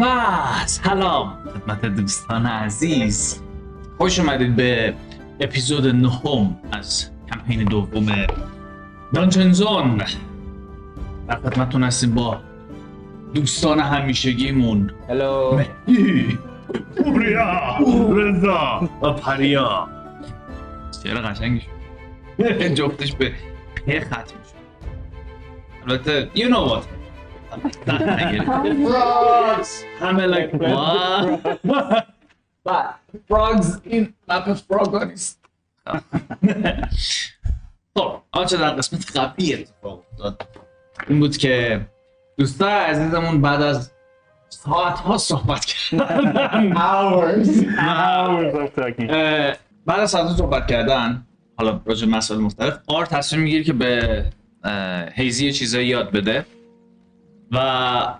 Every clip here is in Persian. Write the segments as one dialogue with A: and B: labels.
A: و سلام خدمت دوستان عزیز خوش اومدید به اپیزود نهم از کمپین دوم دانچن زون در خدمتتون هستیم با دوستان همیشگیمون
B: هلو
A: مهدی پوریا رضا و پریا شعر قشنگی شد جفتش به په ختم شد البته you know what همه like what
B: But frogs in lap of frogs
A: خب آنچه در قسمت قبلی اتفاق افتاد این بود که دوستان عزیزمون بعد از ساعت ها صحبت کردن
B: Hours
C: hours of talking.
A: اه، بعد از ساعت صحبت کردن حالا راجع به مسائل مختلف آر تصمیم میگیره که به اه، هیزی یه چیزایی یاد بده و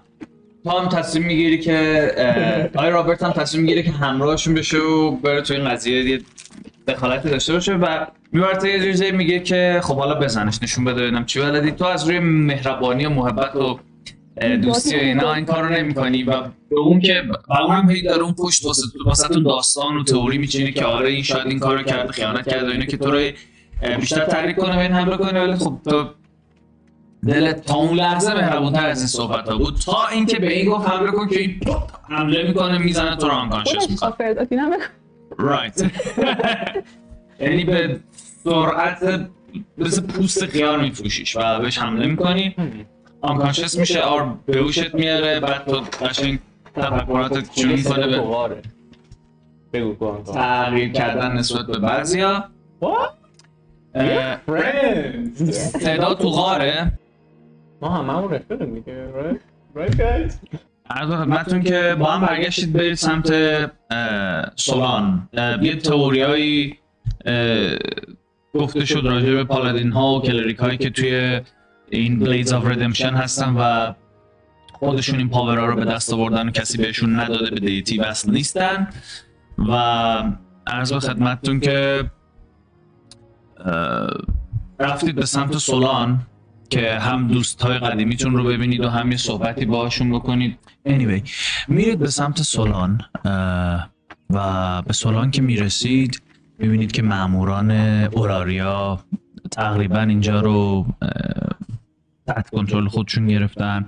A: تو هم تصمیم میگیری که اه، آی رابرت هم تصمیم میگیره که همراهشون بشه و بره تو این قضیه یه دخالتی داشته باشه و میبرته یه چیزی میگه که خب حالا بزنش نشون بده ببینم چی بلدی تو از روی مهربانی و محبت و اه، دوستی و اینا این کارو نمیکنی و به اون که و اون هم هی داره اون پشت واسه واسه تو داستان و تئوری میچینه که آره این شاید این کارو کرده خیانت کرده و اینا که تو رو اه، بیشتر تحریک کنه و این حمله کنه ولی خب تو دلت تا اون لحظه مهربونتر از این صحبت ها بود تا اینکه به این گفت حمله کن که این پپ حمله میکنه میزنه تو رو آنکانشس
D: خودش
A: میکنه
D: آفر داد اینا بگو.
A: رایت یعنی به سرعت مثل پوست خیار میفروشیش و بهش حمله میکنی آنکانشس میشه آر به هوشت میاره بعد تو قشنگ تفکراتت چون کنه به
B: دوباره. بگو کن کن.
A: تغییر کردن نسبت به بعضیا اه،
B: Friends.
A: صدا تو غاره
B: ما هم همون رفیقیم دیگه right? Right guys?
A: عرض خدمتتون که با هم برگشتید برید سمت اه، سولان اه، یه تئوریایی اه، گفته شد راجع به پالادین ها و کلریک هایی که توی این بلیدز آف ردمشن هستن و خودشون این پاورها رو به دست آوردن و کسی بهشون نداده به دیتی وصل نیستن و عرض به خدمتتون که اه، رفتید به سمت سولان که هم دوستای قدیمیتون رو ببینید و هم یه صحبتی باهاشون بکنید anyway میرید به سمت سولان اه، و به سولان که میرسید میبینید که ماموران اوراریا تقریبا اینجا رو اه، تحت کنترل خودشون گرفتن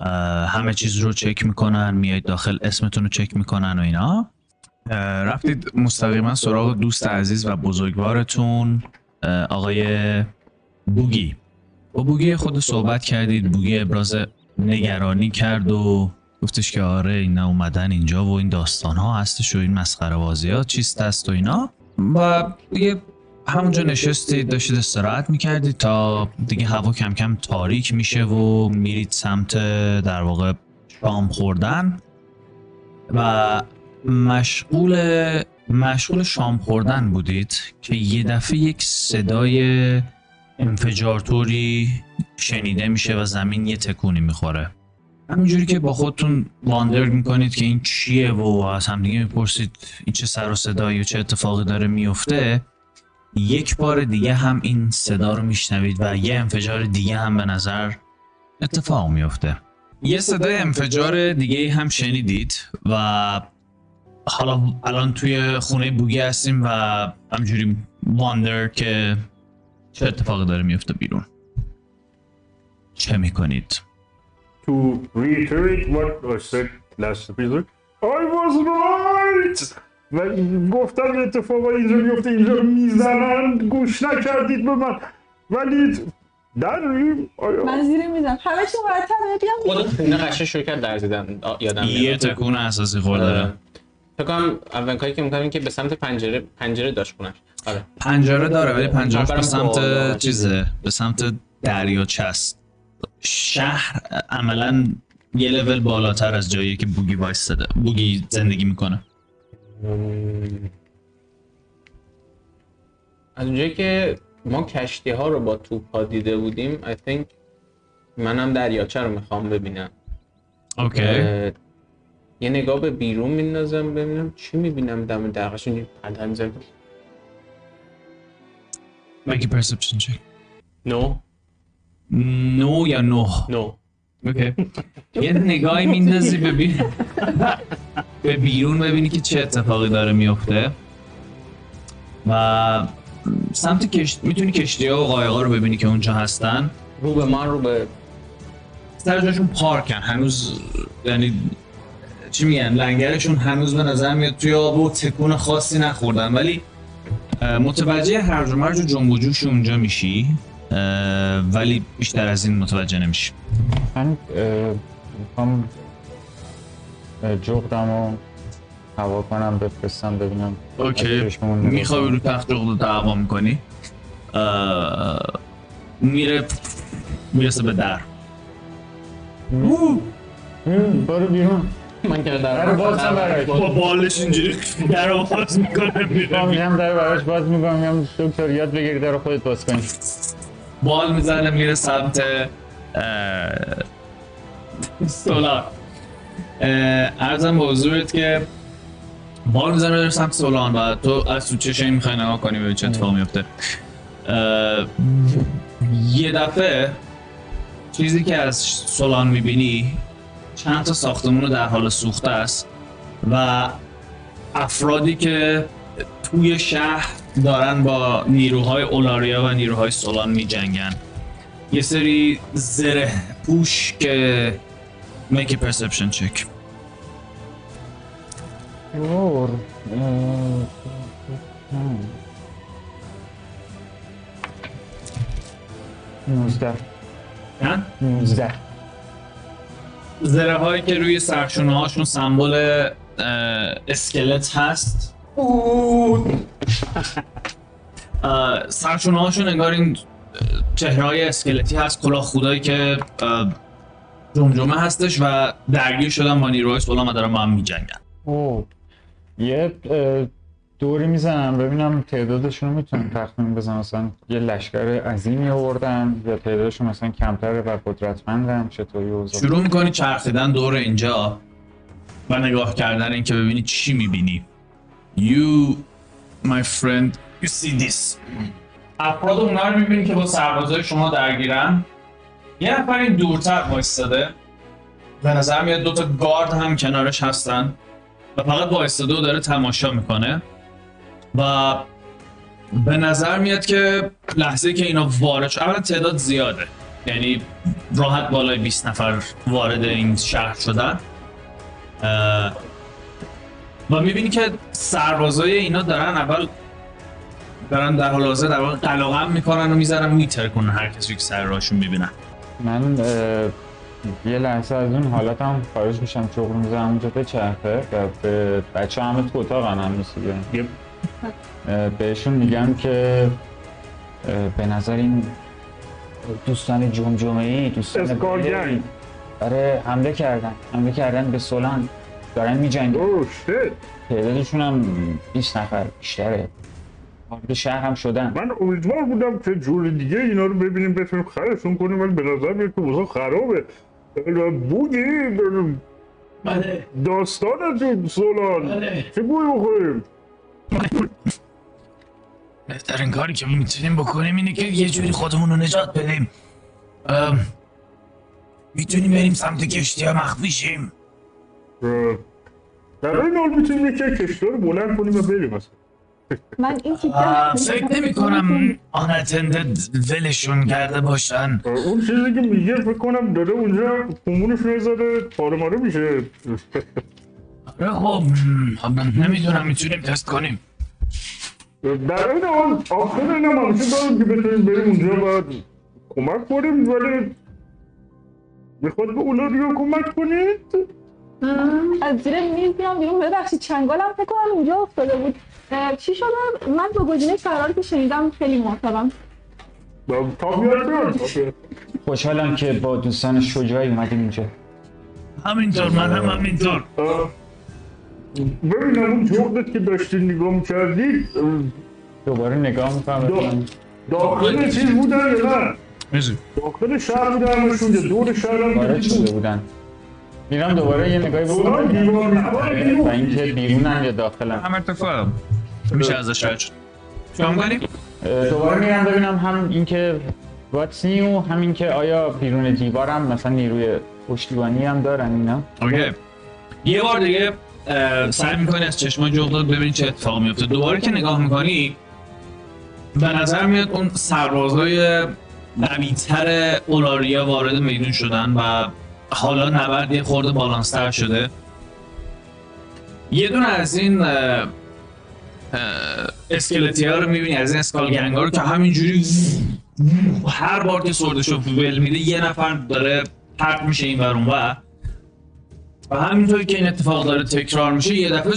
A: اه، همه چیز رو چک میکنن میایید داخل اسمتون رو چک میکنن و اینا اه، رفتید مستقیما سراغ دوست عزیز و بزرگوارتون اه، آقای بوگی با بوگی خود صحبت کردید بوگی ابراز نگرانی کرد و گفتش که آره اینا اومدن اینجا و این داستان ها هستش و این مسخره بازی ها چیست هست و اینا و دیگه همونجا نشستید داشتید استراحت میکردید تا دیگه هوا کم کم تاریک میشه و میرید سمت در واقع شام خوردن و مشغول مشغول شام خوردن بودید که یه دفعه یک صدای انفجارطوری شنیده میشه و زمین یه تکونی میخوره همینجوری که با خودتون واندر میکنید که این چیه و از همدیگه میپرسید این چه سر و صدایی و چه اتفاقی داره میفته یک بار دیگه هم این صدا رو میشنوید و یه انفجار دیگه هم به نظر اتفاق میفته یه صدای انفجار دیگه هم شنیدید و حالا الان توی خونه بوگی هستیم و همجوری واندر که چه اتفاقی داره میفته بیرون چه میکنید
C: To reiterate what I said last episode, I was right! و گفتم اتفاقا اینجا میفته اینجا میزنن گوش نکردید به من ولی در این
D: من زیر میزم همه چی مرتب
A: خب.
D: میگم
B: خود خونه قشن شروع کرد در زدن آ، یادم
A: یه
B: میاد.
A: تکون اساسی
B: آره.
A: خورده
B: فکر کنم اولین کاری که میکنم این که به سمت پنجره پنجره داشت خونش آره
A: پنجره داره ولی پنجرهش به
B: برم
A: سمت
B: بالا.
A: چیزه به سمت دریاچه است شهر عملا یه لول بالاتر از جایی که بوگی وایستده بوگی زندگی میکنه
B: مم. از اونجایی که ما کشتی ها رو با توپ ها دیده بودیم I think منم دریاچه رو میخوام ببینم
A: اوکی
B: اه، یه نگاه به بیرون میندازم ببینم چی میبینم دم درقش اینجا پدر میزنم
A: مگه پرسپشن چک
B: نو
A: نو یا نه
B: نو
A: اوکی یه نگاهی میندازی به بی- به بیرون ببینی که چه اتفاقی داره میفته و سمت کشت میتونی کشتی ها و قایقا رو ببینی که اونجا هستن
B: رو به من رو به
A: سر جاشون پارکن هنوز یعنی چی میگن لنگرشون هنوز به نظر میاد توی آب و تکون خاصی نخوردن ولی اه، متوجه هرج و مرج و جنب و جوش اونجا میشی اه، ولی بیشتر از این متوجه نمیشی
E: من اه، میخوام اه، جغدم رو هوا کنم بفرستم ببینم
A: اوکی
E: از چشممون نگاه
A: میخوای
E: کنم.
A: روی تخت رو دعوا میکنی اه، میره میرسه به در
E: هم، برو بیرون
B: من که در
E: در بازم برای
A: با بالش اینجوری در آواز میکنه
E: میخوام میرم در براش باز میکنم میگم دکتر یاد بگیر در خودت باز کنی
A: بال میزنه میره سمت سولان ارزم به حضورت که بال میزنه میره سمت سولان و تو از تو چشم میخوای نگاه کنی ببین چه اتفاق میفته اه، یه دفعه چیزی که از سولان میبینی چند تا ساختمون رو در حال سوخته است و افرادی که توی شهر دارن با نیروهای اولاریا و نیروهای سولان می جنگن یه سری زره پوش که make a perception check
E: دور نوزده
A: چند؟
E: نوزده
A: زره هایی که روی سرشونه هاشون سمبل اه، اسکلت هست اه، سرشونه هاشون انگار این چهره های اسکلتی هست کلاه خودایی که اه، جمجمه هستش و درگیر شدن با نیروهای سولان و دارن با هم می جنگن
E: اوه. خب، یه اه، دوری میزنم ببینم تعدادشون رو میتونم تخمین بزنم مثلا یه لشکر عظیمی آوردن یا تعدادشون مثلا کمتره و قدرتمندن چطوری اوضاع
A: شروع میکنی چرخیدن دور اینجا و نگاه کردن اینکه ببینی چی میبینی You my friend you see this افراد اونا رو میبینی که با سربازای شما درگیرن یه نفر این دورتر وایستاده به نظر میاد دوتا گارد هم کنارش هستن و فقط وایستاده و داره تماشا میکنه و به نظر میاد که لحظه که اینا وارد شد اولا تعداد زیاده یعنی راحت بالای 20 نفر وارد این شهر شدن اه، و میبینی که سربازای اینا دارن اول دارن در حال حاضر در واقع قلاقم میکنن و میزنن میترکنن هر کسی که سر راهشون میبینن
E: من اه، یه لحظه از اون حالتم خارج میشم چغل میزنم اونجا به چرخه و به بچه همه تو اتاقن هم نیستیگه
C: یپ.
E: بهشون میگم که اه، به نظر این دوستان جمجمه ای دوستان
C: اسکار
E: گله‌ای،
C: گنگ
E: آره حمله کردن حمله کردن به سولان دارن میجنگن
C: اوه شت
E: تعدادشون هم 20 نفر بیشتره وارد شهر هم شدن
C: من امیدوار بودم که جور دیگه اینا رو ببینیم بتونیم خرشون کنیم ولی به نظر میاد که اوضاع خرابه بوگی
A: بله
C: داستان سولان
A: بله
C: چه گوی بخوریم
A: بهترین کاری که میتونیم بکنیم اینه که یه جوری خودمون رو نجات بدیم میتونیم بریم سمت کشتی ها مخفی شیم
C: اه، در این حال میتونیم یکی از کشتی رو بلند کنیم و بریم اصلا
D: من این تیکه
A: آه، فکر نمی کنم آن ولشون کرده باشن
C: اه، اون چیزی که میگه فکر کنم داره اونجا کمونش نزده پاره ماره میشه
A: آره، خب نمیدونم میتونیم تست کنیم
C: اه، در این حال آخر این هم همیشه داریم که بتونیم بریم اونجا و کمک کنیم ولی میخواد به اونا رو کمک کنید
D: از زیر میز بیام بیرون ببخشید چنگالم فکر کنم اونجا افتاده بود اه، چی شده من با گزینه فرار که شنیدم خیلی موافقم
C: و تا بیاد بیاد
E: خوشحالم که با دوستان شجاعی اومدیم اینجا
A: همینطور من هم همینطور
C: اه، ببینم اون جغدت که داشتین نگاه میکردید
E: دوباره نگاه میکنم ببینم
C: داخل چیز بودن یا نه داخل شهر بودن همشون یا دور شهر هم
E: وارد
C: دیدی؟
E: شده بودن میرم دوباره یه نگاهی
C: اونا
E: بکنم
C: دیوار نوار
E: و
C: بیرون.
E: اینکه بیرونن یا داخلن
A: هم ارتفاع میشه ازش رد شد چیکار می‌کنی؟
E: اه، دوباره میرم ببینم هم اینکه واتس نیو هم اینکه آیا بیرون دیوارم مثلا نیروی پشتیبانی هم دارن اینا
A: اوکی یه بار دیگه اه، سعی میکنی از چشمای جغدت ببینی چه اتفاقی میفته دوباره که نگاه میکنی به نظر میاد اون سربازهای قویتر اولاریا وارد میدون شدن و حالا نبرد یه خورده بالانستر شده یه دونه از این اه، اه، اسکلتی ها رو میبینی از این اسکال گنگ ها رو که همینجوری هر بار که سردش رو ول میده یه نفر داره پرت میشه این ور اون ور. و همینطور که این اتفاق داره تکرار میشه یه دفعه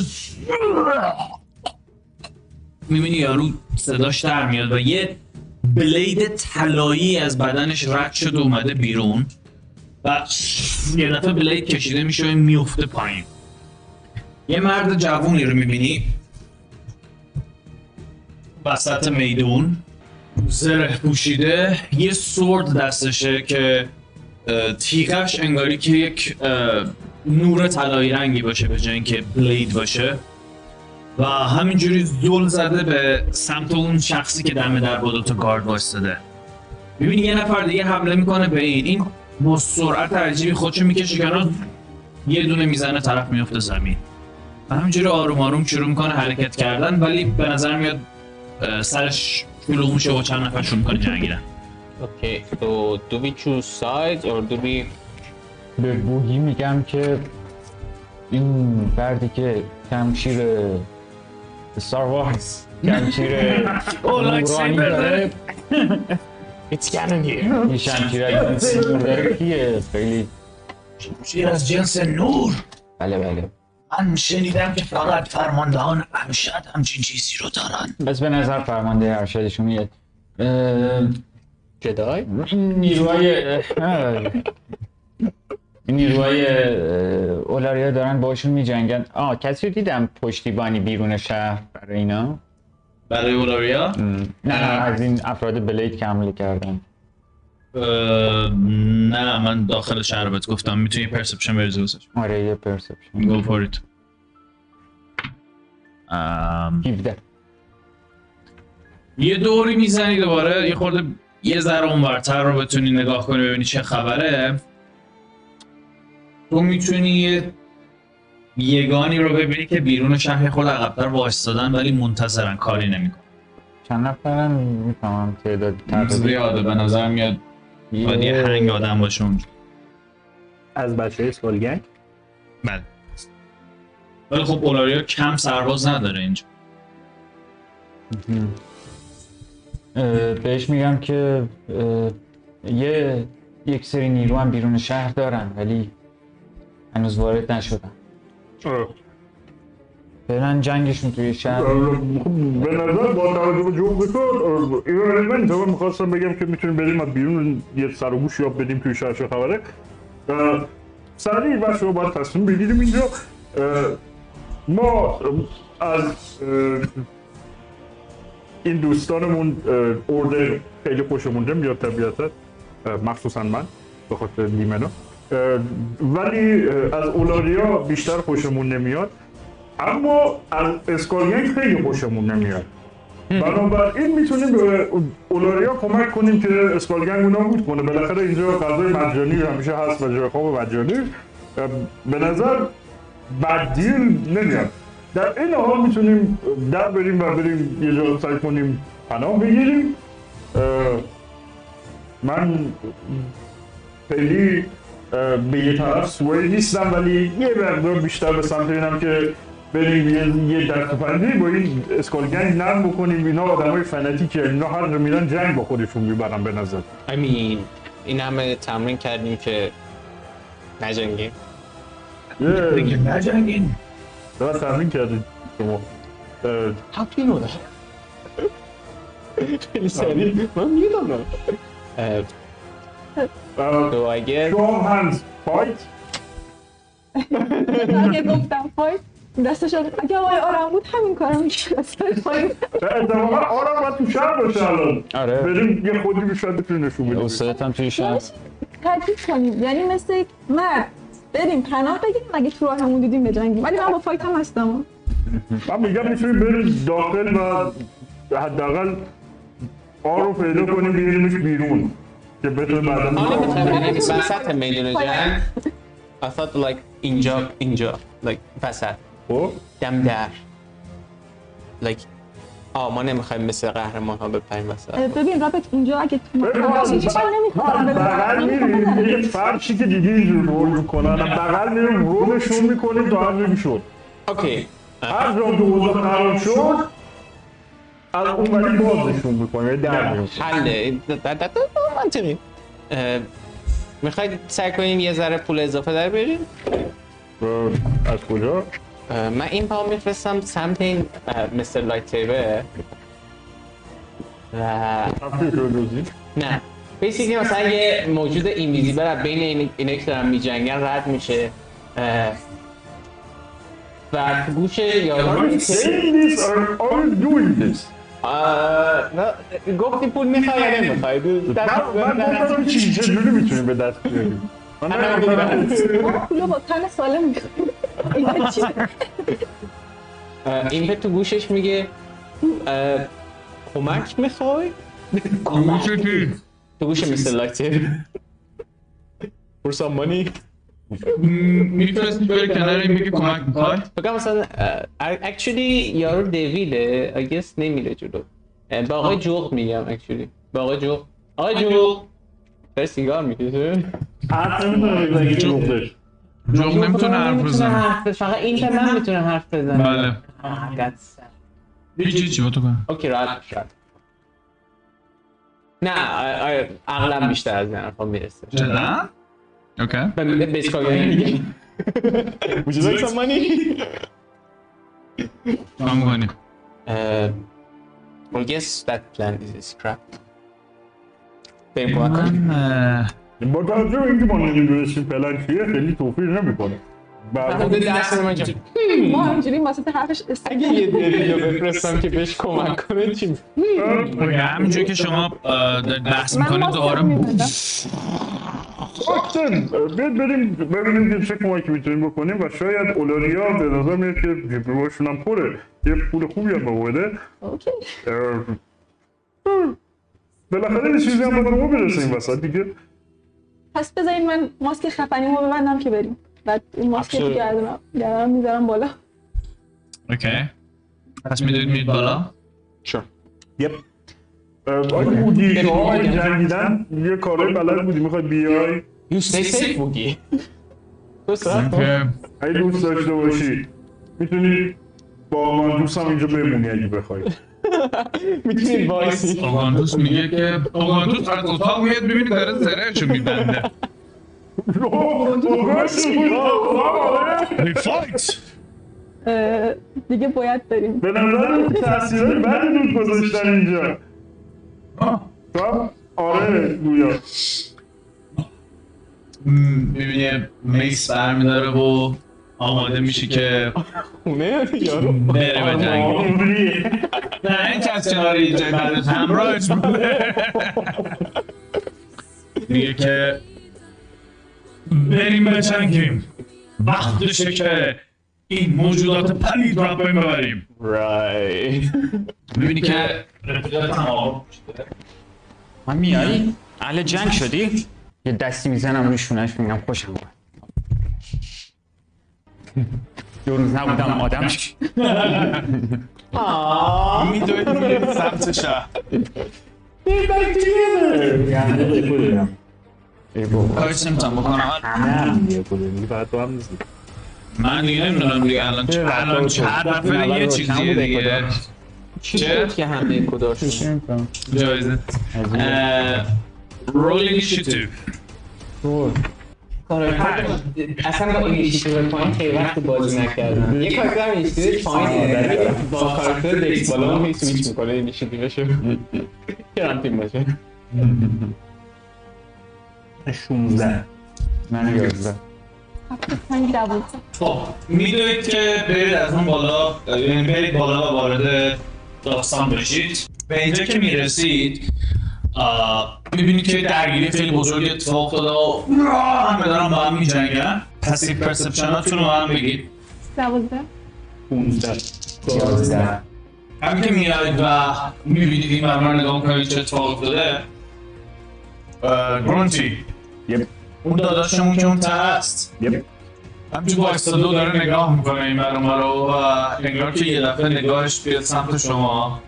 A: میبینی یارو صداش در میاد و یه بلید طلایی از بدنش رد شد و اومده بیرون و یه دفعه بلید کشیده میشه و میفته پایین یه مرد جوونی رو میبینی وسط میدون زره پوشیده یه سورد دستشه که اه، تیغش انگاری که یک اه، نور طلایی رنگی باشه به جای اینکه بلید باشه و همینجوری زل زده به سمت اون شخصی که دم در با دوتا گارد وایستاده میبینی یه نفر دیگه حمله میکنه به این این با سرعت عجیبی خودشو میکشه کنار یه دونه میزنه طرف میفته زمین و همینجوری آروم آروم شروع میکنه حرکت کردن ولی به نظر میاد اه، سرش شلوغ میشه و چند نفر شروع میکنه جنگیدن
B: Okay, so do we choose sides or do we
E: به بوهی میگم که این فردی که کمشیر ستار وارز کمشیر نورانی
A: lightsaber
E: داره این شمشیر از این سیمور داره کیه خیلی
A: شیر از جنس نور
B: بله بله
A: من شنیدم که فقط فرماندهان ارشد همچین چیزی رو دارن
E: بس به نظر فرمانده ارشدشون میاد اه،
B: جدای
E: این نیروهای اه، این نیروهای اه، اولاریا دارن باشون میجنگن آه کسی رو دیدم پشتیبانی بیرون شهر برای اینا
A: برای اولاریا
E: نه نه از این افراد بلید که حمله کردن
A: اه، نه من داخل شهر بهت گفتم میتونی پرسپشن بریزی واسش
E: آره یه پرسپشن
A: گو فورید
E: 17
A: یه دوری میزنی دوباره یه خورده یه ذره اونورتر رو بتونی نگاه کنی ببینی چه خبره تو میتونی یه یگانی رو ببینی که بیرون شهر یه خورده عقبتر وایستادن ولی منتظرن کاری نمیکن
E: چند نفرم میفهمم تعداد تقریبی
A: زیاده به نظر میاد باید یه یعنی هنگ آدم باشه اونجا
C: از بچه های سولگنگ
A: بله ولی خب اولاریا کم سرباز نداره اینجا
E: اه، بهش میگم که اه، یه یک سری نیرو هم بیرون شهر دارن ولی هنوز وارد نشدن فعلا جنگشون توی شهر
C: به نظر با توجه به جمله تو اه، ایرانیمنت من میخواستم بگم که میتونیم بریم از بیرون یه سر و گوش یاب بدیم توی شهر چه خبره اه، سریع بچه رو باید تصمیم بگیریم اینجا اه، ما اه، از اه، این دوستانمون اه، اردر خیلی خوشمون نمیاد طبیعتا اه، مخصوصا من به خاطر دیمنا اه، ولی اه، از اولاریا بیشتر خوشمون نمیاد اما از اسکالیان خیلی خوشمون نمیاد بنابراین میتونیم به اولاریا کمک کنیم که اسکالگنگ اونا بود کنه بالاخره اینجا غذای مجانی همیشه هست و جای خواب مجانی ام، به نظر بدیل نمیاد در این حال میتونیم در بریم و بریم یه جا سعی کنیم پناه بگیریم اه، من خیلی اه، به یه طرف سوی نیستم ولی یه مقدار بیشتر به سمت اینم که بریم یه, یه دست و پنجه با این اسکالگنگ نرم بکنیم اینا آدم های فنتیکه اینا هر جا میرن جنگ با خودشون میبرن به نظر
B: I mean این همه تمرین کردیم که نجنگیم
C: یه
A: نجنگین
C: دارت تمرین کردید شما اه،
B: How do you know that? خیلی سریع من میدونم Uh,
C: اه،
B: so I guess
C: Strong hands fight
D: اگه گفتم فای دستش رو- اگه آقای آرام بود همین کارو می‌کرد.
C: اتفاقا آرام باید تو شهر باشه الان
E: آره.
C: بریم یه خودی رو شاید بتونی نشون بدیم
E: استادت هم توی شهر
D: داشت تاکید کنیم یعنی مثل یک مرد بریم پناه بگیریم اگه تو راهمون دیدیم بجنگیم ولی من با فایت هم هستم
C: من میگم میتونیم بریم داخل و حداقل آر رو پیدا کنیم بیاریمش بیرون که بتونه بعدا
B: حالا می‌خوام
C: بکنم.
B: ببینیم وسط میدون جنگ I thought like اینجا اینجا like وسط
C: خب
B: دم در like آه ما نمیخوایم مثل قهرمان ها بپریم وسط
D: ببین رابط اینجا اگه تو
C: ببین،
D: چیزی من نمی‌خوام
C: بغل میریم یه فرشی که دیگه اینجور رول میکنن بغل میریم رولشون میکنیم تا هر جا شد
B: اوکی
C: هر جا که اوضاع خراب شد از اون ولی بازشون میکنیم یه در می‌کنیم.
B: حله در- در- در- منطقی Uh, میخواید سعی کنیم یه ذره پول اضافه در بیاریم
C: اه، از کجا؟
B: اه، من این پاو میفرستم سمت این uh، مستر لایت تیبه و
C: رفتی فیروزی.
B: نه بیسیکلی مثلا یه موجود اینویزیبل از بین این اینا که دارن میجنگن رد میشه اه، و تو گوش
C: Are
B: یارو
C: you saying this or are you doing this?
B: آه، نه، گفتی پول میخوای یا نمیخوای
C: من من گفتم چی آره، چجوری میتونیم به دست بیاریم من
B: همه
C: نگفتم
D: پولو با تن سالم می‌خوام. اینا چی؟
B: اه، این به تو گوشش میگه اه، کمک میخوای تو گوش مثل لایتر for some money
A: میفرستی بره کنار این میگه کمک میخوای
B: بگم مثلا اکچولی یارو دویده I guess نمیره جلو اه، به آقای جوغ میگم اکچولی به آقای جوغ آقای جوغ داره سیگار میکشه
C: حتی نمی‌دونم این چی گفتش.
A: جغ نمیتونه حرف بزنه
B: فقط این که من میتونم حرف بزنم
A: بله هیچی چی با تو کن
B: اوکی راحت باش، راحت نه آه، آه، عقلم بیشتر از این حرفا میرسه
A: جدا اوکی
B: به
A: بله.
B: بیسکاگرین میگه Would you like some money?
A: کام کنی
B: Uh, I guess that plan is a scrap. بریم کمک کنیم.
A: من اه،
C: با توجه به اینکه ما نمی‌دونستیم پلن چیه خیلی توفیر نمیکنه آره،
B: خود دست من جا-
D: ما همینجوری واسه حرفش
B: اگه
D: استفاده
B: یه دلیلو بفرستم که بهش کمک کنه چی می‌شه؟
A: همینجوری که شما اه، دارید بحث
D: من
A: میکنید
D: ماسک
A: دوباره
D: می‌بندم.
C: آکسن بیاید بریم ببینیم که چه کمکی میتونیم بکنیم و شاید اولاریا به نظر میاد که جیبروشون هم پره یه پول خوبی هم آورده
D: اوکی
C: اه، اه، بالاخره یه چیزی هم باید ما برسیم وسط دیگه
D: پس بذارین من ماسک خفنیمو ببندم که بریم بعد این ماسک رو
B: Absolutely.
D: گردنم گردنم میذارم بالا
A: اوکی پس میدونید میرید بالا
C: اه، آیا بودی شما جنگیدن یه کارهای بلد بودی میخوای بیای
B: You stay safe بگی تو صاحب
A: که
C: اگه دوست داشته باشی میتونی با من دوستم اینجا بمونی اگه بخوای
B: میتونی وایسی
A: اوگاندوس میگه که اوگاندوس از اتاق میاد میبینی داره زرهشو میبنده
D: اه، دیگه باید بریم
C: به نظر اون تاثیرات بعد دود گذاشتن اینجا تو هم آره گویا
A: میبینی میس برمیداره و آماده میشه که
B: خونه یارو
A: بره به جنگ
C: عمریه.
A: نه این که از کنار یه جای بعدت همراهش بوده میگه که بریم به جنگیم وقتشه که این موجودات پلید را ببریم
B: Right.
A: میبینی که
E: من میایی؟ اهل جنگ شدی؟ یه دستی میزنم روی شونش میگم خوشم اومد دو روز نبودم آدم شد.
A: میدونی میگه سمت شهر
E: ای بابا
A: کارش نمیتونم بکنم من دیگه نمیدونم دیگه الان چه الان چه هر نفر یه چیزیه دیگه چه؟
B: چه که همه کدارش
A: جایزه
E: از این
A: Ee, رول اینیشیتیو
E: دور.
B: آره. اصلا با اینیشیتیو پایین خیلی وقت بازی نکردم یه کارکتر اینیشیتیو پایین با کارکتر دکس بالا هم سویچ میکنه اینیشیتیوشو که هم تیم باشه
E: من یازده
D: من دوازده
A: خب میدونید که برید از اون بالا یعنی برید بالا و وارد داستان بشید به اینجا که میرسید میبینید که درگیری خیلی بزرگ اتفاق افتاده و همه دارن با هم میجنگن پسیو پرسپشناتون رو هم بگید
D: دوازده
E: یازده
A: همین که میایید و میبینید این برمار نگاه میکنید چه اتفاق افتاده اه، گرونتی
C: یپ.
A: اون داداشمون که اون ته هست
C: یپ.
A: همچون وایستاده و داره نگاه میکنه این برام رو و انگار که یه دفعه نگاهش بیاد سمت شما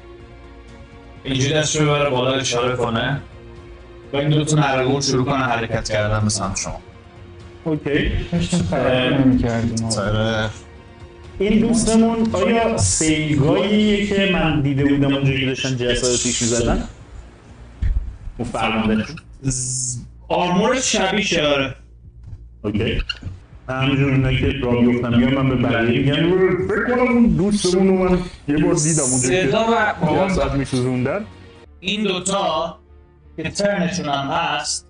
A: اینجوری دستش ببره بالا اشاره کنه و این دوتا نرگون شروع کنه حرکت کردن به سمت شما
C: اوکی
E: داشتیم فرار نمی‌کردیم.
A: سر
C: این دوستمون آیا سیگاییه که من دیده بودم اونجایی که داشتن جسد رو پیش میزدن اون فرمانده
A: آرمور شبیه آره
C: اوکی همینجور اینا که را بیفتم میگم من به بقیه میگم فکر کنم اون دوستمون رو من یه بار دیدم
A: صدا
C: اونجا
A: و
C: که جسد میسوزوندن
A: این دوتا که ترنشون هم هست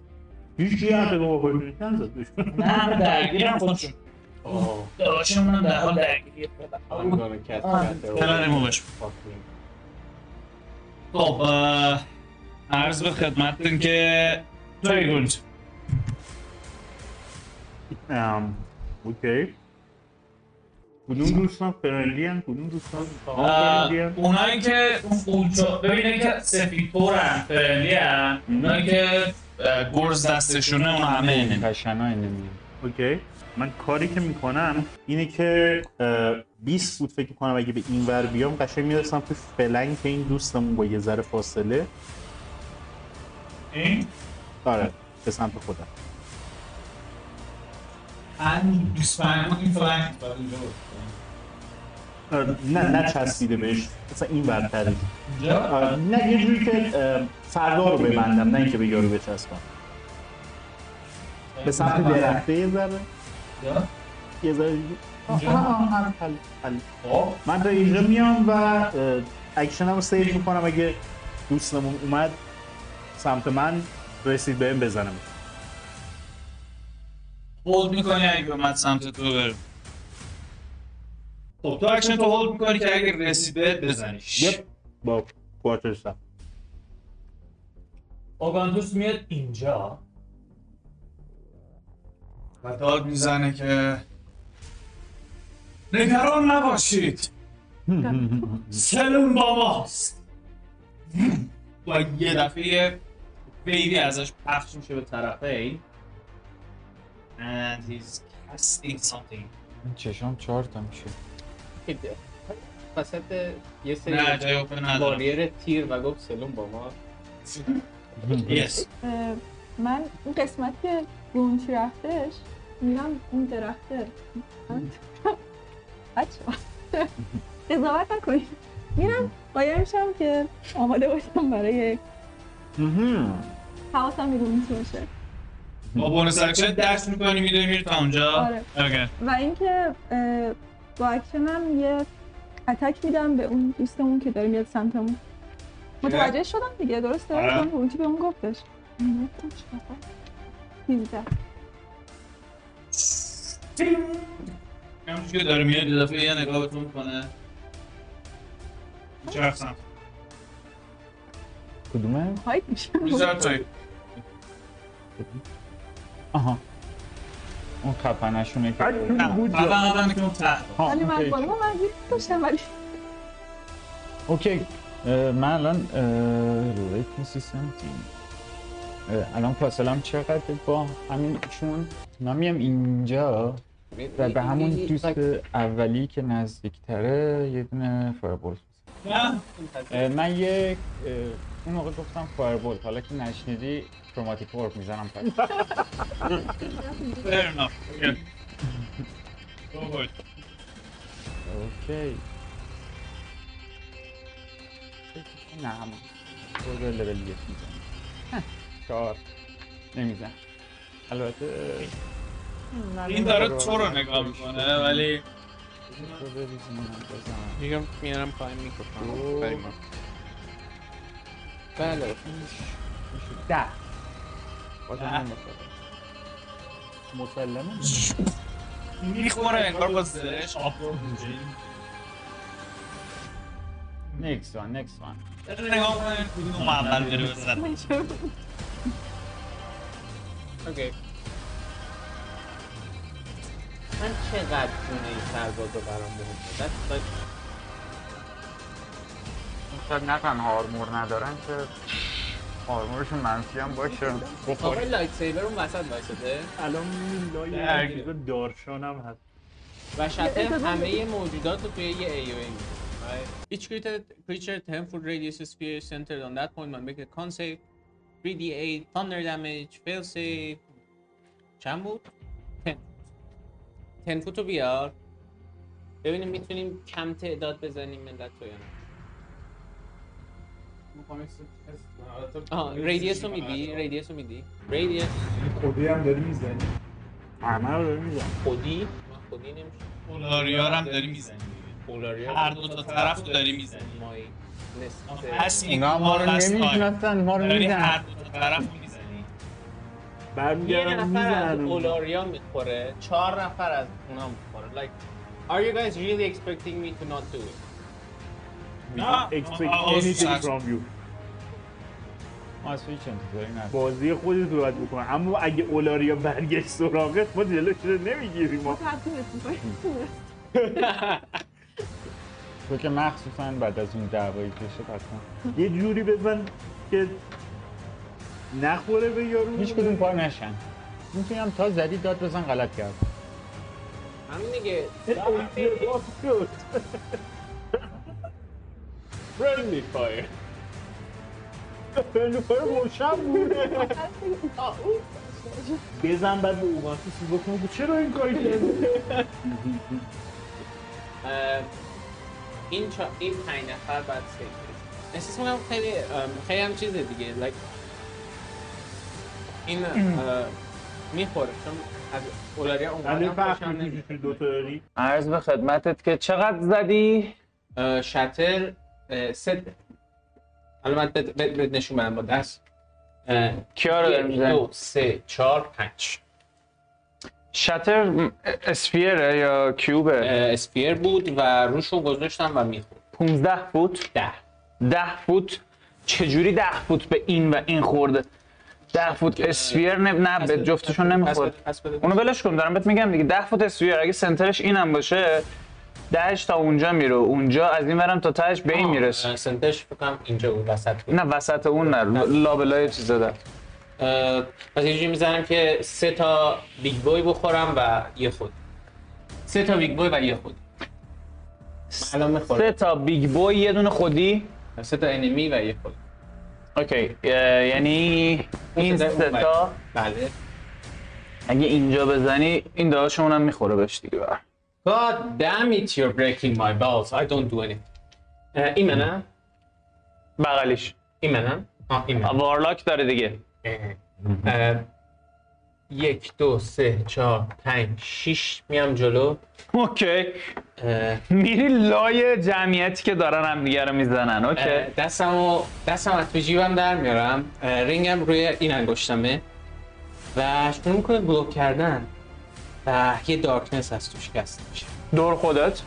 C: هیچ چیزی هم به ما بکنی نزد بهش.
A: نه همه درگیرم خودشون داداشمون هم در حال درگیریه
B: I'm gonna cast Shatter on
A: فعلا ریمووش
B: fucking-
A: خب اه، عرض به خدمتتون که توی گوند
C: ام، اوکی کدوم دوستان فرندلی هم کدوم دوستان آن فرندلی هم
A: اونایی که اونجا ببینه که سفید پورن فرندی هم اونایی که اه، گرز دستشونه اون همه اینه
E: پشنای نمی‌دونم.
C: اوکی من کاری که میکنم اینه که اه، 20 فوت فکر کنم اگه به این ور بیام قشنگ میرسم تو فلنگ که این دوستمون با یه ذره فاصله
A: این
C: آره به سمت خودم
A: هن دوست بود این فرنگ بود اونجا بود.
C: آره، نه نه چسبیده بهش مثلا این ورتره
A: اینجا
C: آره، نه یه جوری که اه، فردا رو ببندم نه اینکه به یارو بچسبم به سمت درخته یه ذره
A: اینجا؟
C: یه ذره دیگه. آه، آه، آه، آه، حل، حل.
A: خب
C: من تا اینجا میام و اه، اکشنم رو سیو میکنم اگه دوستمون اومد سمت من رسید بهم بزنم
A: هولد میکنی اگه اومد سمت تو بره خب تو اکشن تو هولد میکنی که اگه رسید بهت بزنیش
C: یپ با کوارتر شب
F: آگانتوس میاد اینجا
A: و داد میزنه که نگران نباشید سلون با ماست و یه دفعه بیبی ازش پخش میشه به طرفین and he's casting something
E: این چشام چهار تا میشه
B: وسط یه سری
A: نه جای اوپن نداره
B: باریر تیر و گفت سلون با ما
A: yes
D: اه، من اون قسمت که گونچی رفتش میرم اون درخته بچه قضاوت نکنید میرم قایم میشم که آماده باشم برای حواسم به گونچی باشه
A: با بونس اکشن درس میکنی میدونی میری تا اونجا
D: آره
A: اوکی
D: و اینکه اه، با اکشنم یه اتک میدم به اون دوستمون که داره میاد سمتمون متوجه شدم دیگه درسته
A: آره.
D: چون گونچی به اون گفتش من گفتم چیکار کنم؟ 13.
A: همونجور که داره میاد یه دفعه یه نگاه بهتون میکنه چرف سمت
E: کدومه؟
D: هایت میشه
A: بیزار تایپ
E: آها اون خفنشونه که
A: نه اول اول که اون تحت
E: ها،
D: ولی من
E: اوکی.
D: بالا من گیر داشتم ولی
E: اوکی اه، من الان رویت میسیستم الان فاصلم چقدر با همین چون من میام اینجا و به همون دوست اولی که نزدیکتره یه دونه فایربول
A: نه
E: اه، من یک اه، اون موقع گفتم فایربول حالا که نشنیدی کروماتیک اورب میزنم پس
A: fair enough Okay. Go for it.
E: اوکی نه همون خود لول یک میزنم Ah. چهار نمیزن البته
A: این داره تو رو نگاه میکنه ولی
E: بذار بریزمونم بزنم.
B: میگم میارم پایین میکروفون
E: اوه.
B: بریم ما. بله
E: میشه ده بازم
A: ده.
E: نمیخوره. مسلمه
A: میخوره انگار با زرش آب رو اونجوری.
E: نیکس وان نیکس وان
A: داره نگاه کنه کدوم اول بره بزن
D: من چه-
B: اوکی من چقدر جونه این سرباز رو برام مهمه That's like-
E: نه تنها آرمور ندارن که آرمورشون منفی هم باشه
B: آقای لایت سیبر اون وسط وایساده
G: الان
B: درگیره.
G: لایه دارشان هم هست
B: وسط همه موجودات رو توی یه AOE می‌زنه. Right. Each creature, creature 10 foot radius sphere centered on that point must make a con save 3d8 thunder damage fail save چند بود؟ 10 10 فوت رو بیار ببینیم میتونیم کم تعداد بزنیم ملت رو یا نه آه radius رو میدی radius رو میدی radius
G: خودی هم داری میزنی همه رو داری میزنی
B: خودی من خودی نمیشه
C: پولاریار هم داری میزنی
B: پولاریا
C: هر دو تا طرف رو داری میزنی
B: مای
C: پس این
E: اینا ما رو
C: قسط آی.
E: نمیدونستن ما رو
C: داری هر
E: میدن
C: دو تا طرف رو میزنی
B: یه
G: برمیگردم
B: نفر از
G: میزنم
B: اولاریا میخوره چهار نفر از اونا میخوره like are you guys really expecting me to not do it
C: نه
G: expect
C: آه،
G: anything
C: آه،
G: from you
E: ما از هیچ انتظاری نداریم.
G: بازی خودت رو باید بکنه اما اگه اولاریا برگشت سراغت ما جلوش رو نمیگیریم ما
D: ترتیبت می‌کنی.
E: تو که مخصوصا بعد از اون دعوایی که شد اصلا
G: یه جوری بزن که نخوره به یارو
E: هیچ کدوم پا نشن میتونیم تا زدی داد بزن غلط کرد
B: همین دیگه
G: اولاریا شد.
B: friendly fire
G: فلوفر مشم بوده بزن بعد به اوگانتوس بکنه که چرا این کاری کردی
B: اه، این چا... این پنج نفر بعد سیف احساس میکنم خیلی ام، خیلی هم چیزه دیگه like این اه، میخوره چون از اولاریا اونقدر
G: الان
B: هم خوشم
G: فرق میکنی
B: نمیاد.
G: که دو تا داری
B: عرض به خدمتت که چقدر زدی؟ شتر اه، سه حالا من بد, بد, بد نشون بدم با دست اه،
A: کیا رو داریم
B: یک،
A: می‌زنیم؟
B: دو سه چهار پنج
A: شتر م- اسفیره یا کیوبه
B: اه، اسپیر بود و روشو گذاشتم و میخورد
A: 15 فوت
B: ده
A: 10 فوت چجوری 10 فوت به این و این خورده 10 فوت اسفیر نه, نه به جفتشون نمیخورد
B: پس بده.
A: اونو ولش کن دارم بهت میگم دیگه 10 فوت اسفیر اگه سنترش اینم باشه دهش تا اونجا میره اونجا از این ورم تا تهش به این میرسه
B: آه، سنترش بکنم اینجا بود وسط بود
A: نه وسط اون نه لابلای چیز زدم
B: اه، پس یه جوری میزنم که سه تا بیگ بوی بخورم و یه خود سه تا بیگ بوی و یه خود الان
A: سه
B: میخورم
A: تا بیگ بوی یه دونه خودی
B: سه تا انمی و یه خود
A: اوکی اه، یعنی این
B: صدای اون
A: سه
B: بره.
A: تا
B: بله
A: اگه اینجا بزنی این داداشمون هم میخوره بهش دیگه بر.
B: God damn it, you're breaking my balls. I don't do anything. اه، این منم؟
A: بغلیش
B: این منم؟ آه، این منم.
A: وارلاک داره دیگه
B: اه، اه، یک دو سه چهار پنج شیش میام جلو
A: اوکی
B: اه،
A: میری لای جمعیتی که دارن هم دیگه رو میزنن اوکی
B: اه، دستم و دستم از تو جیبم در میارم اه، رینگم روی این انگشتمه و شروع میکنه بلوک کردن و یه دارکنس از توش کست میشه
A: دور خودت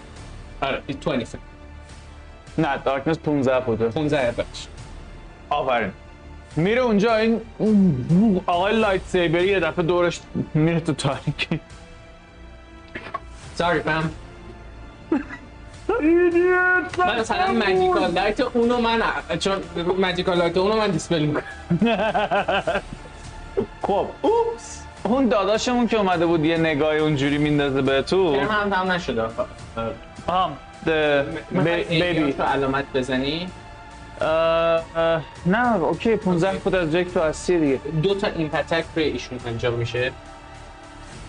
B: آره 20 فکر.
A: نه دارکنس 15 بوده
B: 15 بخش
A: آفرین میره اونجا این آقای لایت سیبری یه دفعه دورش میره تو تاریکی
B: Sorry fam من مثلا مجیکال لایت اونو من چون مجیکال لایت اونو من دیسپل میکنم
A: خب اوپس اون داداشمون که اومده بود یه نگاهی اونجوری میندازه به تو
B: ترم هم تمام نشده خب. آقا.
A: آم ده-
B: میخوای
A: بی- بیبی
B: احتیاط رو علامت بزنی
A: اه، اه، نه اوکی 15 فوت از جک تو هستی دیگه
B: دو تا ایمپتک روی ایشون انجام میشه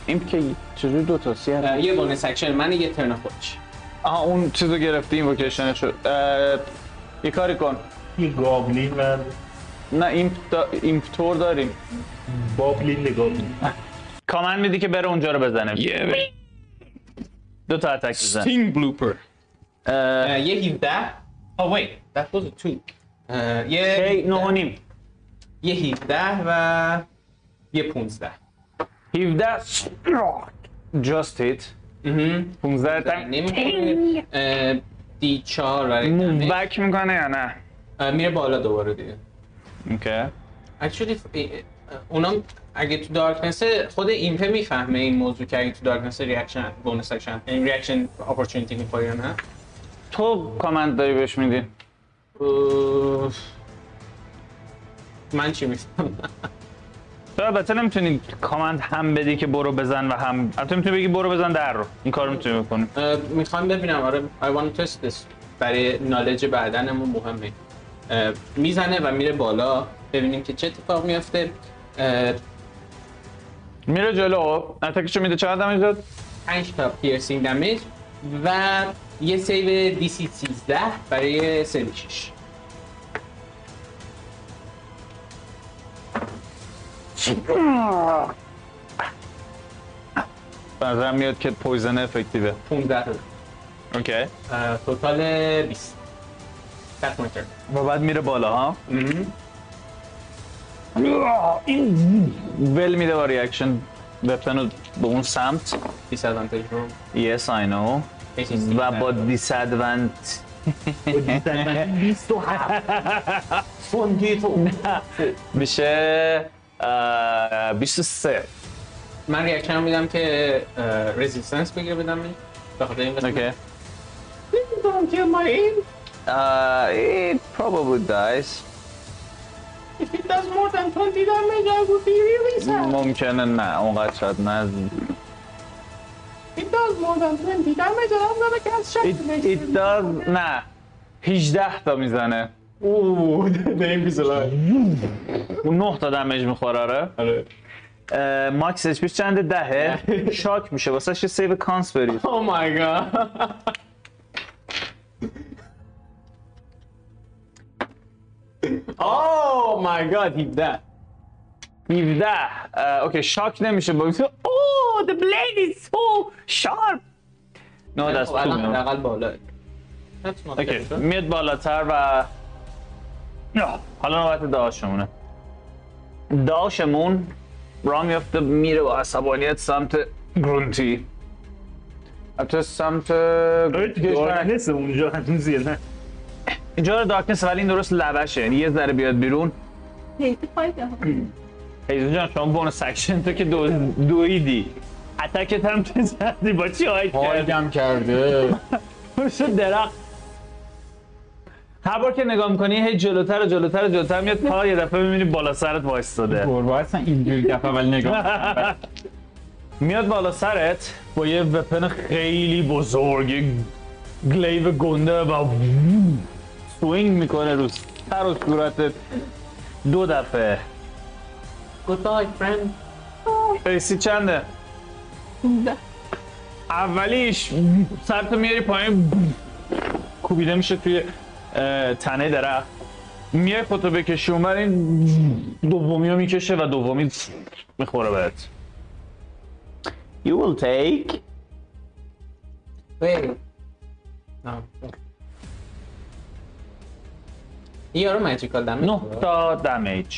A: این که چجوری دو تا سیه
B: اه، یه بونس اکشن من یه ترن خودش
A: آها اون چیزو گرفتی این وکیشنش شد یه کاری کن
G: یه گابلین و
A: نه ایمپ, دا... ایمپ تور داریم
G: بابلین گابلین
A: کامن میدی که بره اونجا رو بزنه دو تا اتک بزن
B: تینگ بلوپر
A: اه،
B: یه 17 آه وای that was a two. اه، Uh, یه
A: هی نه و نیم
B: یه 17 و یه 15
A: 17 جاست هیت 15 تا
B: نمیخوره اه، دی 4
A: موو بک میکنه یا نه
B: میره بالا دوباره دیگه
A: اوکی
B: اکچولی اونا اگه تو دارکنس خود ایمپه میفهمه این موضوع که اگه تو دارکنس ریاکشن بونس اکشن این ریاکشن اپورتونتی میخوری یا نه
A: تو کامند داری بهش میدی
B: اوه. من چی میفهمم
G: تو البته نمیتونی کامند هم بدی که برو بزن و هم البته میتونی بگی برو بزن در رو این کار میتونی بکنی
B: میخوام ببینم آره I want to test this برای نالج بعدنمون مهمه اه، میزنه و میره بالا ببینیم که چه اتفاق میفته اه،
G: میره جلو اتکشو میده چقدر دمیج داد
B: 5 تا پیرسینگ دمیج و یه سیو دی سی 13 برای سیو 6
G: به نظرم میاد که پویزن افکتیوه
B: 15
G: اوکی
B: اه، توتال 20 That's my turn.
G: و بعد میره بالا ها ول میده با ریاکشن وپن رو به اون سمت
B: Disadvantage roll.
G: یس آی نو
B: 18
G: و با دیس ادونت 27 میشه اه، 23
B: من ریاکشن میدم که رزیستنس بگیره بدم به خاطر این قسمت.
G: اوکی
B: Don't kill my aim.
G: Uh, it probably dies.
B: If it does more than 20 damage, I would be really sad.
G: ممکنه نه اونقدر شاید نه
B: If it does more than 20 damage, then I'm gonna cast
G: it,
B: Shackle
G: it does نه 18 تا میزنه
B: Ooh, the aim is alive.
G: اون 9 تا دمیج میخوره آره
B: آره.
G: اه، ماکس اچ پیش چنده دهه شاک میشه واسه یه سیو کانس برید
B: Oh my god. oh my god, he died.
G: 17 اه، اوکی شاک نمیشه با اوه the blade is so sharp نه دست
B: خب، الان
G: تو
B: حداقل بالاه. That's not
G: اوکی
B: bad.
G: میاد بالاتر و آه، حالا نوبت داشمونه داشمون را میفته میره با عصبانیت سمت گرونتی البته سمت گرونتی کشور-
C: دارکنسه اونجا هنوز یه نه
G: اینجا رو دارکنس ولی این درست لبشه یعنی یه ذره بیاد بیرون
D: هیتی فایت
G: هیزون جان شما بونس اکشن تو که دو دویدی اتکت هم که زدی با چی هاید کردی
E: پایدم کرده
G: پشت درخت هر بار که نگاه میکنی هی جلوتر و جلوتر و جلوتر میاد تا یه دفعه میبینی بالا سرت وایستاده
E: گربه اصلا اینجوری دفعه ولی نگاه
G: میاد بالا سرت با یه وپن خیلی بزرگ یه گلیو گنده و سوینگ میکنه رو سر و صورتت دو دفعه
B: Goodbye, friend.
G: ایسی چنده؟
D: ده.
G: اولیش سرتو میاری پایین کوبیده میشه توی اه، تنه درخت میای خودتو بکشی اونور این دومی رو میکشه و دومی میخوره بهت You will take
B: Wait. No. You're magical damage.
G: 9 تا دمیج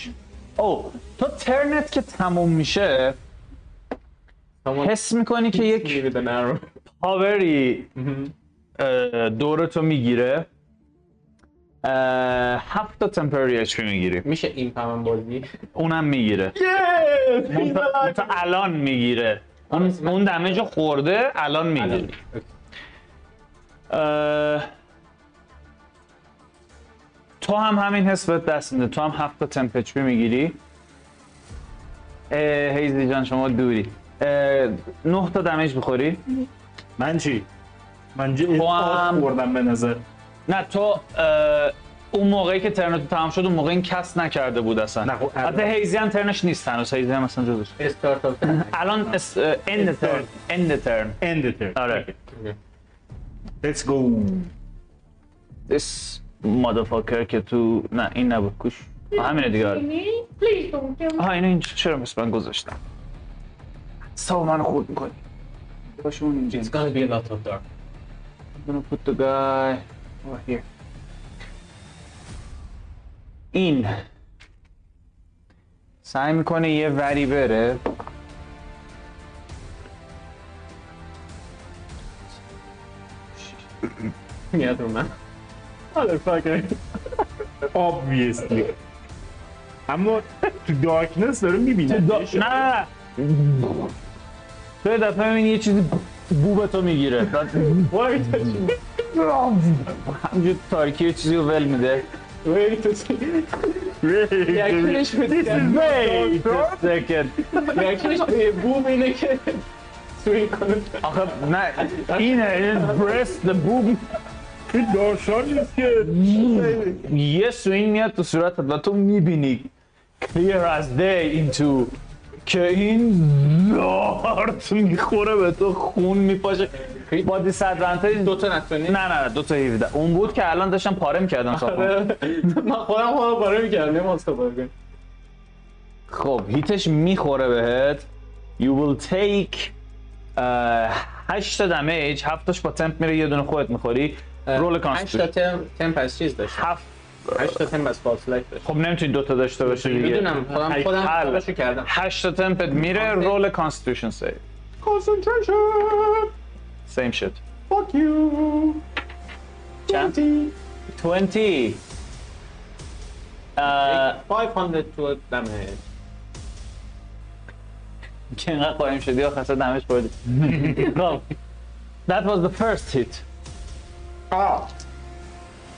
G: او تا ترنت که تموم میشه
B: Someone
G: حس میکنی که
B: hit
G: یک
B: me with an arrow.
G: پاوری اه، دورتو میگیره هفت تا تمپرری اچ میگیری
B: میشه این پمن بازی
G: اونم میگیره تا الان میگیره اون اون دمیج رو خورده الان میگیره اه، تو هم همین حس بهت دست میده تو هم هفت تا تمپ اچ پی میگیری هیزی جان شما دوری اه، نه تا دمیج میخوری
C: من چی؟ من جه
G: تو
C: اتفاق
G: هم-
C: خوردم به نظر
G: نه تو اه، اون موقعی که ترنت تمام شد اون موقع این کس نکرده بود اصلا
C: نه، خب، الان.
G: حتی هیزی هم ترنش نیست هنوز هیزی هم اصلا جزش
B: استارت اف
G: الان اس- اه، end turn end turn
C: End it there.
G: آره
C: Let's go.
G: this motherfucker که تو نه این نبود گوش آه، همینه دیگه
D: Please
G: آره
D: don't kill me.
G: آها اینو اینجا چرا مثل من گذاشتم سو منو خورد میکنی باشه اون اینجا
B: It's gonna be a lot of dark.
G: I'm gonna put the guy over here. این سعی میکنه یه وری بره
B: میاد رو من.
C: Obviously. اما تو دارکنس داره میبینه
G: نه نه نه. تو یه دفعه میبینی یه چیزی بوب تو میگیره بعد همینجور تاریکی یه چیزی رو ول میده
F: Wait a second.
C: Wait,
F: ریاکشنش به دیدن
G: Wait a second.
F: ریاکشنش به بوم اینه که سوی کنه
G: آخه نه اینه این برست بوم
C: این داستان نیست که
G: یه سوین میاد تو صورتت و تو میبینی clear as day into که این زارت میخوره به تو خون میپاشه با دیسدرانتج دو
B: دوتا نتونی
G: نه نه دو تا 17 اون بود که الان داشتم پاره میکردم صاحب
F: آره. من خودم خودم پاره میکردم نه ماستا پاره کنم
G: خب هیتش میخوره بهت you will take اه، هشت تا دمیج هفتاش با تمپ میره یه دونه خودت میخوری رول
B: هشت تا
G: کانستیتوشن
B: تم تمپ از چیز داشت
G: هفت
B: هشت تا تمپ از فالس لایف داشت
G: خب نمیتونی دوتا داشته باشه دیگه
B: میدونم خودم خودم
G: حل.
B: خودشو کردم
G: هشت تا تمپت میره رول کانستیتوشن سیو سیم شد
F: Fuck you.
G: چند؟ 20 اه،
B: 500 تو دمه
G: که اینقدر قایم شدی آخه اصلا دمش بردی خب That was the first hit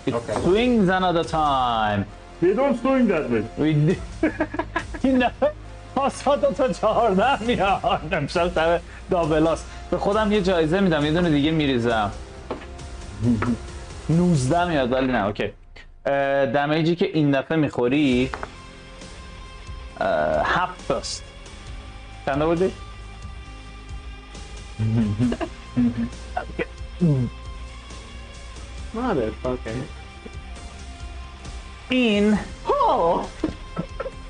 G: It swings another time
C: They don't swing that way.
G: We did این دفعه پاسا دو تا چهارده میاد امشب سر دابلاس به خودم یه جایزه میدم یه دونه دیگه میریزم 19 میاد ولی نه اوکی اه، دمیجی Uh, که این دفعه میخوری اه، هفت تاست چند بودی؟
B: مادر فاکر
G: این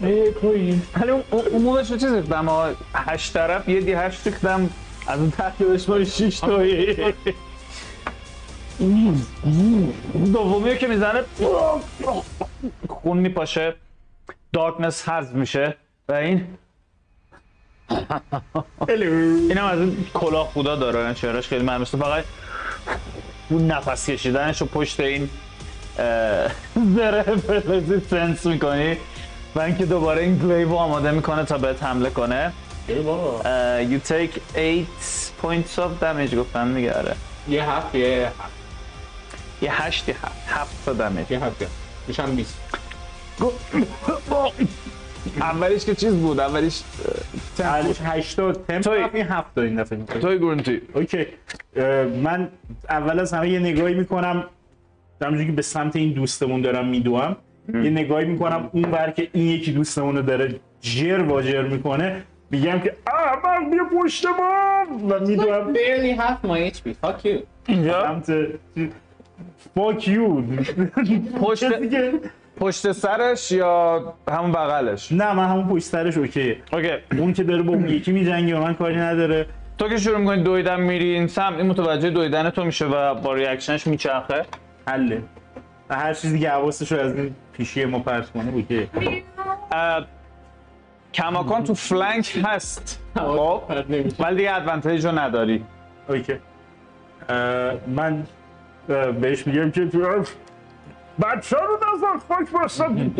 G: ولی اون اون موقعش رو چیز ریختم ها. هشت طرف یه دی هشت ریختم از اون تحت بشماری شیش تایی دومی رو که میزنه خون میپاشه دارکنس حذف میشه و این اینم از این کلاه خدا داره چهرش خیلی مهمسته فقط اون نفس کشیدنش رو پشت این اه، زره فلزی سنس میکنی و اینکه دوباره این گلیو رو آماده میکنه تا بهت حمله کنه اه، you take 8 points of damage گفتم دیگه آره
B: یه هفت یه هفت
G: یه هشت یه هفت هفت تا دمیج
B: یه هفت یه هفت. میشم 20
G: اولیش که چیز بود اولیش
C: تمپوش 80 تمپ
G: بله. توی-
C: رفت، این 70 این دفعه می‌کنه.
G: توی گرونتی
C: اوکی اه، من اول از همه یه نگاهی میکنم همونجوری که به سمت این دوستمون دارم میدوم یه نگاهی میکنم اون بر که این یکی دوستمون رو داره جر واجر میکنه میگم که آه من بیا پشت ما و میدوم
B: barely half my HP fuck you
C: سمت فاک یو
G: پشت
C: کسی که
G: پشت سرش یا همون بغلش
C: نه من همون پشت سرش اوکیه
G: اوکی
C: اون که داره با اون یکی میجنگه و من کاری نداره
G: تو که شروع میکنی دویدن میری این سمت این متوجه دویدن تو میشه و با ریاکشنش میچرخه
C: حله و هر چیزی که حواسش رو از این پیشی ما پرت کنه اوکی
G: اه، کماکان تو فلنک هست خب
F: پرد نمیشه
G: ولی دیگه ادوانتیج رو نداری
C: اوکی اه، من اه، بهش میگم که تو بچه رو نزن خاک باشم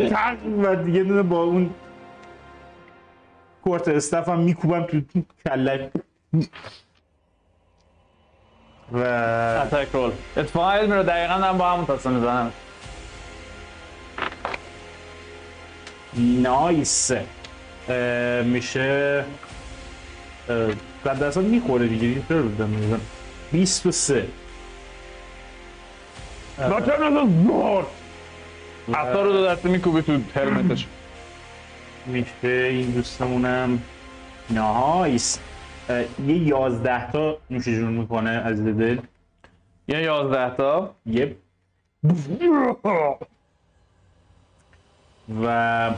C: و یه دونه با اون کورت استف هم میکوبم تو کلک و
G: اتاک رول اتفاقا علم رو دقیقا هم با همون تاسه میزنم
C: نایس اه، میشه اه، قد اصلا میخوره دیگه دیگه چرا بودم میزن 23 بچه رو نزن
G: عطا رو دو دسته میکوبی تو هرمتش
C: میشه این دوستمونم نایس اه، یه یازده تا نوش جون میکنه از دل
G: یه یازده تا
C: یپ و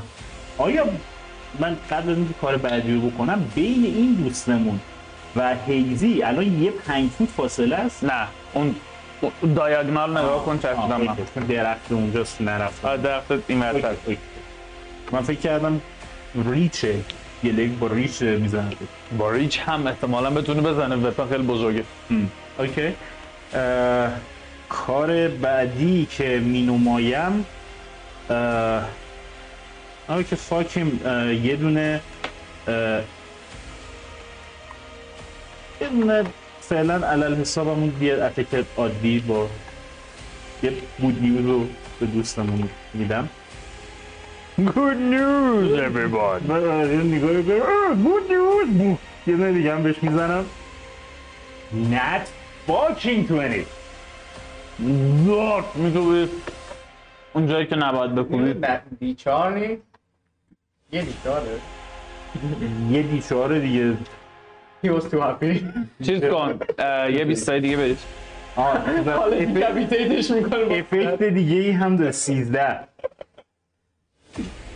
C: آیا من قبل از اینکه کار بعدی رو بکنم بین این دوستمون و هیزی الان یه پنج فوت فاصله است
G: نه اون اون دایاگنال نگاه کن چشمدم
C: آه،
G: من
C: اوکی. درخت اونجاست نرفتم
G: آه، درختت این ورتر
C: اوکی، اوکی. من فکر کردم ریچه یه لگ با ریچ میزنه
G: با ریچ هم احتمالا بتونه بزنه وپن خیلی بزرگه
C: اوکی اه، کار بعدی که مینومایم اه، آره که فاکیم اه، یه دونه اه، یه دونه فعلا علل حسابمون بیاد اتکت عادی با یه بود نیوز رو به دوستمون میدم
A: Good news everybody.
C: و آرین آره، نگاه میکنه آه گود نیوز بو یه دونه دیگه هم بهش میزنم نت فاکینگ 20
A: زارت می‌کنی. اونجایی که نباید بکنید
B: بیچار نیست یه بیچاره
C: یه دیچاره دیگه
B: He was too happy
A: چیز کن اه، یه 20 دیگه برید
C: آه، و
B: حالا
C: افکت-
B: دیکپیتیتش میکنه
C: افکت دیگه ای هم داره 13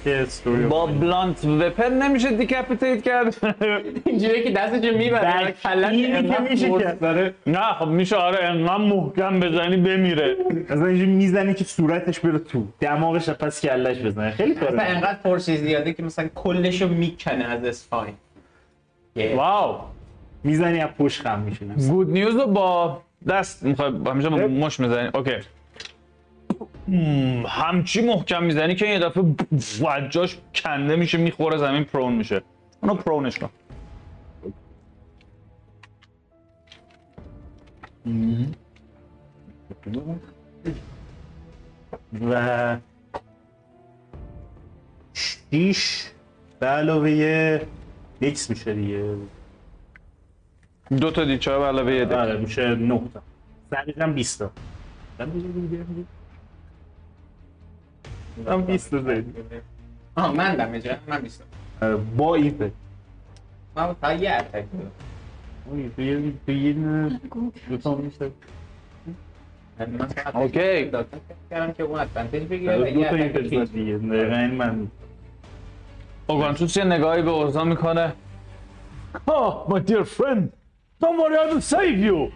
C: که استوری
A: با بلانت وپن نمیشه دیکپیتیت کرد
B: اینجوری که دستش میبره کلش
C: اینی که
B: انقدر
C: میشه
B: مرد.
C: که داره
A: نه خب میشه آره انقدر محکم بزنی بمیره
C: اصلا اینجا میزنه که صورتش بره تو دماغش از پس کلش بزنه خیلی
B: مثلا
C: کاره
B: انقدر پرسیز زیاده که مثلا کلشو میکنه از اسفاین
A: واو
C: میزنی از پشت خم میشونه
A: گود نیوز رو با دست میخوای همیشه با مش میزنی اوکی مم، Hmm، همچی محکم میزنی که یه دفعه وجاش کنده میشه میخوره زمین پرون میشه اونو پرونش کن
C: و شیش به علاوه یه- یکس میشه دیگه
A: دو تا دیچار به علاوه یه دی.
C: آره میشه 9 تا سرجم 20 تا من میگم 20 تا زدی
B: آه من دمیجه من بیستم
C: آره، با این فکر
B: من فقط یه اتک دارم.
C: اون تو یه تو یه دونه دو تا میشه
B: من فقط
A: اوکی.
B: دادم. فکر کردم که اون ادوانتج بگیره
C: آره،
B: و
C: دو
B: یه
C: تا این
B: اتک
C: فکر
B: دیگه.
C: زد دیگه دقیقاً این من
A: اوگانتوس یه نگاهی به اوزا میکنه آه Oh, my dear friend don't worry I will save you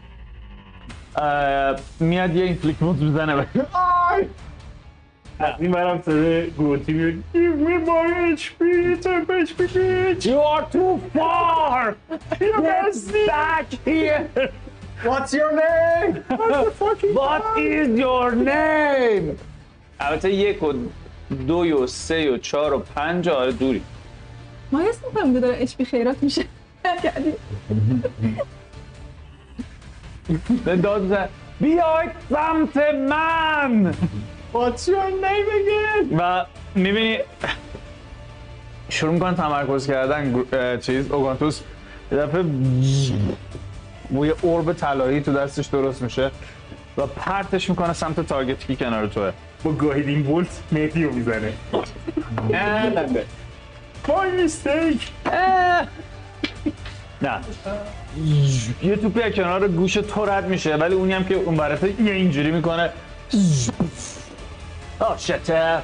A: اه،
C: Uh,
A: میاد یه اینفلیکموت میزنه به
C: از این برم سره گوتی میاد Give me my HP, take my HP, bitch.
A: You are too far Get back here
B: What's your name?
A: What is your name البته یک و دو و سه و چهار و پنج و آره دوری
D: ما حس میکنیم که داره اشبی خیرات میشه کردی
A: به داد زد بیاید سمت من
B: What's your name again?
A: و میبینی شروع میکنه تمرکز کردن گرو- اه، چیز اوگانتوس یه دفعه و یه اورب طلایی تو دستش درست میشه و پرتش میکنه سمت تارگتی که کنار توه
C: با گاهیدین بولت مهدی رو میزنه
B: نه نه نه.
C: My mistake
A: نه یه توپی از کنار گوش تو رد میشه ولی اونی هم که اون برفه یه اینجوری میکنه آه شت اه،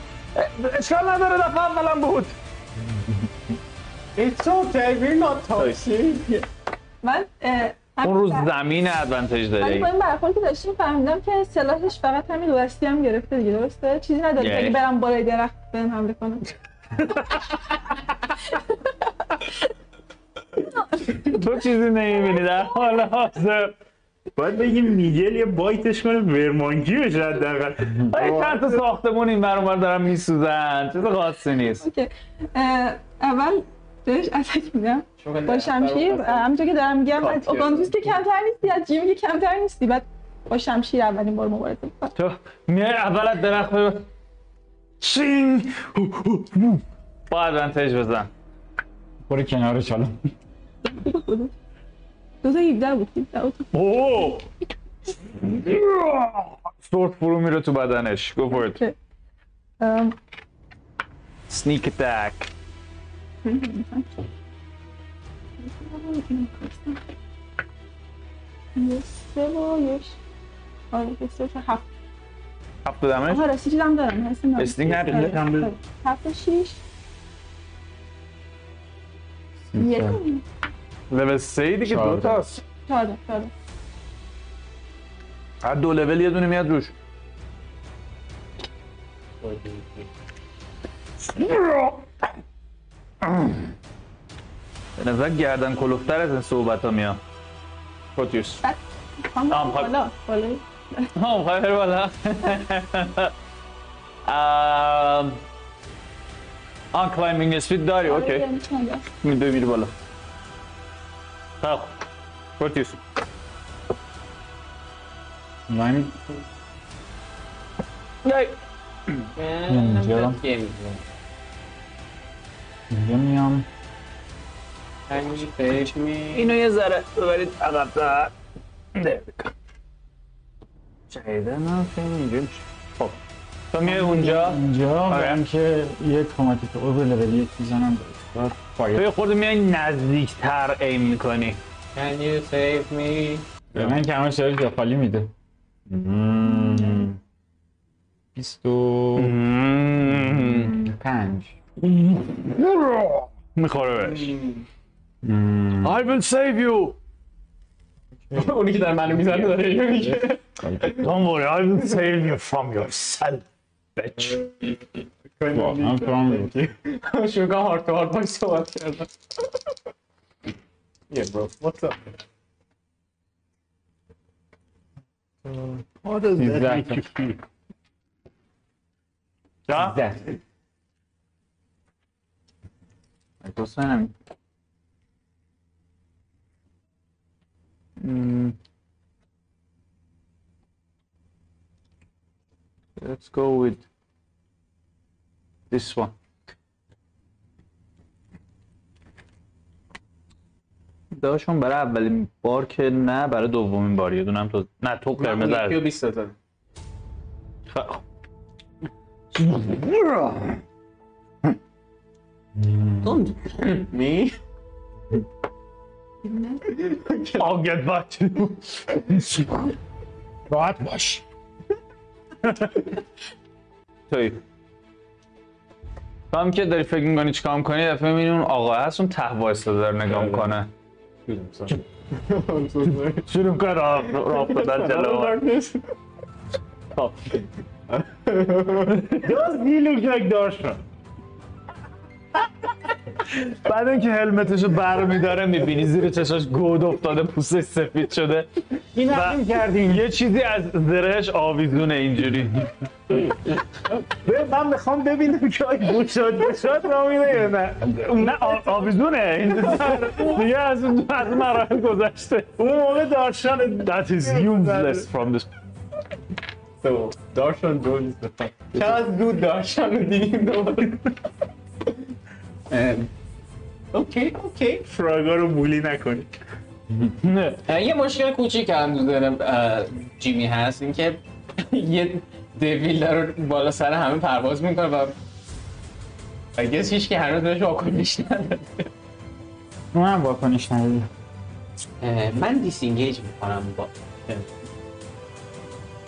A: اشکال نداره دفعه اولم بود
B: It's okay, we're not toxic.
D: من اه،
A: اون روز زمین ادوانتج
D: ولی
A: داری
D: با این برخوردی که داشتیم فهمیدم که سلاحش فقط همین دستی هم گرفته دیگه درسته چیزی نداره که
A: یه.
D: اگه برم بالای درخت بهم حمله کنم
A: تو چیزی نمیبینی در حال حاضر
C: باید بگیم میگل یه بایتش کنه ورمانگی بشه حداقل
A: آره چند تا ساختمون این بر اون بر دارن میسوزن چیز خاصی نیست
D: اوکی. اه، اول بهش اتک میدم با شمشیر همونطور که دارم میگم از اوگاندوس که کمتر نیستی از جیمی که کمتر نیستی بعد با شمشیر اولین بار مبارزه می‌کنم.
A: تو میای اول از درخت بگو چین با ادوانتج بزن
E: برو کنار چالا
D: دو تا 17 بود 17 بود.
A: اوه سورت فرو میره تو بدنش گو فرد
D: ام،
A: سنیک اتک
D: یه سه و یه ش- آره، یه سه و چهار، هفت
A: هفت دمش
D: آها راستی چیزم دارم راستی دارم.
A: استینگ
D: آره،
A: نداره.
D: آره. هفت و شیش یک
A: لول سه دیگه
E: چهار.
A: دو تاست
D: چهار دارم، چهار دارم.
A: هر دو لول یه دونه میاد روش به نظر گردن کلوفتر از این صحبت ها میاد پروتیوس
D: خانم،
A: آم، خب.
D: بالا بالا
A: ها میخوای بری بالا ام، آن کلایمینگ اسپید داری اوکی
D: یعنی چند دارم.
A: میدوی میری بالا خب پروتیوس
E: من
A: یای
E: اینجا اینجا میام
G: اینو یه ذره ببرید عقبتر دقیقا چهیده نه خیلی اینجا میشه. خب تو میای اونجا
E: اینجا
G: آره.
E: برای اینکه یه کماتیک او به لول یک میزنم باید
G: تو
E: فایر
G: یه خورده میای نزدیکتر ایم میکنی
H: Can you save me?
E: به من که همه شهر جا خالی میده بیست و Mm. پنج
G: میخوره بهش Mm. I will save you
B: اونی که در منو میزنه داره اینو میگه
G: Don't worry I will save you from yourself bitch
E: واقعا فرام بود.
B: شوگا هارت تو هارت باش صحبت کردم Yeah bro, what's up?
E: سیزده تا.
G: جا؟
E: سیزده. دو سنم.
G: Mm. Let's go with this one. داشون برای اولین بار که نه برای دومین بار یه دونم تو نه تو قرمز
B: من یکی و
G: است.
B: بیست دادم
G: خ-
B: می؟
G: I'll get back to you. راحت باش توی تو هم که داری فکر میکنی چیکار میکنی یه دفعه میبینی اون آقا هست اون ته وایستا داره نگاه میکنه
B: I'm so sorry.
G: شروع کن راه راه افتادن جلو من.
B: Darkness.
G: خب. بعد اینکه هلمتشو برمیداره میبینی زیر چشاش گود افتاده پوستش سفید شده این کردین یه چیزی از زرهش آویزونه اینجوری
C: من میخوام ببینم که آیا گوشات گوشات را میده یا نه
G: نه آ- آویزونه این دیگه از اون از اون مراحل گذشته
C: اون موقع دارشان
G: That is useless from this
B: So, Darshan Jones is the fuck. چقدر زود Darshan رو دیدیم دوباره. ام. اوکی اوکی
C: فراگا رو بولی نکنید
G: نه.
B: اه، یه مشکل کوچیک هم تو ذهن اه، جیمی هست اینکه یه دویل داره بالا سر همه پرواز میکنه و I guess هیچ که هنوز بهش واکنش نداده
E: من واکنش نداری
B: اه، من دیسینگیج میکنم با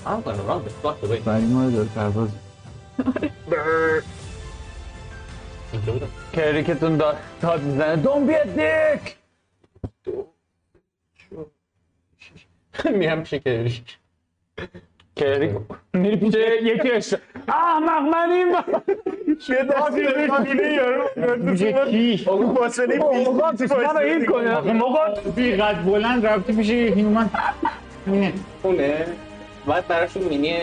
B: I'm gonna run the fuck away.
E: برای ما داره پرواز
G: کریکتون داد داد میزنه Don't be a dick
B: میرم شکرش
G: کریک میری پیش یکی اش احمق من این
C: یه دستی بهش میده یارو
E: میشه کی؟
C: اون فاصله
G: اوقات منو این کنه موقع
E: بیقدر بلند رفتی پیش هیومن اینه
B: خونه بعد براشون مینی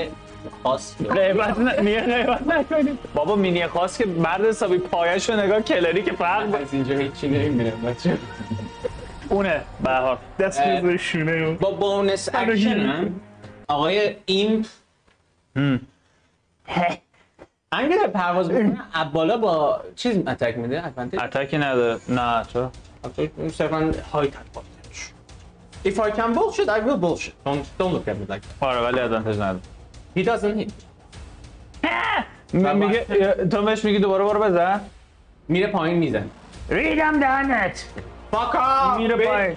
B: خاص بیارم.
G: غیبت نه میگه غیبت نکنیم بابا مینی خواست که مرد حسابی پایش رو نگاه کلری که فرق با-
B: از اینجا هیچی نمیبینم بچه
G: اونه به هر حال دست
C: بزن شونه اون
B: با بونس اکشنم آقای ایمپ همین که داره پرواز میکنه بالا با چیز اتک میده ادوانتج
G: اتکی نداره نه چرا
B: صرفا های تک If I can bullshit, I will bullshit. Don't, don't look at me like that.
G: آره ولی ادوانتج نداره
B: He doesn't hit.
G: من میگه تو بهش میگی دوباره برو بزن
B: میره پایین میزن.
G: ریدم دهنت
B: Fuck off!
G: میره
B: bitch.
G: پایین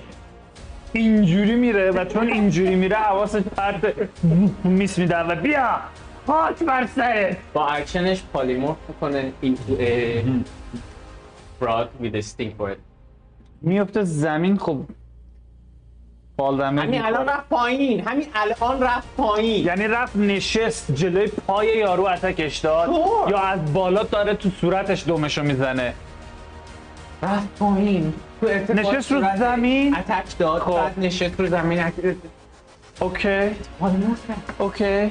G: اینجوری میره و چون اینجوری میره حواست پرت میس میده و بیا خاک بر سرت
B: با اکشنش پالیمورف میکنه into a frog with a sting for it.
G: میفته زمین خب فال دمیج
B: همین
G: می‌کنه.
B: الان رفت پایین همین الان رفت پایین
G: یعنی رفت نشست جلوی پای یارو اتکش داد
B: تو.
G: یا از بالا داره تو صورتش دومشو میزنه
B: رفت پایین تو ارتفاع
G: نشست رو
B: صورت
G: زمین
B: اتک داد
G: خب.
B: بعد نشست رو زمین اتک
G: اوکی
B: پالیمورف کرد.
G: اوکی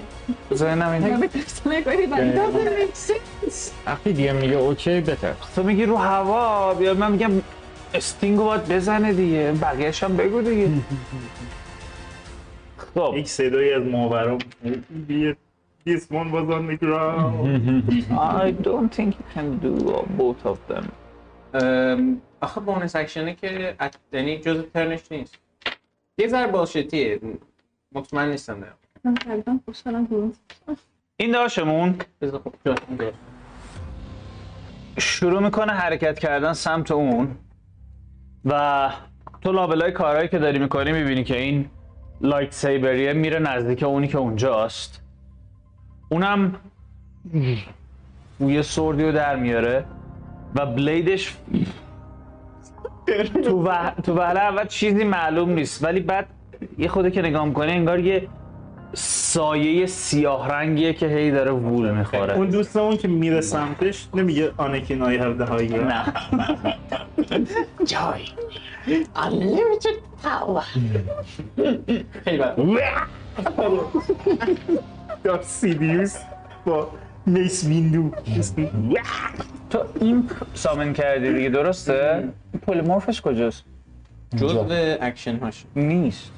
G: ذهنم این
D: به ترس نکنی من doesn't make sense.
E: وقتی دیگه میگه اوکی بتر
G: تو میگی رو هوا بیا من میگم استینگو باید بزنه دیگه بقیه‌ش هم بگو دیگه خب
C: یک صدایی از ماورا یه
I: This one was on the ground.
E: I don't think you can do both of them.
F: ام، Um, آخه بونس اکشنه که ات- یعنی جز ترنش نیست یه ذره باشتیه مطمئن نیستم نه
D: من تقریبا خوشحالم که اون-
E: این داشمون
F: بذار خب جاتون درست.
E: شروع میکنه حرکت کردن سمت اون و تو لابلای کارهایی که داری میکنی میبینی که این لایت سیبریه میره نزدیک اونی که اونجاست اونم بوی سردی رو در میاره و بلیدش تو, وح... تو وهله اول چیزی معلوم نیست ولی بعد یه خوده که نگاه میکنه انگار یه سایه سیاه رنگیه که هی داره وول میخوره
C: اون دوستمون که میره سمتش نمیگه آنکین آی هاف ده های گراوند
E: نه
F: جای unlimited power خیلی بد
C: یا سیدیوس با میس ویندو
E: تو این سامن کردی دیگه درسته؟ پولیمورفش کجاست؟
F: جزء اکشن هاش
E: نیست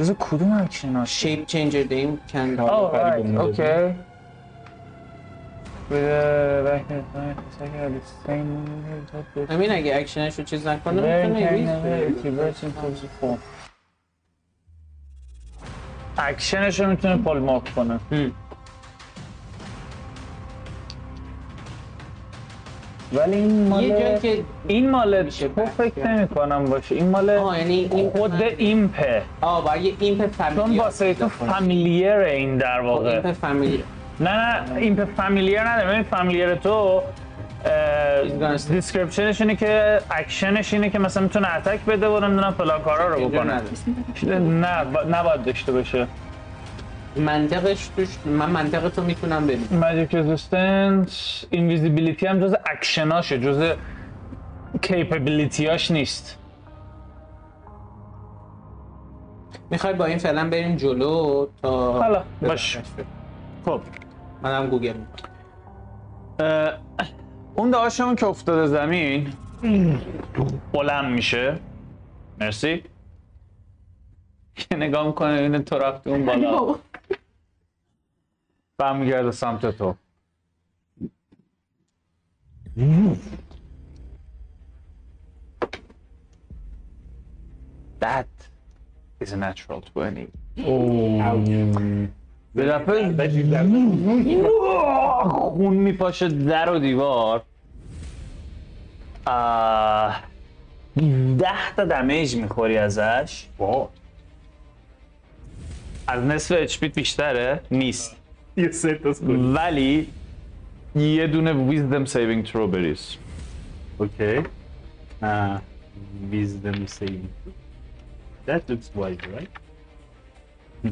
E: جز کدوم اکشن هاش؟
F: شیپ چنجر دیم کن
E: Oh, آه اوکی uh,
F: همین اگه اکشنش رو چیز نکنه میتونه ریز بده.
E: اکشنش رو میتونه پولمورف کنه ولی این
F: یه جایی
E: مال
F: که
E: این مال
F: میشه
E: تو فکر
F: بحث
E: نمی کنم باشه این مال
F: آه یعنی این
E: خود ایمپه
F: آه باید یه ایمپ
E: چون
F: فامیلی
E: واسه تو فامیلیر این در واقع
F: ایمپ فامیلی
E: نه نه این فامیلیر نداره ببین فامیلیر تو
F: He's gonna-
E: دیسکریپشنش اینه که اکشنش اینه که مثلا میتونه اتک بده و نمیدونم فلان کارا رو بکنه نه با- نباید داشته باشه
F: منطقش توش من منطق تو میتونم ببینم
E: ماجیک رزیستنس اینویزیبیلیتی هم جز اکشناشه جز کیپبیلیتیاش نیست
F: میخوای با این فعلا بریم جلو تا
E: حالا باش خب
F: منم گوگل میکنم
E: اه، اون داشمون که افتاده زمین بلند میشه مرسی که نگاه میکنه این تو رفتی اون بالا
D: بابا.
E: برمیگرده سمت تو That is a natural 20. به دفعه خون میپاشه در و دیوار آه، ده تا دمیج میخوری ازش از نصف اچپیت بیشتره نیست
C: یه ست از کلی
E: ولی یه دونه ویزدم سیوینگ ترو بریز
C: اوکی نه ویزدم سیوینگ That looks wise, right?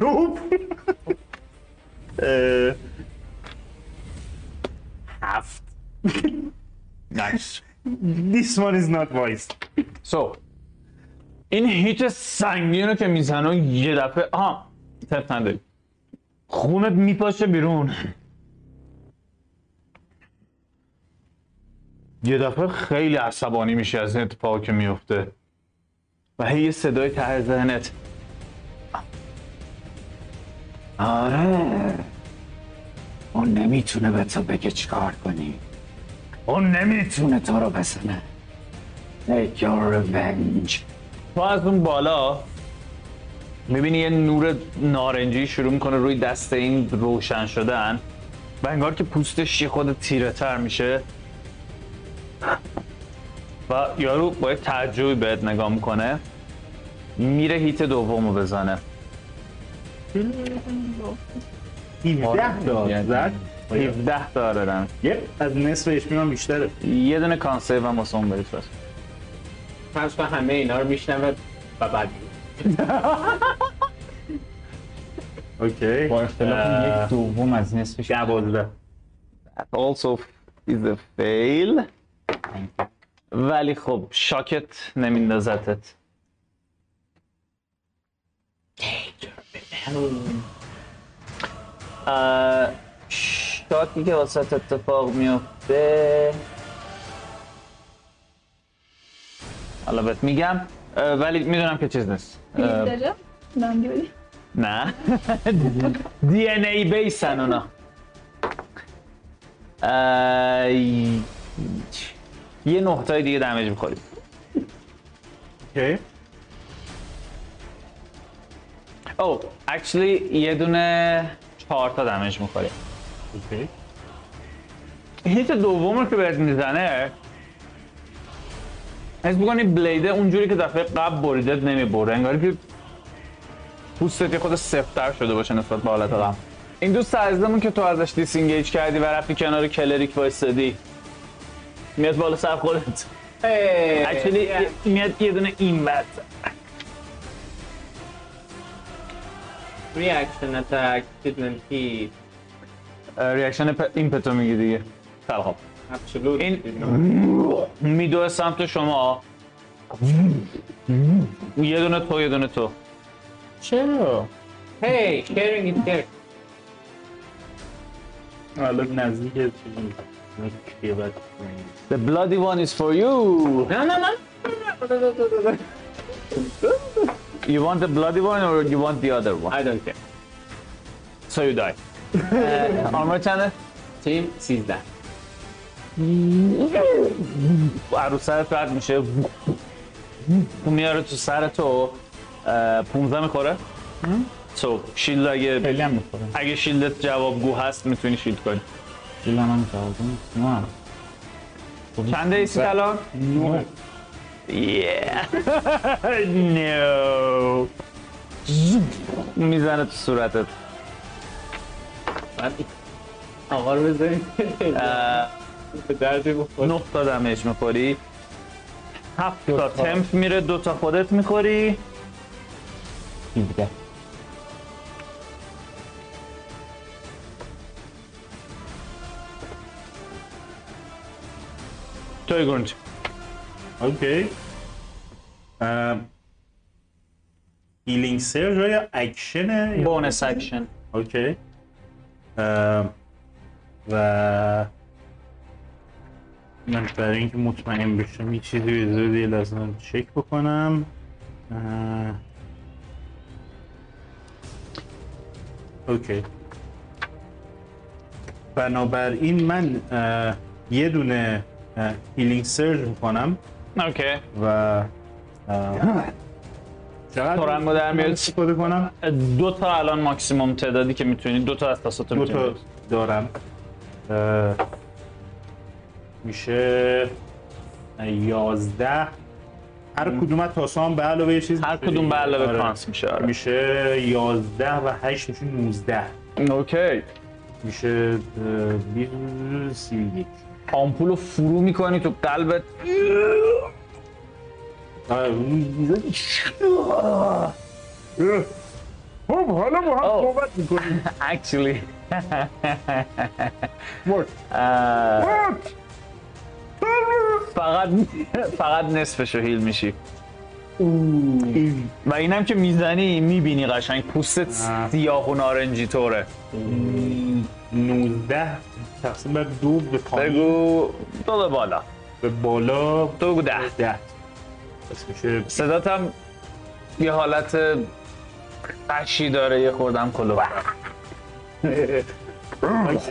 C: nope. uh, half.
E: نایس
C: This one is not wise.
E: سو این هیچ سنگین رو که میزنه و یه دفعه آها تف نداری خونت میپاشه بیرون یه دفعه خیلی عصبانی میشه از این اتفاقی که میفته و هی یه صدای ته ذهنت آره اون نمیتونه به تو بگه چیکار کنی اون نمیتونه تو رو بزنه Take your revenge. تو از اون بالا میبینی یه نور نارنجی شروع میکنه روی دست این روشن شدن و انگار که پوستش یه خود تیره تر میشه و یارو با یک تعجبی بهت نگاه میکنه میره هیت دوم رو بزنه
C: ده تا زد.
E: 17 تا دارن
C: یه از نصف HP من بیشتره.
E: یه دونه کانسیو هم واسه اون بریز بس.
F: فرض کن همه اینا رو میشنوه و بعد
C: اوکی.
J: با اختلاف
C: اه.
J: یک دوم از نصفش
C: دوازده.
E: That also is a fail ولی خب شاکت نمیندازتت اه، شاکی که واسه اتفاق میفته حالا بهت میگم اه، ولی میدونم که چیز نیست اه،
D: درجه؟ لانگی بدی
G: نه دی ان ای بیسن اونا اه، یه نقطه دیگه دمیج میخورید
C: اوکی
G: او اکچولی Oh, یه دونه چهار تا دمیج میخوری
C: اوکی
G: هیت دوم رو که بهت میزنه حس میکنی بلیده اونجوری که دفعه قبل بریدت نمیبره انگاری که پوستت یه خود سفتر شده باشه نسبت به حالت قبل این دوست عزیزمون که تو ازش دیسینگیج کردی و رفتی کنار کلریک وایستادی میاد بالا سر خودت اکچولی میاد یه دونه این بد
F: Reaction attack didn't hit.
G: ریاکشن این پتو میگی دیگه خب
F: Absolutely.
G: این میدوه سمت شما یه دونه تو یه دونه تو
K: چرا؟
F: Hey, sharing it there.
C: حالا نزدیک چیزی میکشه بعد
G: The bloody one is for you.
F: No, no, no.
G: You want the bloody one or you want the other one?
F: I don't care.
G: So you die. Armor چنده؟
F: Team sees that.
G: عروسرت رد میشه میاره تو سر تو اه، 15 میخوره So شیلد اگه
E: خیلی هم میخورم
G: اگه شیلدت جوابگو هست میتونی شیلد کنی
E: خیلی هم هم جوابون نه
G: چنده ایسی الان؟
E: نه
G: Yeah. no. میزنه تو صورتت
K: آقا رو بذاریم
G: اه،
K: به دردی بخور
G: نه تا دمش میخوری هفت تا تمپ میره دو تا خودت میخوری
E: دیگه
G: توی گرنج
C: اوکی Um, هیلینگ سرج یا اکشنه یا-
G: بونس اکشن
C: اوکی ام، Um, و من برای اینکه مطمئن بشم یه چیزی به زودی لازم چک بکنم Uh, اه، اوکی بنابراین من اه، یه دونه هیلینگ سرج میکنم
G: اوکی
C: و اه، چقدر
G: ترنگو در میاری؟
C: استفاده کنم
G: دو تا الان ماکسیموم تعدادی که میتونی دو تا از تاساتو
C: دو تا
G: میتونی
C: دارم اه، میشه یازده هر کدوم از تاسام به علاوه یه چیز
G: هر
C: میشه
G: کدوم به
C: دیگه.
G: علاوه
C: آره.
G: کانس میشه آره
C: میشه یازده و هشت میشه نوزده
G: اوکی
C: میشه اه، بیست سی و یک.
G: آمپول رو فرو میکنی تو قلبت
C: آره، اون-
L: اه. خب حالا با هم
G: آه.
L: صحبت میکنیم
G: actually
L: What?
G: اه،
L: What?
G: فقط فقط نصفشو هیل میشی و اینم که میزنی میبینی قشنگ پوستت
C: آه.
G: سیاه و نارنجی طوره
C: نوزده تقسیم بر دو به پایین
G: بگو دو به بالا
C: به بالا
G: تو بگو ده
C: ده پس میشه
G: صدات هم یه حالت قشی داره یه خوردم کلو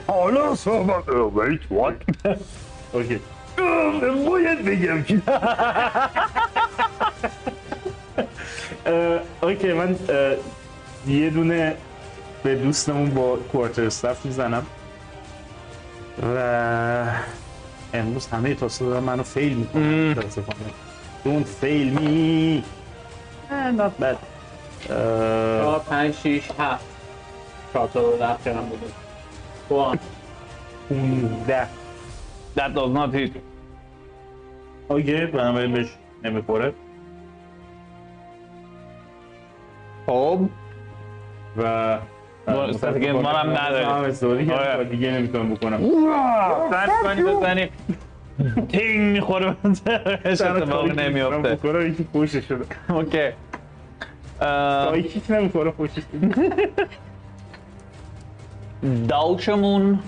L: حالا صحبت اه، wait what
C: اوکی
L: اه، باید بگم که
C: اه، اوکی من اه، یه دونه به دوستمون با کوارتر استاف میزنم و امروز همه تاستا دارن منو فیل میکنم Don't fail me Eh, not bad اه،
F: چهار، پنج، شیش، هفت. چهار تا رو رفت کردم بودم. One.
C: 15
G: That does not hit.
C: اوکی بنابراین بهش نمیخوره
G: خب
C: و
G: با- استفاده ما هم نداریم.
C: ما هم استفاده کردیم،
G: آره.
C: کار دیگه نمیتونم بکنم
G: سر کنی بزنی تینگ میخوره به سرش اتفاقی نمیفته
C: بکنم یکی پوشش شده
G: اوکی اه،
C: آی کیک نمیخوره پوشش
G: داوشمون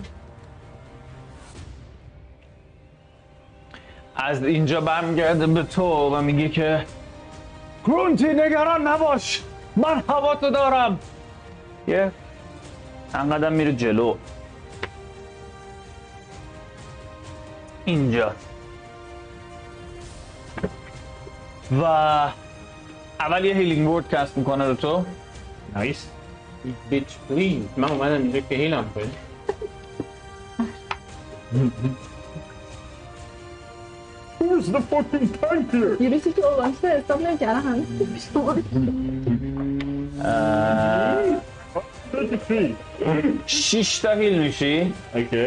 G: از اینجا برمیگرده به تو و میگه که گرونتی نگران نباش من هوا تو دارم یه چند قدم میره جلو اینجا و اول یه هیلینگ بورد کست میکنه رو تو
M: نایس
F: بیچ پلیز من اومدم اینجا که هیلم کنی
C: Who's the fucking tank here?
D: You receive your ones there. Stop like that. huh?
C: Take a three.
G: 6 تا هیل میشی
M: اوکی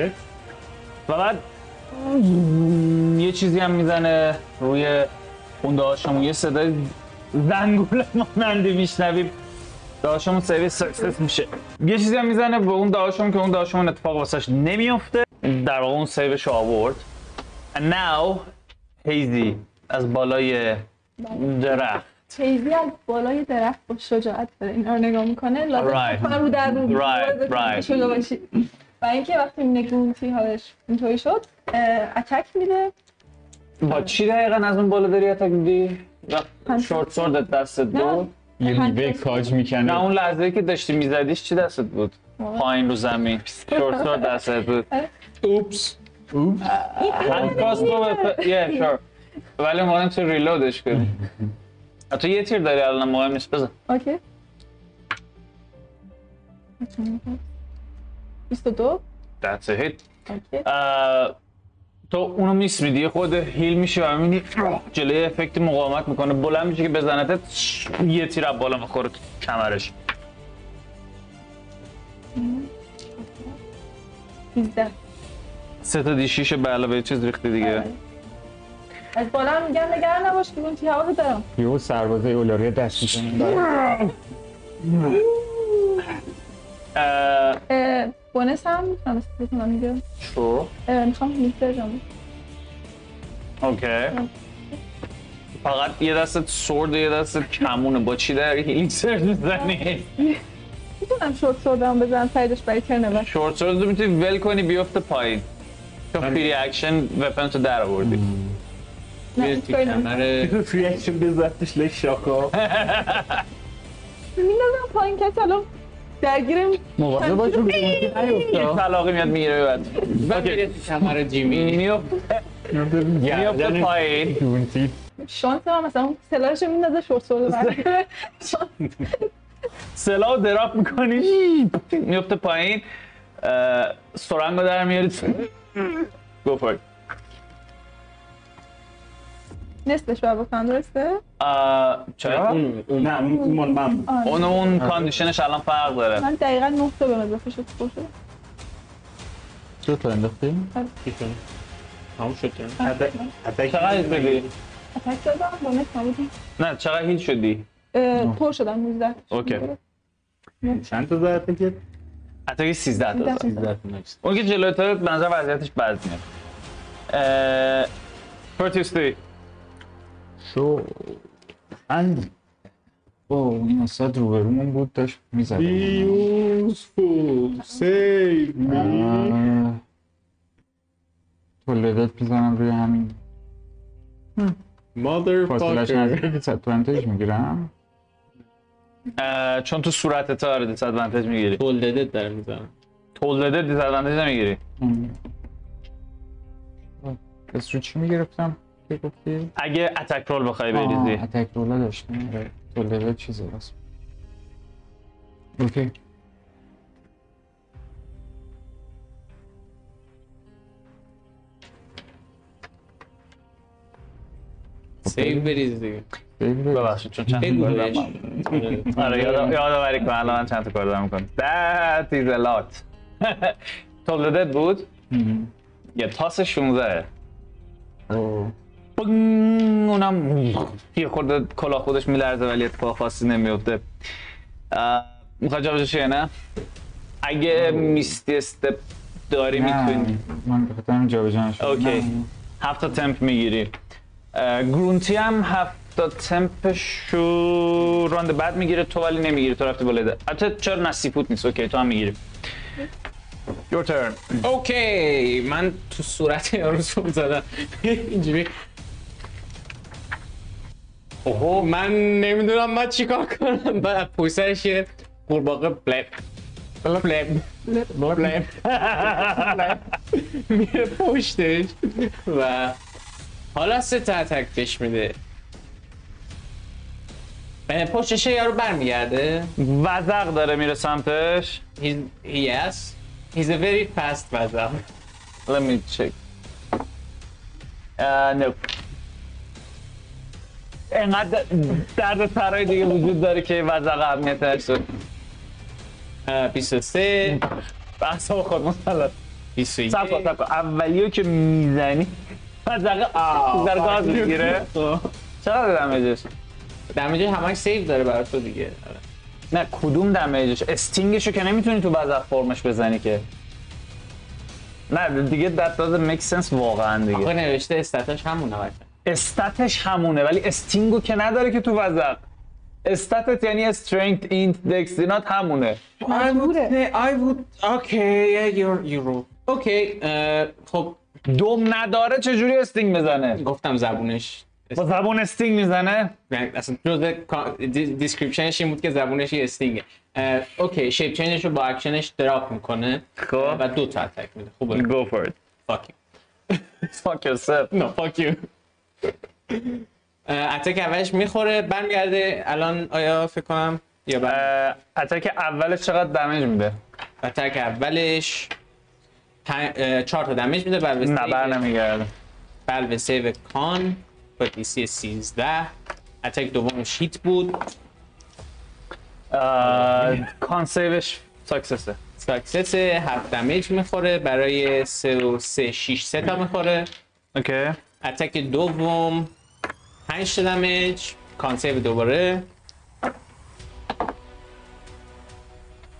G: و بعد یه چیزی هم میزنه روی خونده هاشمون یه صدای زنگوله مانندی میشنویم داشمون سری سکسس میشه یه چیزی هم میزنه به اون داشمون که اون داشمون اتفاق واسش نمیفته در واقع اون سیوش رو آورد And now هیزی از بالای درخت
D: تیزی از بالای درخت با شجاعت داره اینا رو نگاه میکنه لازم
G: Right.
D: کنه رو در رو
G: Right,
D: بازه کنه
G: right.
D: که شجاع باشی و اینکه وقتی نگونتی حالش اینطوری شد اه، اتک میده
G: با چی دقیقا از اون بالا داری اتک میدی؟ شورت سوردت دستت
D: نه
G: بود
E: یه
D: هنوز-
E: میوه کاج میکنه
G: نه اون لحظه که داشتی میزدیش چی دستت بود؟ پایین رو زمین شورت سورد دستت بود
F: اوپس
G: هندکاست رو به یه شور ولی مهم تو ریلودش کنی تو یه تیر داری الان مهم نیست بزن
D: اوکی 22
G: That's a hit
D: اوکی
G: اه، تو اونو میس میدی خود هیل میشه و میبینی جلوی افکت مقاومت میکنه بلند میشه که بزنتت یه تیر از بالا میخوره تو کمرش
D: 13
G: سه تا دیشیش به علاوه چیز ریختی دیگه
D: از بالا هم میگم نگران نباش نگونتی هوا رو دارم
E: یهو سربازه اولاریا دست میزنه
G: اه،
D: اه، بونس هم میتونم استفاده کنم دیگه
G: شو
D: اه، میخوام میکسر جام
G: اوکی فقط یه دستت سورد و یه دستت کمونه با چی در هیلینگ سرج میزنی
D: میتونم شورت سوردم بزنم سایدش برای ترن بعد
G: شورت سورد رو میتونی ول کنی بیفته پایین چون فری اکشن وپنتو در آوردی
D: نه
F: میره
D: هیچ
F: تو
D: کاری نمی‌کنم.
F: کمر
M: فری اکشن بزنتش لک شاکا
D: میندازم پایین کسی الان درگیرم
M: مواظب باش رو گونتی
E: خب.
G: یه
M: نیفتا
G: طلاقی میاد میگیره بعد
F: و میره تو کمر جیمی
G: میفته
M: گردن
G: میفته پایین
M: گونتی
D: شانس هم مثلا اون سلاحش میندازه شورت سورد بعد شانس
G: سلاح رو دراپ میکنی میفته پایین اه، سرنگ رو در میاری گو فور
D: نصفش باید بکنم درسته؟
G: چرا؟
F: اون اون
M: نه اون اون مال من بود.
D: آره.
G: اون اون کاندیشنش الان فرق داره
D: من دقیقا نه تا به اضافه شد باشه
E: دو تا انداختیم
F: پیشون تموم شد جان
M: اتک- اتک
G: چقدر شدی؟
D: اتک دادم با نصف نبودم
G: نه چقدر هیل شدی؟
D: اه، پر شدم 19
G: اوکی.
M: چند تا زد اتکت؟
G: حتی 13 تا زد.
D: دست
G: اون که جلوی تو به نظر وضعیتش بد میاد اه، پروتیوس دی
E: شو ان او این وسط روبرومون بود داشت میزد
M: Useful, save me.
E: تولدت میزنم روی همین فاصلش
M: Motherfucker.
E: نزدیک دیسادوانتج میگیرم
G: اه، چون تو صورت تا آره دیس ادوانتج میگیری
F: بولددت داره میزنم
G: تولده دیس ادوانتج نمیگیری
E: پس رو چی میگرفتم که گفتی؟
G: اگه اتک رول بخوای بریزی
E: آه، اتک رولا داشتم تولدت چیزه راست اوکی
F: سیو بریز دیگه
G: ببخشید چون چند
F: بگو
G: کار دارم
F: بهش
G: آره یاد یادآوری کن الان من چند تا کار دارم میکنم That is a lot تولدت بود یه تاس 16 بنگ، اونم یه خورده کلا خودش میلرزه ولی اتفاق خاصی نمیفته میخواد جابجاش یا نه اگه میستی استپ داری میتونی
E: نه من به خاطر همین جابجا نشد
G: اوکی.
E: نه.
G: هفت تا تمپ میگیری گرونتی هم هفت تا تمپش رو راند بعد میگیره تو ولی نمیگیری تو رفتی بالا البته چرا نسیپوت نیست اوکی تو هم میگیری Your turn.
F: اوکی من تو صورت یارو سوم زدم اینجوری
B: اوه من نمیدونم من چیکار کنم بعد پوسرش یه قورباغه بلپ بلپ بلپ بلپ میره پشتش و حالا سه تا اتک بهش میده اه، پشتش یارو برمیگرده
G: وزق داره میره سمتش
B: He's- he yes he's a very fast vessel
G: Let me check. Uh, no. اینقدر درد سرای دیگه وجود داره که وضع اهمیت نشد
B: 23
G: احساب خود مسلط
B: 21
G: سب کن سب کن اولیو که میزنی وضع در گاز میگیره چقدر دمیجش؟
B: دمیج همش سیو داره برای تو دیگه آره.
G: نه کدوم دمیجش؟ استینگشو که نمیتونی تو وضع فرمش بزنی که نه دیگه that doesn't make sense واقعا دیگه
B: آخه نوشته استاتش همونه بچه
G: استاتش همونه ولی استینگو که نداره که تو وزق استاتت یعنی استرنگت اینت دکس اینات همونه
N: مجبوره
B: I would okay yeah you're you roll okay اه، خب
G: دوم نداره چجوری استینگ بزنه
B: گفتم زبونش
G: با زبون استینگ میزنه
B: نه، اصلا جزء کا- دی- دیسکریپشنش این بود که زبونش یه استینگه اه، اوکی شیپ چنجش رو با اکشنش دراپ میکنه
G: خب.
B: و دو تا اتک میده خوبه
G: Go for it
B: fuck you
G: Fuck yourself
B: no fuck you اه، اتک Uh, اولش میخوره برمیگرده الان آیا فکر کنم یا بر...
G: اه، اتک اولش چقدر دمیج میده
B: اتک اولش پن... اه، چهار تا دمیج میده بر
G: نه بله. بر نمیگرده
B: بلو سیو کان با دی سی 13 اتک دوم شیت بود
G: کان سیوش ساکسسه
B: ساکسس 7 دمیج میخوره برای 3 و 3 6 3 تا میخوره
G: اوکی
B: اتک دوم 5 تا دمیج کان سیو دوباره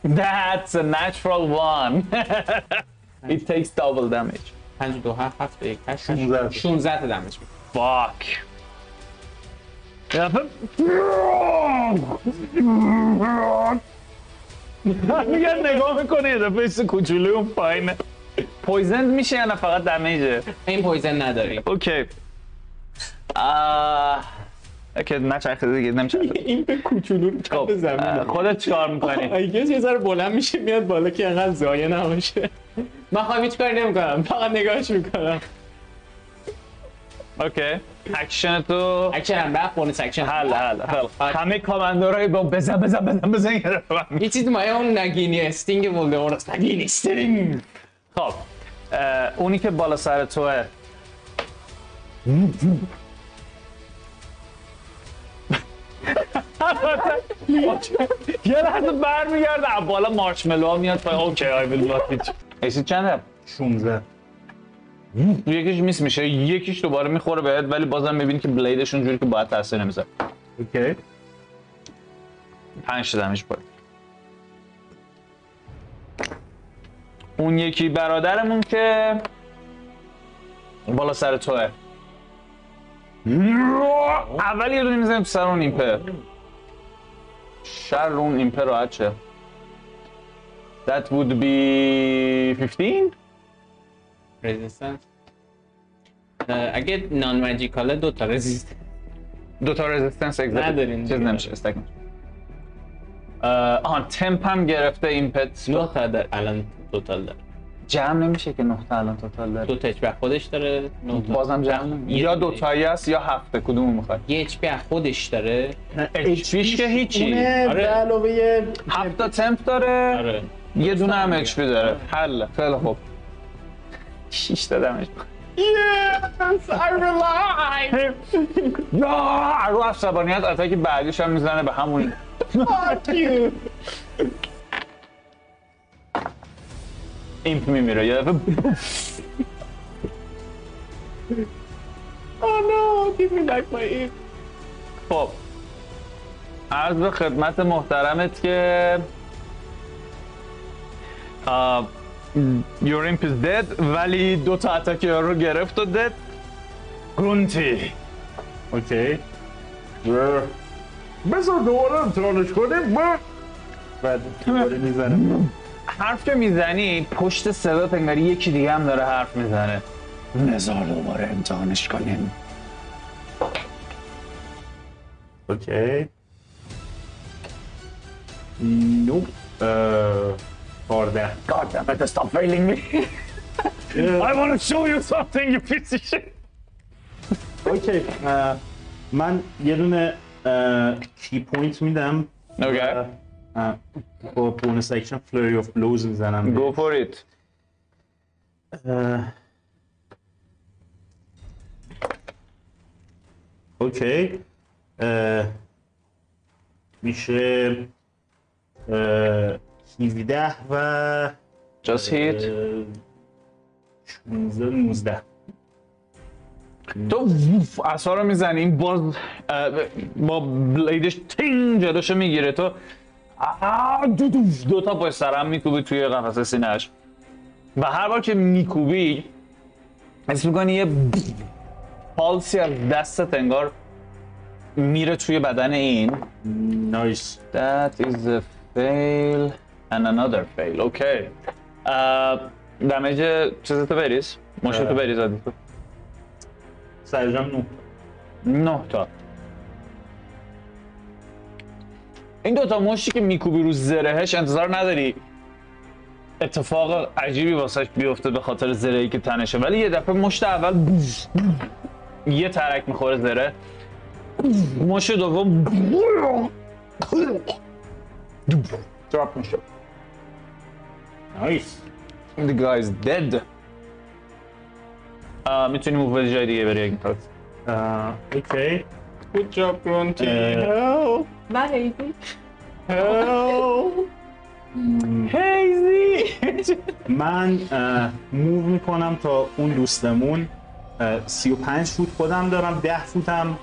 G: That's a natural one It takes double damage
B: 5 2 7 7 1 8
C: 16.
B: 16 تا دمیج می‌خوره.
G: Fuck. Yapıp... میگن نگاه میکنه یه دفعه ایسی کوچولی اون پایینه پویزند میشه یا نه فقط دمیجه
B: این پویزن نداری
G: اوکی آه، اوکی نچرخه دیگه نمیچرخه
B: این به کوچولو رو
G: خب اه، خودت چیکار میکنی
B: آیگز یه ذره بلند میشه میاد بالا که انقدر زایه نباشه من خواهم هیچ کاری نمیکنم فقط نگاهش میکنم
G: اوکی اکشن تو
B: اکشن هم رفت بونس اکشن
G: حل حل حل همه کامندورای با بزن بزن بزن بزن گرفتم
B: یه چیز مایه اون نگینی استینگ ولدمورت است نگینی استینگ
G: خب اه، اونی که بالا سر توه یه لحظه برمیگرده از بالا مارشملو ها میاد پایین اوکی آی ویل بلات ایسی چنده
C: 16
G: یکیش میس میشه یکیش دوباره میخوره بهت ولی بازم میبینی که بلیدشون جوری که باید تاثیر نمیذاره
C: اوکی
G: پنج تا دمیج پاره اون یکی برادرمون که بالا سر توه اول یه دونه میزنیم تو سر اون ایمپر شر اون ایمپر راحت شه That would be 15
B: رزिस्टنس اگه نان ماجیکاله دو تا رزिस्टنس
G: دو تا رزिस्टنس
B: ندارین
G: چیز
B: دیگه.
G: نمیشه استک نمیشه. اه، آها تمپ هم گرفته ایمپت
B: نه تا در الان توتال داره
G: جمع نمیشه که نقطه الان توتال داره
B: دو تا اچ پی از خودش داره نه تا
G: بازم جمع نمیشه. یا دوتایی است یا هفته کدوم میخوای
B: یه اچ پی از خودش داره
G: اچ که هیچی
C: به علاوه یه-
G: هفت تا تمپ داره
B: آره
G: یه دونه هم اچ پی داره حل خیلی خوب شیش تا دمش یا رو عصبانیت اتاک بعدیش هم میزنه به همون ایمپ میمیره یه دفعه خب عرض به خدمت محترمت که آه، Your imp is dead ولی دو تا اتاک رو گرفت و دد گونتی
C: اوکی
O: اه، بذار دوباره امتحانش کنیم با
C: بعد دوباره میزنم
G: حرف که میزنی پشت صدا انگاری یکی دیگه هم داره حرف میزنه
C: نزار دوباره امتحانش کنیم اوکی نوب
G: Uh,
C: خورده God damn it, stop failing me
G: I wanna show you something, you piece of shit.
C: اوکی اه، من یه دونه کی پوینت میدم
G: Okay.
C: اه، با بونس اکشن فلوری آف بلوز میزنم
G: Go for it.
C: اه. اوکی اه. میشه اه، 17 و
G: Just hit.
C: 16 19
G: تو ووف اصا رو میزنی این باز اه، با بلیدش تین جلوشو میگیره تو آه، دو, دو, دو تا پای سرم میکوبی توی قفس سینهش و هر بار که میکوبی حس میکنی یه پالسی از دستت انگار میره توی بدن این
C: نایس
G: That is a fail and another fail. Okay. اه، دمیج چیزتو بریز مشتو بریز عادی تو
C: سرجم نو
G: نه تا این دوتا مشتی که میکوبی رو زرهش انتظار نداری اتفاق عجیبی واسش بیفته به خاطر زرهی که تنشه ولی یه دفعه مشت اول بوز، بوز، یه ترک میخوره زره بوز، مشت دوم دراب میشه
C: نایس
G: The guy is dead. آه، میتونی موو به جای دیگه بری اگه می‌خوای.
C: اه، اوکی
F: Good job, Grunty.
C: اه،
D: من هیزی
C: من اه، موو میکنم تا اون دوستمون uh, اه، 35 فوت خودم دارم 10 فوتم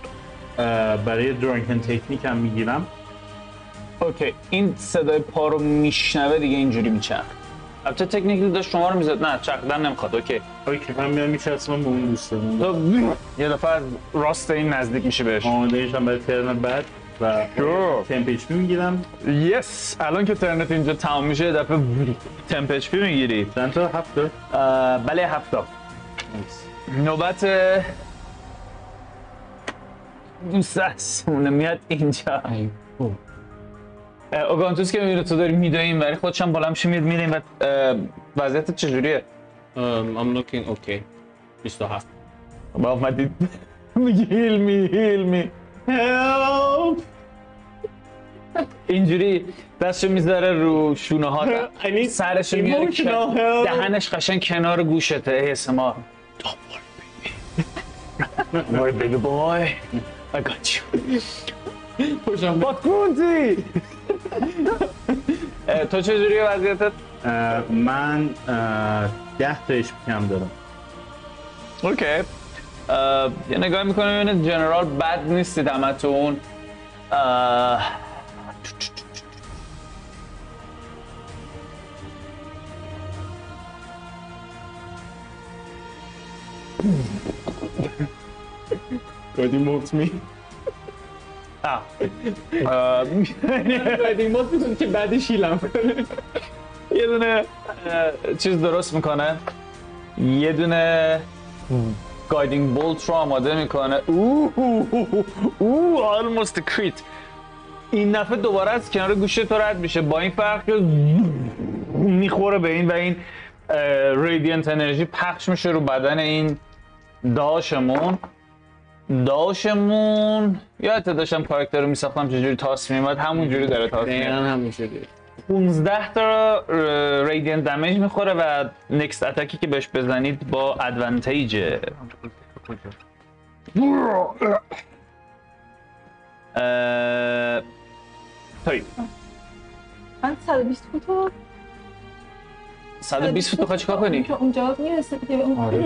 C: اه، برای درانکن تکنیکم میگیرم
G: اوکی این صدای پا رو میشنوه دیگه اینجوری میچرخ البته تکنیکلی داشت شما رو میزد نه چرخدن نمیخواد اوکی
C: اوکی من میرم میچسبم به اون دوستمون
G: تو یه دفعه از راست این نزدیک میشه بهش
C: آمادهش هم برای ترن بعد و
G: Sure.
C: 10 پیچ میگیرم
G: یس الان که ترنت اینجا تمام میشه یه دفعه تمپ اچ پی میگیری
C: چند تا هفت تا؟
G: بله هفتا
C: نیست.
G: نوبت دوست است اون میاد اینجا اه، اوگانتوس که میره تو داری میدویم ولی خودش هم بالا میشه میاد میریم و وضعیت چجوریه
F: Um, I'm looking okay. 27.
G: با اومدید میگه هیل می هیل می هلپ اینجوری دستشو میذاره رو شونه ها سرشو میاره
F: emotional
G: کن- دهنش قشنگ کنار گوشته ای ما Don't worry baby Don't worry baby boy I got you But Grunty اه، تو چجوری وضعیتت؟
C: اه، Uh, من اه، 10 تا HP کم دارم
G: اوکی اه، یه نگاه میکنه ببینه جنرال بد نیستی دمتون اه،
C: God, you moved me.
G: آه. اه،
F: بعدی ما میدونی که بعدی شیلم
G: یه دونه اه، چیز درست میکنه یه دونه گایدینگ بولت رو آماده میکنه اوه اوه آلموست کریت این دفعه دوباره از کنار گوشه تو رد میشه با این فرق که میخوره به این و این ریدینت انرژی پخش میشه رو بدن این داشمون داشمون یا داشتم کارکتر رو میساختم چجوری تاس میمد همونجوری داره تاس میاد
F: دقیقا همین شده
G: 15 تا ریدین دمیج میخوره و نکست اتکی که بهش بزنید با ادوانتیج توی
D: من 120 فوت رو
G: 120 فوت میخوای چیکار کنی؟
D: تا اونجا میرسه دیگه به اون آره.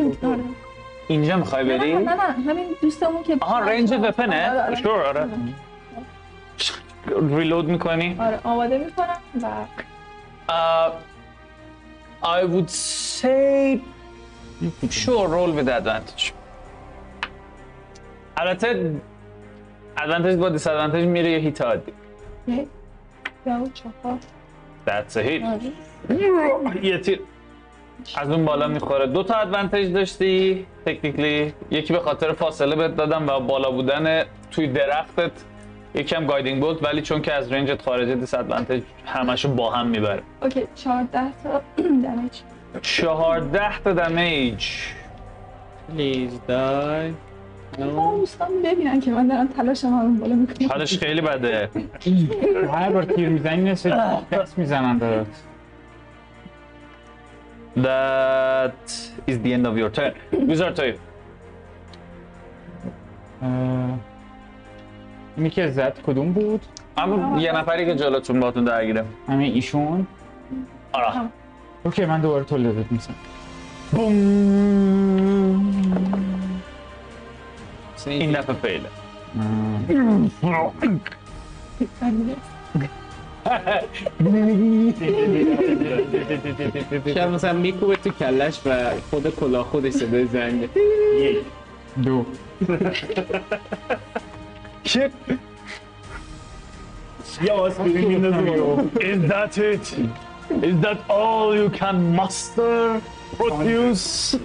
G: اینجا میخوای
D: نه
G: بری؟
D: نه نه همین دوستمون که
G: آها رنج
D: آره،
G: وپنه؟
D: آره.
G: شور آره ریلود میکنی؟
D: آره آماده میکنم و
G: Uh, I would say sure roll with advantage. البته advantage با disadvantage میره یه هیت عادی.
D: یه یا اون چهار
G: That's a hit.
D: آره.
G: یه تیر از اون بالا میخوره. دو تا advantage داشتی تکنیکلی. یکی به خاطر فاصله بهت دادم و بالا بودن توی درختت یکم گایدینگ بولت ولی چون که از رنجت خارجه دیس ادوانتج همشو با هم میبره
D: اوکی 14 تا دمیج
G: 14 تا دمیج
F: Please die.
D: آه، دوستان ببینن که من دارم تلاش هم بالا میکنم
G: حالش خیلی بده
E: هر بار تیر میزنی یه سری دست میزنن دارد
G: That is the end of your turn User toy
E: اینی که زد کدوم بود
G: اما یه نفری که جلوتون باتون درگیره
E: همه ایشون
G: آره
E: اوکی من دوباره تولیدت میزنم
G: این دفعه فیله
F: شاید مثلا میکوبه تو کلش و خود کلاه خودش صدای زنگ
C: یک
E: دو
C: یه آسپرین میندازه بالا.
G: Is that it? Is that all you can muster? Produce?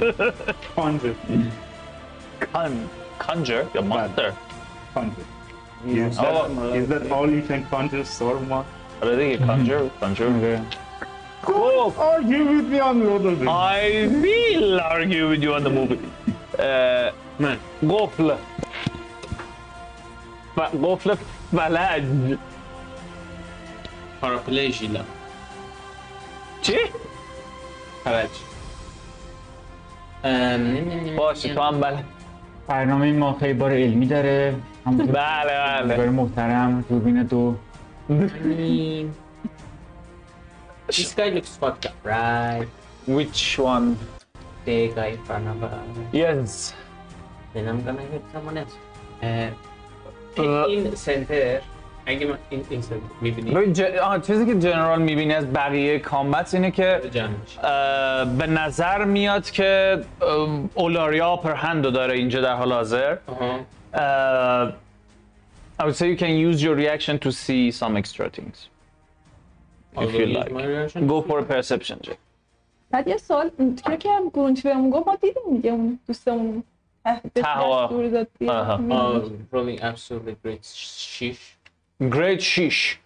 C: Conjure.
G: Con- conjure? یا muster?
C: Conjure. Is that-
G: آقا.
C: is that all you can conjure, Sorma?
G: آره دیگه conjure, conjure. خب
C: Argue with me on Lord of the Rings.
G: I will argue with you on the movie. Uh, اه،
F: من.
G: قفل ف... قفل فلج
F: پاراپلیژیلا
G: چی؟
F: فلج
B: Um,
G: باشه تو هم بله
E: برنامه ما خیلی بار علمی داره همونطور که
G: بله بله
E: برای محترم دوربین دو
F: This guy looks fucked up, right?
G: Which one?
F: The guy in front of uh, us.
G: Yes
F: Then I'm gonna hit someone else. Uh, in center, اگه من این این center میبینی
G: ببین ج... آها، چیزی که جنرال میبینی از بقیه کامبت اینه که
F: جمعش
G: اه، به نظر میاد که اه، اولاریا پرهندو داره اینجا در حال حاضر
F: آها
G: Uh, I would say you can use your reaction to see some extra things. If you like. Go for a perception check.
D: بعد یه سوال چرا که هم گرونچی بهمون گفت ما دیدیم دیگه اون دوستمون تهدید
G: تهوا.
D: دستور داد بیاد.
G: آها.
D: می‌دونیم.
F: rolling Oh, absolutely great shish.
G: Great shish.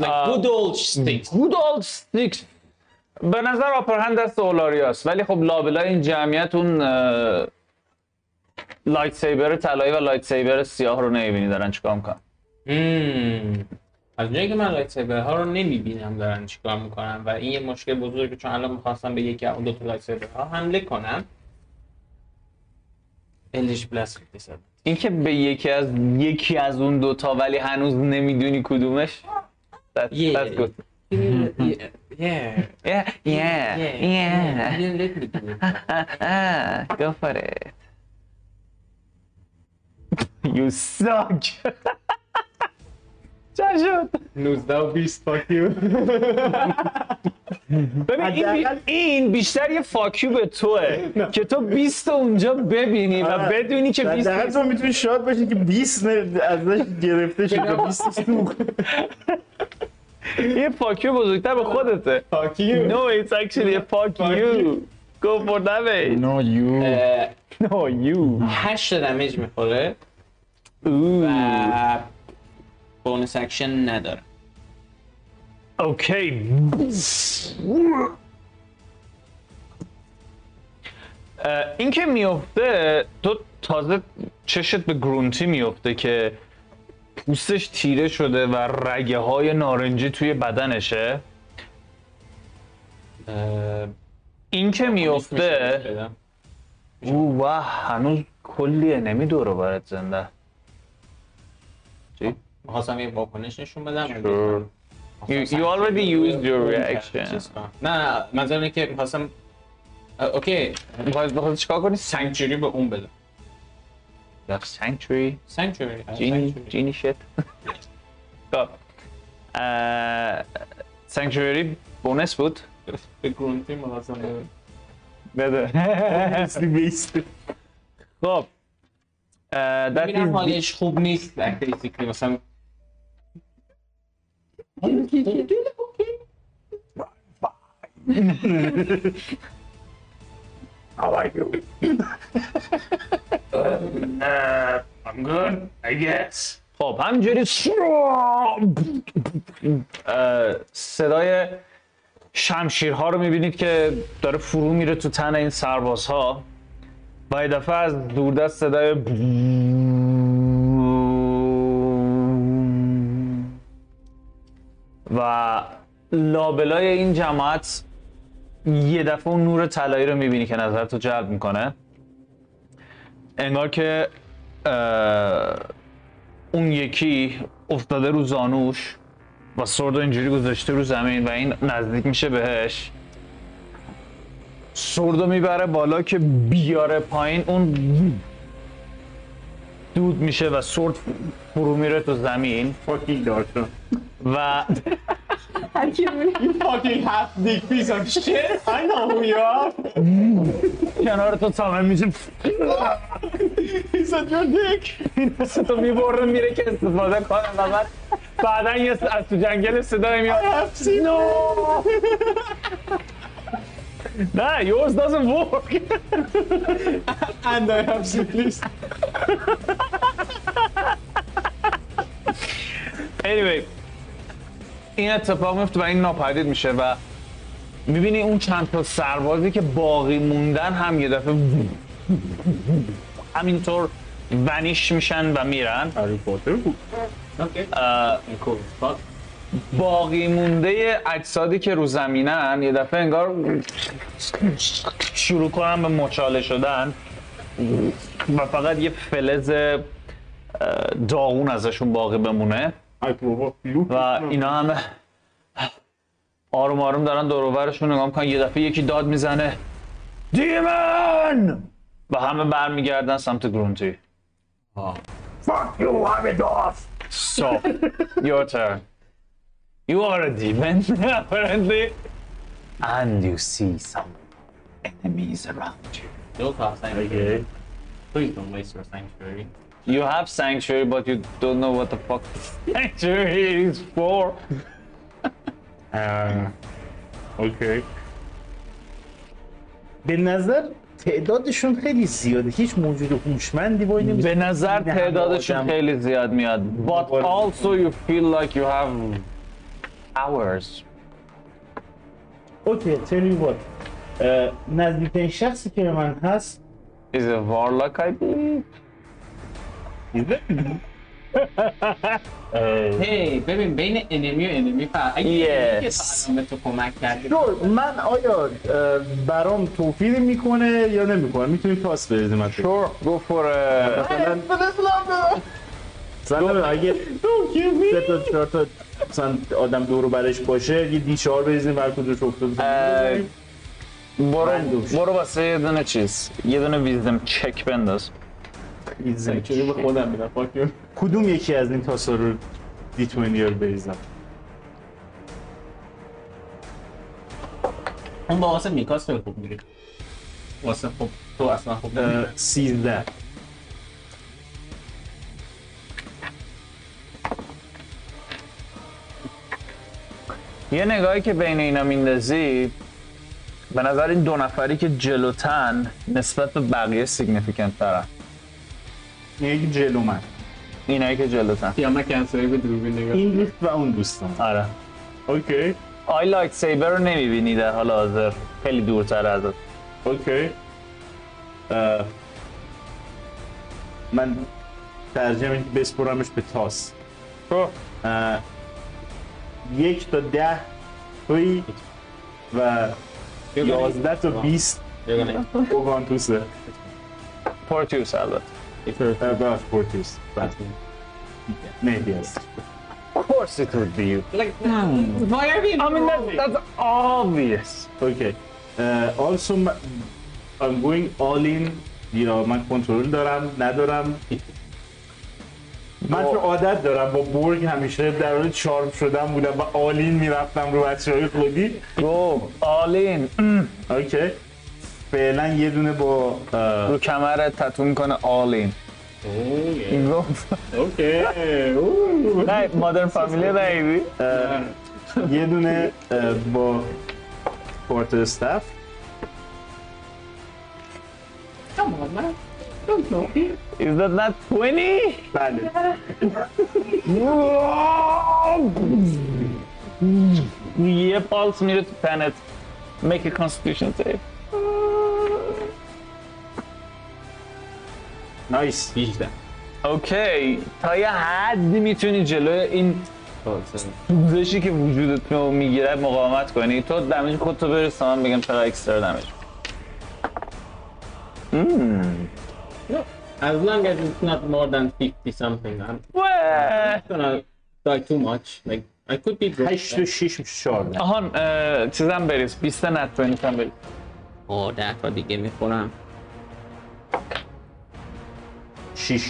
F: Like
G: Uh,
F: good old sticks.
G: Good old sticks. به نظر آپرهند دست اولاریاست ولی خب لابلای این جمعیت اون اه، لایت سیبر طلایی و لایت سیبر سیاه رو نمیبینی دارن چیکار میکنن
F: مم. از اونجایی که من لایتسیبر ها رو نمیبینم دارن چیکار میکنن و این یه مشکل بزرگه چون الان میخواستم به یکی از اون دو تا لایتسیبر ها حمله کنم الیش بلاس
G: این که به یکی از یکی از اون دوتا ولی هنوز نمیدونی کدومش that-
F: Yeah.
G: that's good
F: Yeah.
G: yeah yeah yeah
F: You didn't let me do it.
G: Ah, go for it. You suck. چه شد؟
P: 19 و 20 fuck you.
G: ببین این, بی- این بیشتر یه فاکیو به توه که تو 20 تا اونجا ببینی و
C: آره.
G: بدونی که 20
C: در
G: تا-
C: حد تو میتونی شاد باشی که 20 نه- ازش گرفته شده 20 سوخت
G: یه فاکیو بزرگتر به خودته
P: Fuck you.
G: No, it's actually a fuck you Go for damage
E: نو یو
F: اه،
G: No, you
F: هشت دمیج میخوره
G: Ooh.
B: Uh,
F: و بونس اکشن نداره
G: Okay. اه، این که میفته Uh, تو تازه چشت به گرونتی میفته که پوستش تیره شده و رگه های نارنجی توی بدنشه Uh,
F: اه،
G: این که میفته
F: بدم.
G: او واه هنوز کلی انمی دور و برت زنده
F: میخواستم یه واکنش نشون بدم
G: Sure. You, you already used your reaction
F: چیز کنم. نه نه منظورم اینه که میخواستم اوکی
G: میخوای بخواد چیکار کنی؟ سنگ
F: سانکچوری به اون بدم
G: سنگچوری
F: سانکچوری
G: Genie, genie shit. خب سنکچوری بونس بود
F: به گرونتی میخواستم
G: بده خب اه، that
F: ببینم
G: is
F: حالش خوب نیست like basically مثلا
C: I'm good, I guess.
G: خب همینجوری اه، صدای شمشیرها رو میبینید که داره فرو میره تو تن این سربازها و یه دفعه از دوردست صدای و لابلای این جماعت یه دفعه اون نور طلایی رو میبینی که نظر تو جلب میکنه انگار که اه، اون یکی افتاده رو زانوش و سرد رو اینجوری گذاشته رو زمین و این نزدیک میشه بهش سردو میبره بالا که بیاره پایین اون دود میشه و سرد فرو میره تو زمین
C: فاکینگ دارشون
G: و
D: هر کی بود.
F: fucking half dick piece of shit. I know who you are.
G: کنار تو تمام میشه
F: He said you're dick.
G: این دست تو میبره میره که استفاده کنه و بعد بعدا یه س- از تو جنگل صدای میاد
F: I've seen no.
G: نه yours doesn't work
F: and I have seen please.
G: anyway این اتفاق میفته و این ناپدید میشه و میبینی اون چند تا سربازی که باقی موندن هم یه دفعه همینطور ونیش میشن و میرن
C: هری پاتر بود
F: Okay.
G: اه،
F: Cool. Fuck.
G: باقی مونده اجسادی که رو زمینن یه دفعه انگار شروع کنن به مچاله شدن و فقط یه فلز اه، داغون ازشون باقی بمونه
C: ای بابا
G: و اینا هم آروم آروم دارن دروبرشون نگاه میکنن یه دفعه یکی داد میزنه دیمن و همه برمیگردن سمت گرونتی Fuck you, I'm a dwarf. So, your turn. You are a demon, apparently. And you see some enemies around you.
F: Don't have sanctuary.
C: اوکی
F: Please don't waste your sanctuary.
G: You have sanctuary, but you don't know what the fuck sanctuary is for.
C: اه، اوکی به نظر تعدادشون خیلی زیاده هیچ موجود هوشمندی با اینو
G: به نظر
C: نه،
G: تعدادشون
C: آدم.
G: خیلی زیاد میاد but
C: آدم.
G: also you feel like you have hours
C: اوکی تری وات Uh, نزدیکترین شخصی که به من هست
G: is a warlock I believe
C: اه،
F: Hey, ببین بین انمی و انمی فرق اگه انمی که
G: Yes.
F: فقط به تو کمک کرده
C: دکتر، من آیا اه، برام توفیر میکنه یا نمیکنه میتونی پاس بریزی من تو؟
G: sure go for a
C: مثلا مثلا نمی‌دونم، اگه سه تا چهار تا مثلا آدم دور و برش باشه یه دی چهار بریزیم بر کدومش افتاده
G: برو
C: بندوش.
G: برو واسه یه دونه چیز یه دونه ویزدم چک بنداز
C: چرا به خودم میدم کدوم یکی از این تاسا رو دی 20 رو بریزم
F: اون با واسه میکاس خیلی خوب میره واسه خوب تو اصلا خوب
C: اه،
F: نمی‌ری.
C: 13
G: یه نگاهی که بین اینا میندازی به نظر این دو نفری که جلوتن نسبت به بقیه سیگنیفیکنت ترن
C: یک جلو من
G: اینایی که جلوتن
F: یا من کنسری به دروبین نگاه
C: این دوست و اون دوستم
G: آره
C: اوکی
G: آی لایک سیبر رو نمیبینی در حال حاضر خیلی دورتر ازت
C: اوکی اه، Uh, من ترجمه اینه که بسپرمش به تاس اه، یک تا ده توی و یازده تا بیست اوگانتوسه
G: پورتیوس البته
C: اه، ببخش، پورتیوس بله. مهدی هست
G: course it would be you.
F: Like, why are we
G: I mean, that, that's obvious.
C: اوکی اه، Uh, also م- I'm going all in یا من کنترل دارم ندارم من تو عادت دارم با برگ همیشه در حال چارم شدن بودم و آلین میرفتم رو بچه های خودی
G: Go all in.
C: اوکی فعلا یه دونه با اه،
G: رو کمر تتو میکنه all in. Go.
C: اوکی اوه.
G: نه مادر فامیلی نیدی؟
C: اه، یه دونه اه، با کوارتر استاف
F: Come on, man.
G: Is that not 20?
C: بله
G: یه پالس میره تو تنت Make a constitution save
C: نایس 18
G: اوکی تا یه حدی میتونی جلوی این سوزشی که وجودت رو میگیره مقاومت کنی تو دمیج خودتو برس من بگم چرا اکسترا دمیج
B: As long as it's not more than 50 something, I'm
G: وه.
B: gonna die too much. Like, I could be broke.
C: 8 و 6 14
G: آهان اه، چیزم بریز 20 نت 20 هم بریز
B: Oh, that would be give me for him.
C: 6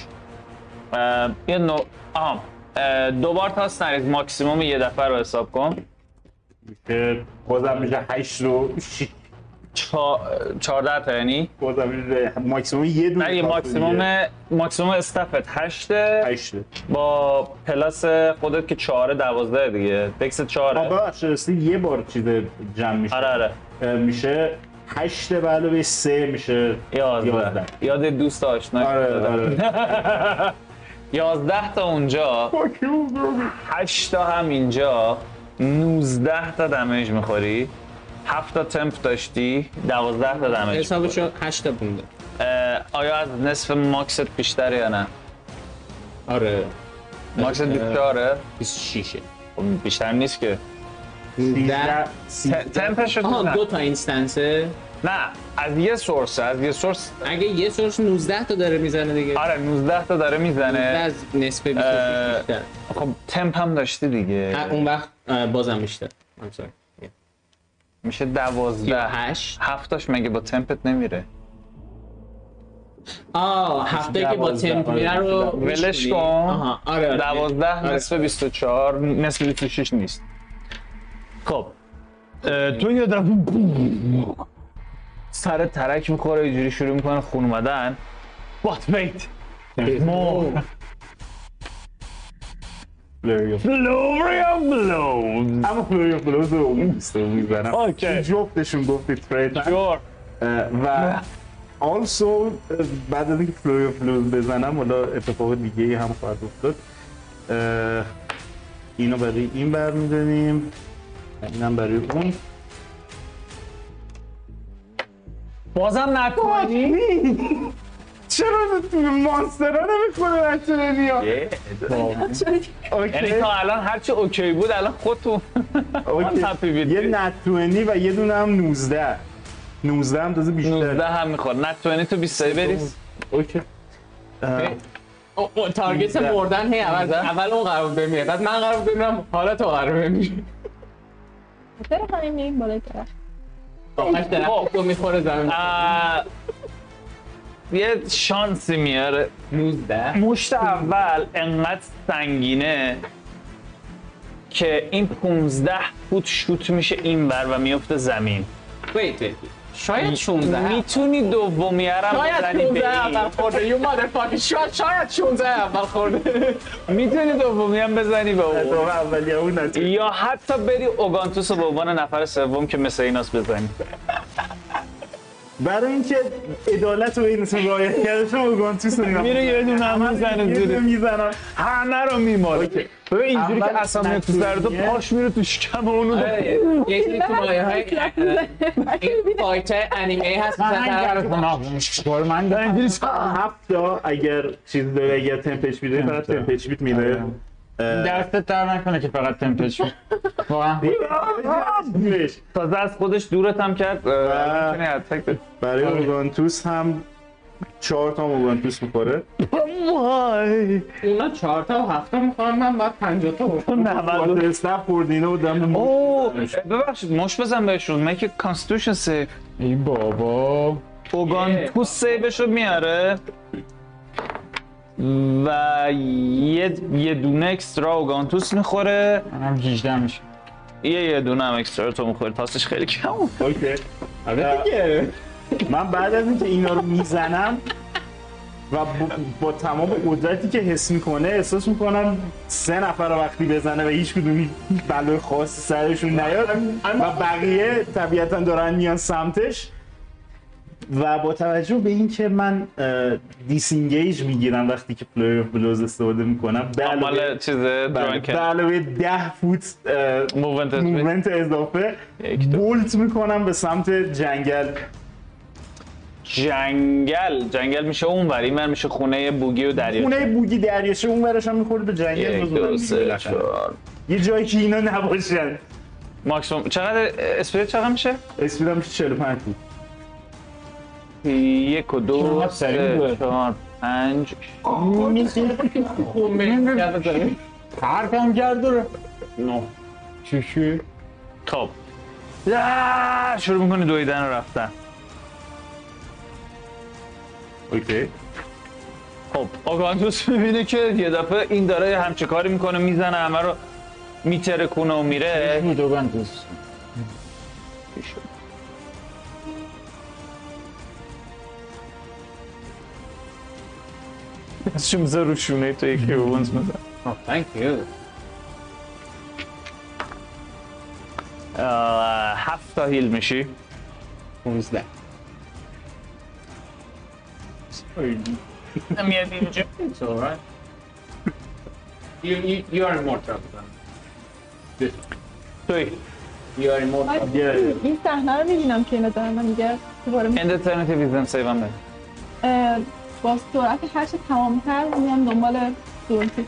G: اه، یه نو آها اه، دو بار تاس نریز ماکسیموم یه دفعه رو حساب کن
C: که بازم میشه 8 و 6
G: چا... 14 تا یعنی
C: بازم میشه ماکسیموم یه دونه
G: نه یه ماکسیموم ماکسیموم استفت 8
C: 8
G: با پلاس خودت که چهاره دوازده دیگه دکس چهاره
C: آبا راستی یه بار چیز جمع میشه
G: آره آره
C: اه، میشه بله 8 به علاوه 3 میشه
G: یازده
C: یازده.
G: یاد دوست آشنا
C: آره آره
G: یازده تا اونجا هشت تا هم اینجا نوزده تا دمیج میخوری هفت تا تمپ داشتی دوازده تا دمیج می‌خوری.
B: حسابشو 8 تا بونده.
G: اه، آیا از نصف ماکست بیشتره یا نه؟
B: آره
G: ماکست بیشتره؟ خب
B: 26
G: بیشتر نیست که
C: 13 13
G: تمپش رو تو
B: آها
G: نه.
B: دو تا اینستنسه
G: نه از یه سورس از یه سورس
B: اگه یه سورس 19 تا داره میزنه دیگه
G: آره 19 تا داره
B: 19
G: میزنه
B: از نصف 26
G: اه،
B: بیشتر
G: خب تمپ هم داشتی دیگه
B: اه، اون وقت اه، بازم بیشتر I'm sorry.
G: میشه دوازده
B: 8
G: هفتاش مگه با تمپت نمیره
B: آه هفته که با
C: دوازده،
B: تمپ
C: آره.
B: میره رو
G: ولش
B: می‌شکنی.
G: کن.
B: آها، آره آره
G: دوازده
B: آره.
G: نصف 24 نصف 26 نیست خب اه، تو یه دفعه سر ترک میخوره اینجوری شروع میکنه خون اومدن But wait there's more. Flurry of blows.
C: اما فلوری فلوز رو میزنم
G: اوکی.
C: جفتشون گفتی ترید
G: Sure.
C: Uh, و also اه، بعد از اینکه فلوری آف بلوز بزنم حالا اتفاق دیگه ای هم خواهد افتاد اه، اینو برای این برمیداریم اینم برای اون
G: بازم نکنی
C: چرا مانسترا نمیخوره بچه نیا
G: یعنی تا الان هرچی اوکی بود الان خودتون
C: اوکی.
G: happy with
C: یه
G: it.
C: نتوانی و یه دونه هم 19 19 هم تازه بیشتر
G: 19 هم میخواد نت 20 تو 23 بریز
C: اوکی اه،
B: او- او، تارگت
C: نوزده.
B: مردن هی اول اول اون قرار بمیره بعد من قرار بمیرم حالا تو قرار بمیری
D: چرا همین میریم بالای درخت
B: آخرش
G: خب.
B: درخت تو میخوره زمین
G: اه، یه شانسی میاره
B: 19
G: مشت اول انقدر سنگینه که این 15 فوت شوت میشه اینور و میفته زمین
B: Wait, wait. شاید 16
G: میتونی دومیه رو
B: شاید
G: بزنی
B: 16
G: به این.
B: اول خورده یو مادرفاکر شاید شاید 16 اول خورده
G: میتونی دومی هم بزنی به
C: اتفاق
G: اون
C: اولی اون نتوانی
G: یا حتی بری اوگانتوس رو به عنوان نفر سوم که مثل ایناس بزنی
C: برای اینکه عدالت رو این اسم رایت کردش رو اوگانتوس رو میرم
G: میره یه دونه هم میزنه زیره
C: میزنم
G: همه رو میماره ببین
E: بله،
G: اینجوری
C: اول
G: که اصلا میره تو سر تو
C: نتونیه.
G: پاش میره تو شکم اونو
B: یه سری تو مایه های این فایتر انیمه هست مثلا طرف-
G: اینجوری
C: هفت تا اگر چیز داره اگر تمپش میده فقط تمپش بیت میده
G: آره.
E: دستت در نکنه که فقط تمپش واقعا
G: تازه از خودش دورت هم کرد اه، می‌تونی اتک بزنی.
C: برای اوگانتوس هم چهار تا هم اوگانتوس میخوره
G: وای
B: اونا 4 تا و 7 تا میخوام من بعد 50 تا بخورم.
C: وارد استف خورد اینا و دم
G: اوه ببخشید مش بزن بهشون مگه کانستیتوشن سیف
E: ای بابا
G: اوگان تو سیوش رو میاره و یه, یه دونه اکسترا اوگانتوس میخوره
E: منم 18 میشه
G: یه یه دونه هم اکسترا تو میخوره پاسش خیلی کم بود.
C: اوکی
B: آره دیگه.
C: من بعد از اینکه اینا رو میزنم و با, با تمام قدرتی که حس میکنه احساس میکنم سه نفر رو وقتی بزنه و هیچ کدومی بلای خاصی سرشون نیاد و بقیه طبیعتا دارن میان سمتش و با توجه به اینکه من اه، دیسینگیج میگیرم وقتی که پلیر بلوز استفاده میکنم به علاوه
G: مال چیزه
C: بله، به
G: درانکن
C: علاوه ده فوت اه،
G: موومنت اسپید.
C: موومنت اضافه
G: یک، دو.
C: بولت میکنم به سمت جنگل
G: جنگل جنگل میشه اون ور این ور میشه خونه بوگی و دریا
C: خونه بوگی دریاچه اون برش هم میخوره به جنگل
G: یک دو سه
C: بزنم.
G: چهار
C: یه جایی که اینا نباشن
G: ماکسیموم چقدر اسپریت چقدر میشه
C: اسمیدم میشه 45 فوت
G: یک و دو
E: چقدر سریع
G: سه
E: بود.
G: چهار پنج
E: حرفم کرد داره
G: نه
E: چی چی؟
G: خب آه، شروع میکنه دویدن و رفتن
C: اوکی
G: خب آگانتوس میبینه که یه دفعه این داره همچه کاری میکنه میزنه همه رو میترکونه و میره
E: بود اوگنتوس
G: چی میزه رو شونه تو یکی رو بونز میزن
F: Thank you.
G: هفت تا هیل میشی
F: 15.
G: میاد اینجا
F: It's alright. You, you, you are immortal.
G: توی
F: You are immortal.
D: من این صحنه رو میبینم که اینا دارن من میگه دوباره می-
G: اند اترنیتی ویزدم سیوم بده
D: اه، با سرعت هرچه تمامتر میام دنبال دورتی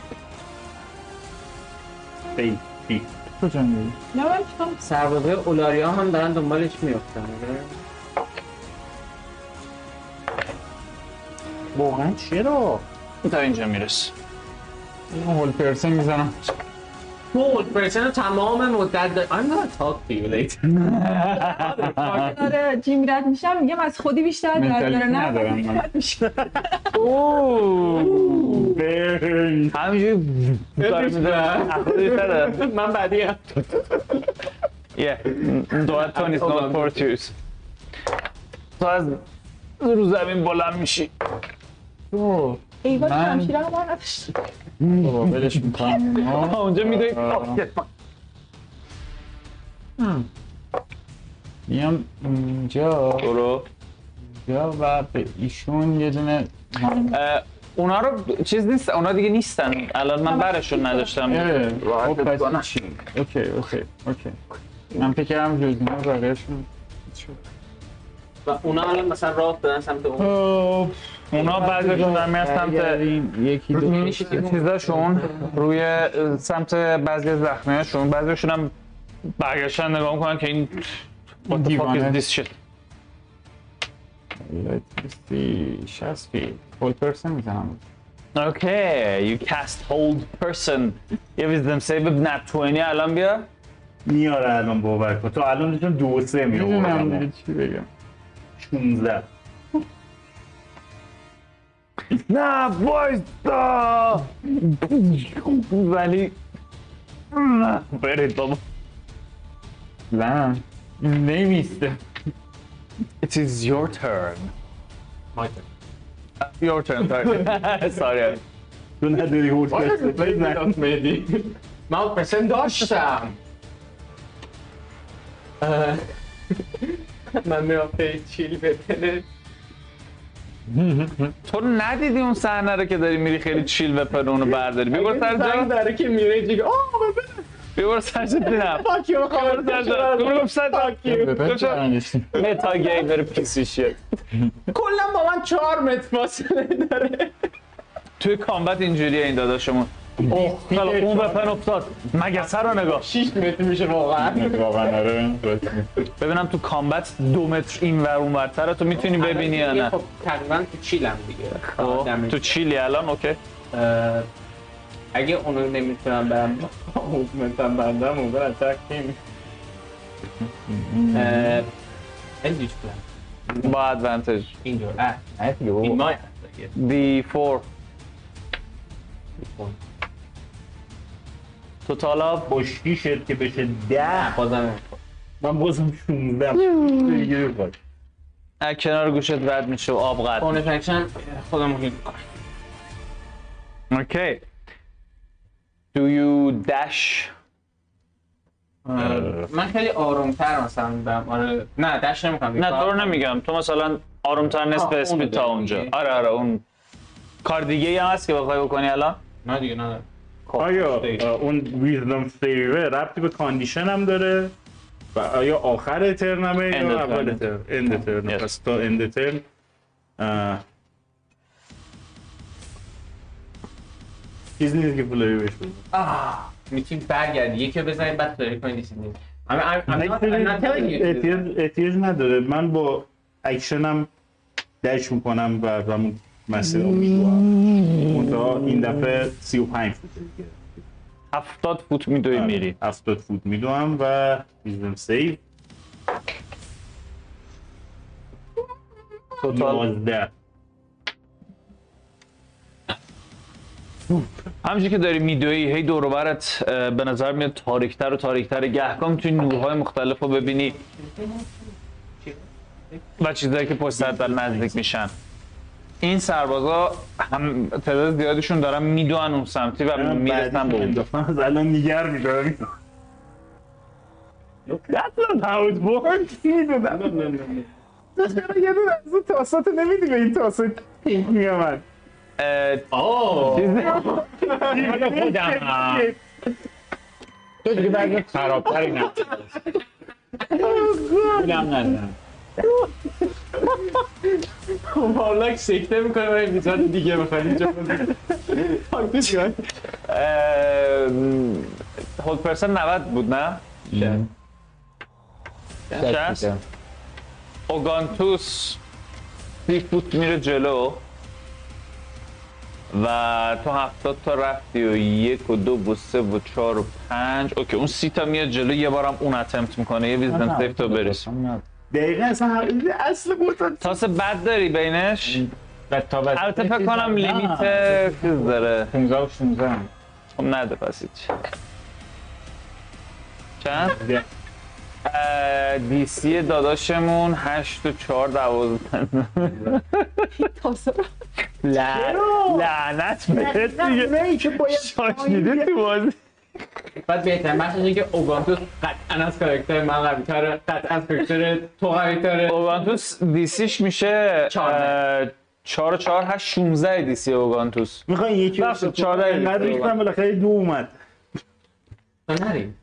E: کجا میری؟
D: نه من چیکار
F: سربازه اولاریا هم دارن دنبالش میافتن
C: واقعا چرا
G: تا اینجا میرسی
E: من هول پرسن میزنم
F: تو اولد پرسن رو تمام مدت داری I'm gonna talk to you later
D: کنم؟ داره جیم رد میشم میگم از خودی بیشتر درد
E: منتالیتی
D: داره نه
E: ندارم
D: خودی
E: من.
D: رد میشم.
C: برن
G: همینجوری داره میزنه اخوری تره
F: من بعدی هم
G: Yeah, that one is not Porteous. تو از رو زمین بلند میشی
D: ای بابا
E: من-
D: شمشیر هم بر نداشت.
E: بابا ولش میکنم
G: آه، اونجا میدوی
E: آه. میام اینجا
G: برو
E: اینجا و به ایشون یه دونه
G: اه، اونا رو چیز نیست اونا دیگه نیستن الان من برشون نداشتم
E: اه، خب، پس چی؟ اوکی اوکی اوکی من فکرم جزینا بقیهشون
F: و اونا الان مثلا راه دارن سمت اون
G: اونا بعضیشون در میاد سمت
E: یکی دو
G: چیزاشون روی سمت بعضی زخمیاشون بعضیشون هم برگشتن نگاه میکنن که این What the fuck is
E: دیوانه.
G: this shit?
E: سی شست فی هول پرسن میزنم
G: Okay, you cast hold person. یه ویزدم سیو نت 20 الان بیا.
C: میاره الان باور کن تا الان داشتم دو و سه
E: میدونم
C: میاره
E: دیگه چی بگم
C: 16
G: نه وایستا ولی برید بابا
E: زن نمیسته
G: It is your turn
F: My turn.
G: Your turn, sorry Sorry
C: تو نداری هول پرسن
F: من اولد پرسن داشتم اه، من میافته چیل بتنه
G: تو ندیدی اون صحنه رو که داری میری خیلی چیل و پر اونو برداری بیبر سر
F: زنگ
G: جا
F: داره که میره دیگه آه
G: بیبر سر جا دینم
F: فاک یو خبر
G: سر جا بیبر سر جا
E: ببین
G: کجا؟
E: برنگشتی.
G: متا گیمر پیسی شد
F: کلا با من چهار متر فاصله داره
G: توی کامبت اینجوریه این داداشمون اوه خلا اون به پن افتاد مگسه رو نگاه
F: 6 متر میشه واقعا
E: واقعا آره
G: ببینم تو کامبت دو متر این ور اون ورتره تو میتونی ببینی یا نه
F: خب تقریبا تو چیلم دیگه
G: خب، تو چیلی الان اوکی
F: اه، اگه اونو نمیتونم برم موومنتم بندم اون برم تک نمی Edge plan.
G: با ادوانتج
F: اینجور اه
E: نه دیگه
F: این
E: بابا
F: مای هست دیگه.
G: D4 تو تا حالا
C: خوشگی شد که بشه ده
F: بازم
C: من بازم 16
G: از کنار گوشت رد میشه و آب قد
F: اون فکشن خودمون هیل می‌کنم.
G: اوکی Do you dash
F: من خیلی آرومتر مثلا برم آره نه دشت نمیکنم
G: نه تو رو نمیگم تو مثلا آرومتر نصف
B: آه،
G: اسپید
B: اونو
G: تا
B: داری
G: اونجا
B: میگی.
G: آره آره اون کار دیگه ای هست که بخوای بکنی الان
B: نه دیگه نه
G: خب،
C: آیا اه، اون ویزدم سیوه ربطی به کاندیشن هم داره و آیا آخر ترنمه
G: End
C: یا
G: of
C: اول
G: turn.
C: ترن اند ترن
G: Yes.
C: پس تا اند ترن اه، چیز نیست که پولایی بهش بدی.
B: آه میتونی برگردی یکی رو بزنی بعد داری کنی نیست I'm, I'm, I'm not, I'm not telling you to do that.
C: احتیاج- احتیاج نداره من با اکشنم دش میکنم و همون مسیر اون این دفعه 35 فوت دیگه.
G: 70 فوت میدوی
C: آره.
G: میری
C: 70 فوت میدوم و ویزدم سیو
G: توتال
C: 11
G: همینجوری که داری میدوی هی دور و برت اه، به نظر میاد تاریکتر و تاریکتر گهگام توی نورهای مختلف رو ببینی و چیزهایی که پشت سرت دارن نزدیک میشن این سربازا هم تعداد زیادیشون دارن میدوئن اون سمتی و میرسن به اونجا
C: انداختم از الان نیگر میدارم That's not how it works. میدونم چرا یه دونه از اون تاسات نمیدی به این تاسات پینک میامد
G: اه،
E: تو دیگه بعد خرابتری نه اونم نزن
B: پاولک سکته میکنه برای ویزات دیگه بخواد اینجا بزنی.
G: هولد پرسن 90 بود نه؟ شست. اوگانتوس سی فوت میره جلو و تو هفتاد تا رفتی و یک و دو و سه و چهار و پنج اوکی اون سی تا میاد جلو یه بارم اون اتمپت میکنه یه ویزدن سیف تو برس
C: دقیقا اصلا هم- اصل بود
G: تاس بد داری بینش البته فکر کنم لیمیت چیز داره
E: 15 و 16
G: خب نده پس هیچ چند؟ اه، دی سی داداشمون 8 و 4 12 لعنت بهت دیگه
C: نه که باید
G: شاشنیده تو بازی
B: بعد بهتر بخش اینه که اوگانتوس قطعا از کارکتر من قوی تره قطعا از کارکتر تو قوی تره
G: اوگانتوس دیسیش میشه
B: چهارده.
G: 4 و 4 8 16 دیسی اوگانتوس
C: میخوای یکی
G: بخش چهارده
C: اینقدر
G: اینقدر.
C: ریختم بالاخره دو اومد
B: تو نری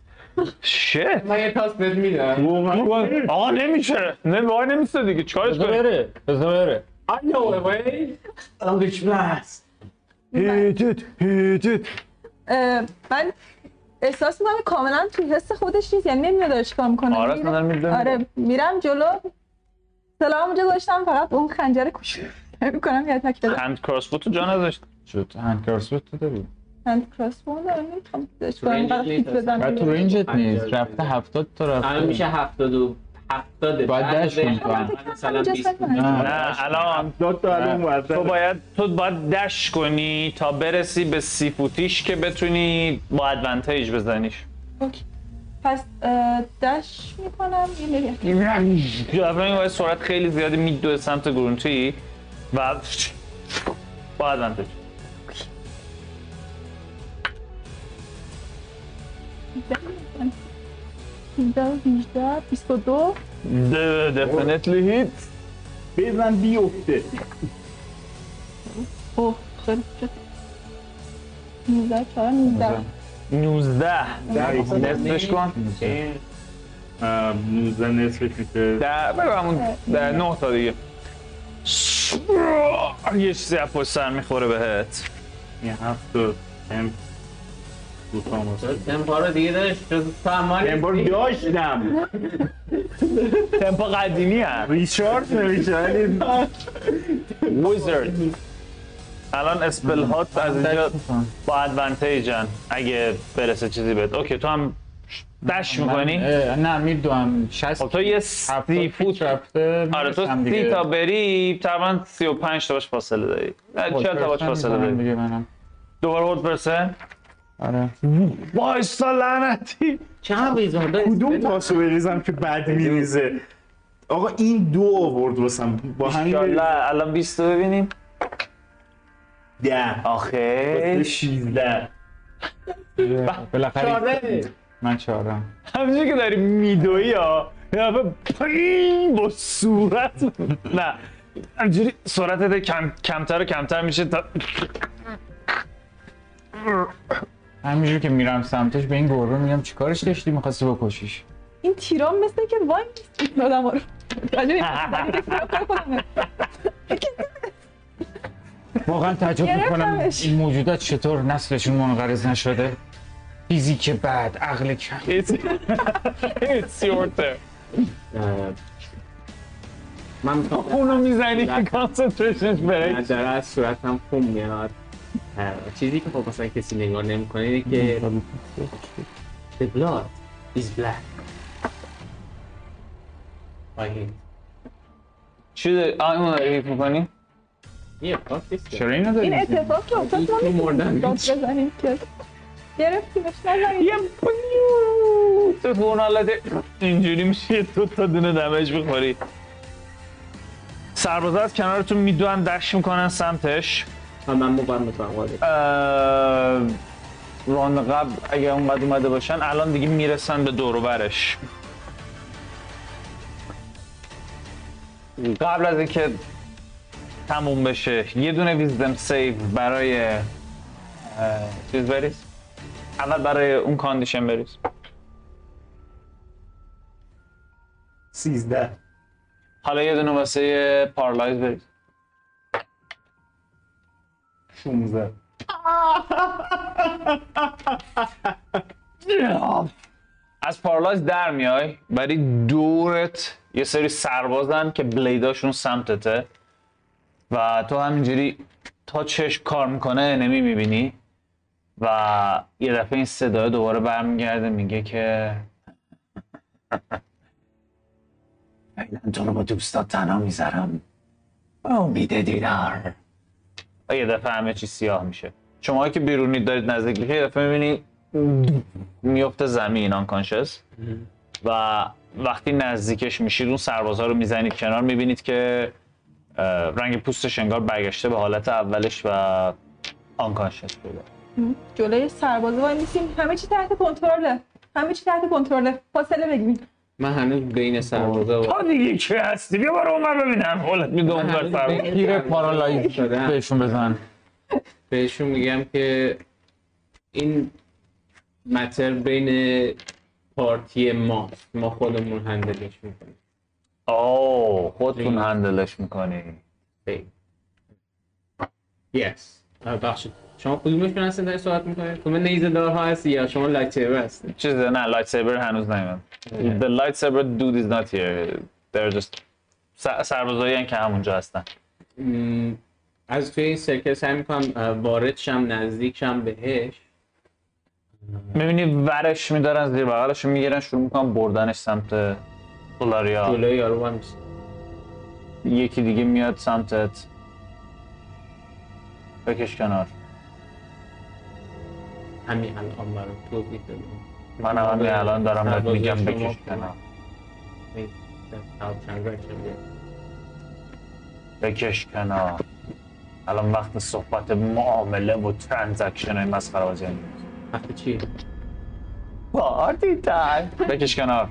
G: شه
B: من یه تاس بهت میدم
G: آقا نمیشه نه وای نمیشه دیگه چیکارش کنی
E: بره بذار بره
B: I know a way
C: آنگش بس
E: هیتیت هیتیت
D: اه، من احساس میکنم کاملا توی حس خودش نیست یعنی نمیدونه داره چیکار میکنه
G: آره، اصلا داره می‌دونه.
D: آره میرم جلو سلام اونجا گذاشتم فقط به اون خنجر کوچولو میکنم یه تک بزنم
G: هند کراس فوتو جا نذاشت
E: شد هندکارس بود تو داری
D: هند کراس بون دارم نمیتونم داشت کنم
B: رنجت
D: فقط
B: نیست
D: هیت
B: اصلا.
E: بعد
D: بزنم
E: تو رنجت نیست رفته 70 تا رفته
B: الان میشه هفتاد و هفتاده
E: باید
B: بعد
E: دش کنی
B: به-
E: تو هم.
B: مثلا
D: جست
B: 20.
D: نکنم.
G: نه الان
C: داد تا الان اومد
G: تو باید تو باید دش کنی تا برسی به سی فوتیش که بتونی با ادوانتیج بزنیش
D: اوکی. پس اه، دش میکنم یه میلیون
G: جوابی باید سرعت خیلی زیادی میدوه سمت گرونتی و با ادوانتیج
D: هیجده هیجده بیست و دو
G: دفنتلی هیت
C: بزن بیفته
D: اوه خیلی شد نیزده چهار نیزده
G: 19 نصفش
B: نصفش
G: کن
C: اه، 19 نصفش میشه
G: در بگو همون در نه تا دیگه یه چیزی از پشت سر میخوره بهت
C: این هفت تا ام دو تا هم هست.
B: این بارو دیگه داشت جز سامان
C: این بار داشتم
G: تمپا قدیمی هم
C: ریچارد نمیشه ولی
G: ویزرد الان اسپل هات از اینجا با ادوانتیجن اگه برسه چیزی بهت اوکی تو هم دش میکنی
E: نه میدونم 60
G: خب تو یه سی فوت
E: رفته
G: آره
E: میرسم
G: تو
E: دیگه.
G: سی تا بری تقریبا 35 تا باش فاصله داری نه، 40 تا باش فاصله
E: می‌زنم
G: داری
E: دیگه منم
G: دوباره هولد پرسن
E: آره
G: وایسا لعنتی
B: چند ویزون داشت
C: کدوم تاسو بریزم که بد میریزه آقا این دو آورد واسم با همین
G: ایشالله الان 20 تا ببینیم
C: ده
G: آخه
C: 16
E: بالاخره من چهارم
G: همینجور که داری میدوی ها یه دفعه پرین با صورت نه
E: همجوری سرعت ده کم... کمتر و کمتر میشه تا
G: همینجور که میرم سمتش به این گربه میگم چیکارش داشتی میخواستی بکشیش
D: این تیرام مثل که وای آره. میستید آدم رو راجع به خودم که تیرام کار خودمه.
G: واقعا تعجب میکنم
D: گرفتمش.
G: این موجودات چطور نسلشون منقرض نشده فیزیک بعد عقل کم
E: It's, It's your turn.
B: اه، من می‌خوام
E: اونو میزنی که کانسنتریشنش بره
B: نه، داره از صورتم خون میاد اه، چیزی که خب مثلا کسی نگاه نمیکنه اینه که The blood is black I hate.
E: چی داری؟ آه، اونو داری ریپ میکنی؟
B: یه پاک نیست.
G: چرا اینو
D: این
G: داری
D: اتفاق که افتاد ما
B: تو مردن.
D: میتونیم داد بزنیم که گرفتیمش نزنیم
E: یه پیو تو تو اون حالت اینجوری میشه یه دو تا دونه دمج بخوری سربازا از کنارتون میدونن دش میکنن سمتش
B: آه، من موقعم میتونم قادر
E: اه، راند قبل اگه اونقدر اومده باشن الان دیگه میرسن به دور و برش قبل از اینکه تموم بشه یه دونه ویزدم سیو برای اه، چیز بریز اول برای اون کاندیشن بریز
C: 13
E: حالا یه دونه واسه پارلایز بریز
C: 16
E: از پارلایز در میای ولی دورت یه سری سربازن که بلیداشون سمتته و تو همینجوری تا چشم کار میکنه نمی میبینی و یه دفعه این صدای دوباره برمیگرده میگه که فعلا تو رو با دوستات تنها میذارم با امید دیدار و یه دفعه همه چی سیاه میشه شما که بیرونی دارید نزدیک میشه یه دفعه میبینی میفته زمین آنکانشس و وقتی نزدیکش میشید اون سربازها رو میزنید کنار میبینید که اه، رنگ پوستش انگار برگشته به حالت اولش و آنکانشس بوده
D: جلوی سرباز وای میسیم همه چی تحت کنترله همه چی تحت کنترله فاصله بگیریم
B: من هنوز بین سربازا و
E: آ دیگه چی هستی بیا برو اونور ببینم حالت میده
B: من
E: اونور
B: هنوز
E: سرباز
B: بین
G: پیر
B: سربازا
G: پارالایز
B: افتادم.
G: بهشون بزن
B: بهشون میگم که این متر بین پارتی ما ما خودمون هندلش میکنیم
E: آه خودتون هندلش میکنی
B: یس بخشید شما کدومشون هستین داری صحبت میکنید؟ تو نیزه دارها هستی یا شما لکچر هستی؟
E: چیزه نه لایت سیبر هنوز نیومد The light saber dude is not here They're just س- سربازایی هن که همونجا هستن
B: م، از توی این سرکل سعی میکنم وارد شم نزدیک شم بهش
E: میبینی ورش میدارن زیر بغلش رو میگیرن شروع میکنن بردنش سمت اولاریا
B: جلوی یارو هم نیست.
E: یکی دیگه میاد سمتت بکش کنار
B: همین الان برام توضیح بده
E: من همین
G: بله.
E: الان دارم بهت
B: سربازای
E: میگم
B: شما
E: بکش
B: کمک
E: کنار
B: کنید. Help transaction بده.
E: بکش کنار الان وقت صحبت معامله و ترانزکشن های مسخره بازی
B: وقتی چی؟
E: پارتی تایم بکش کنار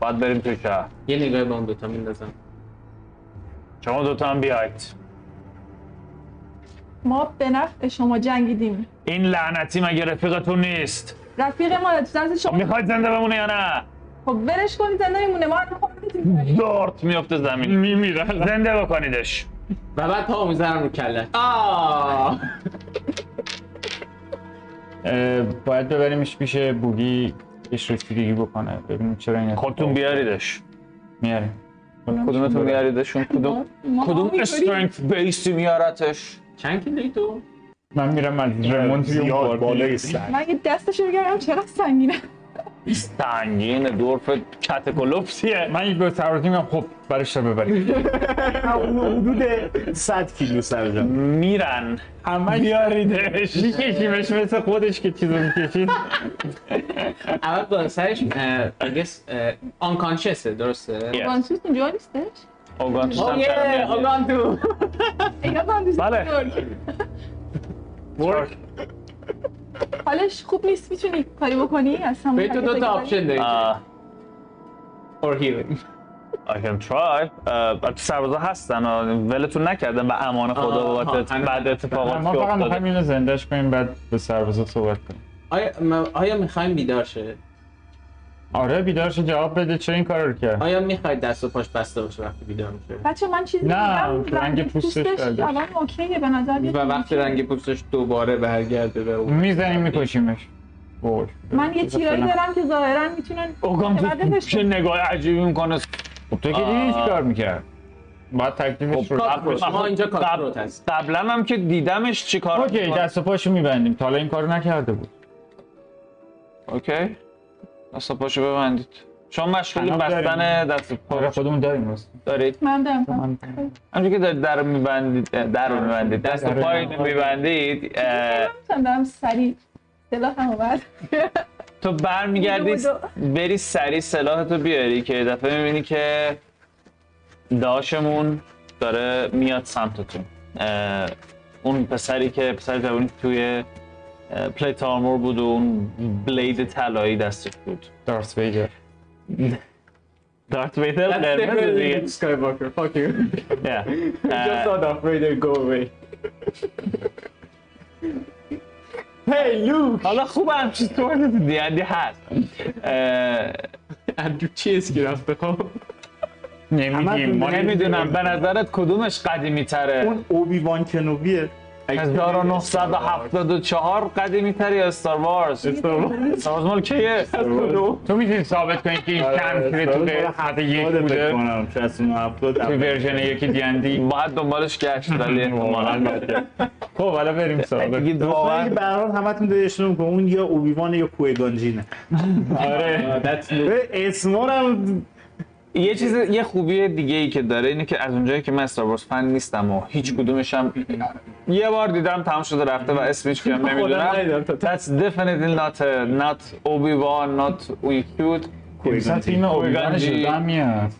E: باید بریم توی شهر
B: یه نگاه به اون دوتا میندازم
E: شما دوتا هم بیاید
D: ما به نفع شما جنگیدیم
E: این لعنتی مگه رفیقتون نیست
D: رفیق ما تو دست شما
E: میخواید زنده بمونه یا نه
D: خب ولش کنید زنده میمونه ما الان خودمون
E: دارت میفته زمین میمیره زنده بکنیدش
B: و بعد پا میزنم رو کله آه
G: اه، باید ببریمش پیش بوگی اش رسیدگی بکنه ببینیم چرا این
E: خودتون بیاریدش
G: میاریم
E: کدومتون میاریدشون کدوم
C: خب،
E: کدوم استرنگت بیسی میارتش
B: چند کیلویی تو؟
G: من میرم از رمونت
C: زیاد بالای سر
D: من یه دستشو میگرم چقدر سنگینه
E: سنگین دورف کت کلوپسیه
G: من به سربازی میگم خب برش رو ببریم
C: حدود 100 کیلو سر جان
E: میرن
G: اما
E: بیاریدش
G: میکشیمش مثل خودش که چیزو میکشید
B: اول با سرش آنکانشسه درسته؟
E: Yes.
D: وانسوس اینجا نیستش
E: اوگان تو
B: Oh yeah,
E: سمترم
B: Ogan too.
D: اینا وانسوس
E: بله.
D: بزرگ.
E: میاد.
D: حالش خوب نیست میتونی کاری بکنی از همون
B: به تو
D: حرکت
C: Uh,
B: دو تا
D: بگیری.
B: آپشن داری
E: آه،
B: for healing
G: I can try.
C: Uh,
G: اه، سربازا هستن ها. ولتون نکردن به امان خدا
B: آها،
G: بابت
B: هنوز-
G: بعد اتفاقاتی
E: ما
G: که
E: فقط میخوایم
G: افتاده
E: اینو زندهش کنیم بعد به سربازا صحبت کنیم
B: آیا, م- آیا میخوایم بیدار شه؟
E: آره بیدارش جواب بده چه این کار رو کرد
B: آیا میخواید دست و پاش بسته باشه وقتی بیدار میشه؟
D: بچه من چیزی
E: نه،
D: میگم،
E: رنگ پوستش برگشت.
D: الان اوکیه به نظر میاد
B: و وقتی
D: اوکیه.
B: رنگ پوستش دوباره برگرده به اون
E: میزنیم میکشیمش وای.
D: من یه تیرایی دارم که ظاهرا میتونن
G: اوگان تو
D: متولدش
G: چه
D: کنن.
G: نگاه عجیبی میکنه
E: خب تو که دیدی هیچ کار میکرد باید
G: خب،
E: تکلیفش رو
B: کاپروش. ما اینجا کاپروت هست
G: قبلا هم که دیدمش چی کار
E: اوکی
G: می‌کنه.
E: دست و پاشو میبندیم تا حالا این کارو نکرده بود
G: اوکی دست و پاشو ببندید شما مشغول
E: تناب داریم.
G: بستن دست و
E: آره
G: پا
E: خودمون داریم راست
G: دارید
D: من دارم
E: من-
G: همونجوری که دارید در رو میبندید در رو میبندید دست و
E: در رو
G: پای میبندید
D: میتونم دارم سریع دلا هم اومد
G: تو برمیگردی
D: بودو
G: بری سریع سلاحتو بیاری که دفعه میبینی که داشمون داره میاد سمتتون اه، اون پسری که پسر جوانی که توی اه، پلیت آرمور بود و اون بلید طلایی دستش بود
E: دارس ویدر
G: دارت ویدر قرمز دیگه
B: Sky Walker, fuck you.
G: Yeah.
B: Just
G: اه،
B: not afraid to go away. Hey Luke!
G: حالا خوب همچین تو دیدی هست اه،
B: اندرو چی اسکی رفته خب؟
E: نمیدیم ما
G: نمیدونم به نظرت کدومش قدیمی تره
C: اون اوبی وان کنوبیه
G: 1974 قدیمی تری یا استار وارز استار وارز مال کیه
E: تو میتونی ثابت کنی که این کم
C: آره،
E: تیره تو قسمت یک
C: فکر
E: بوده
C: کنم 69 70
E: تو ورژن یکی دیندی
G: باید دنبالش گشت ولی احتمالاً
E: خب حالا بریم سراغ
G: دیگه
C: واقعا
G: واقعاً
C: به هر حال همتون دارید اشتباه می‌کنید. اون یا اوبیوان یا کویگانجینه
E: آره
C: اسمورم
G: یه چیز یه خوبی دیگه ای که داره اینه که از اونجایی که من استار وارز فن نیستم و هیچ کدومش هم یه بار دیدم تمام شده رفته و اسم هیچ کیم نمیدونم That's definitely not a, not Obi Wan not اون یکی بود
E: مثلا فیلم اوبیگان
G: کویگانجی.
E: شدن خب، میاد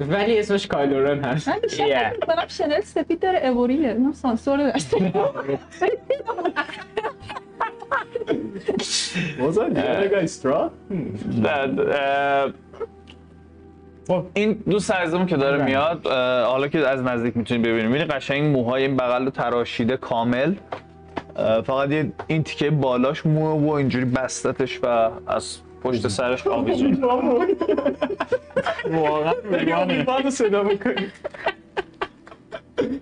B: ولی اسمش کایلورن هست
D: من بیشتر فکر می‌کنم شنل سفید داره اوریه اینم سانسور داشته
B: بازم یه نگاه استرا
G: بعد، اه،
E: خب.
G: این دوست عزیزمون که داره
E: بله.
G: میاد اه، حالا که از نزدیک میتونید ببینید میبینی قشنگ موهای این بغل رو تراشیده کامل اه، فقط یه این تیکه بالاش موه و اینجوری بستتش و از پشت سرش آویزون
E: واقعا اوبیگانه.
B: بانو صدا میکنی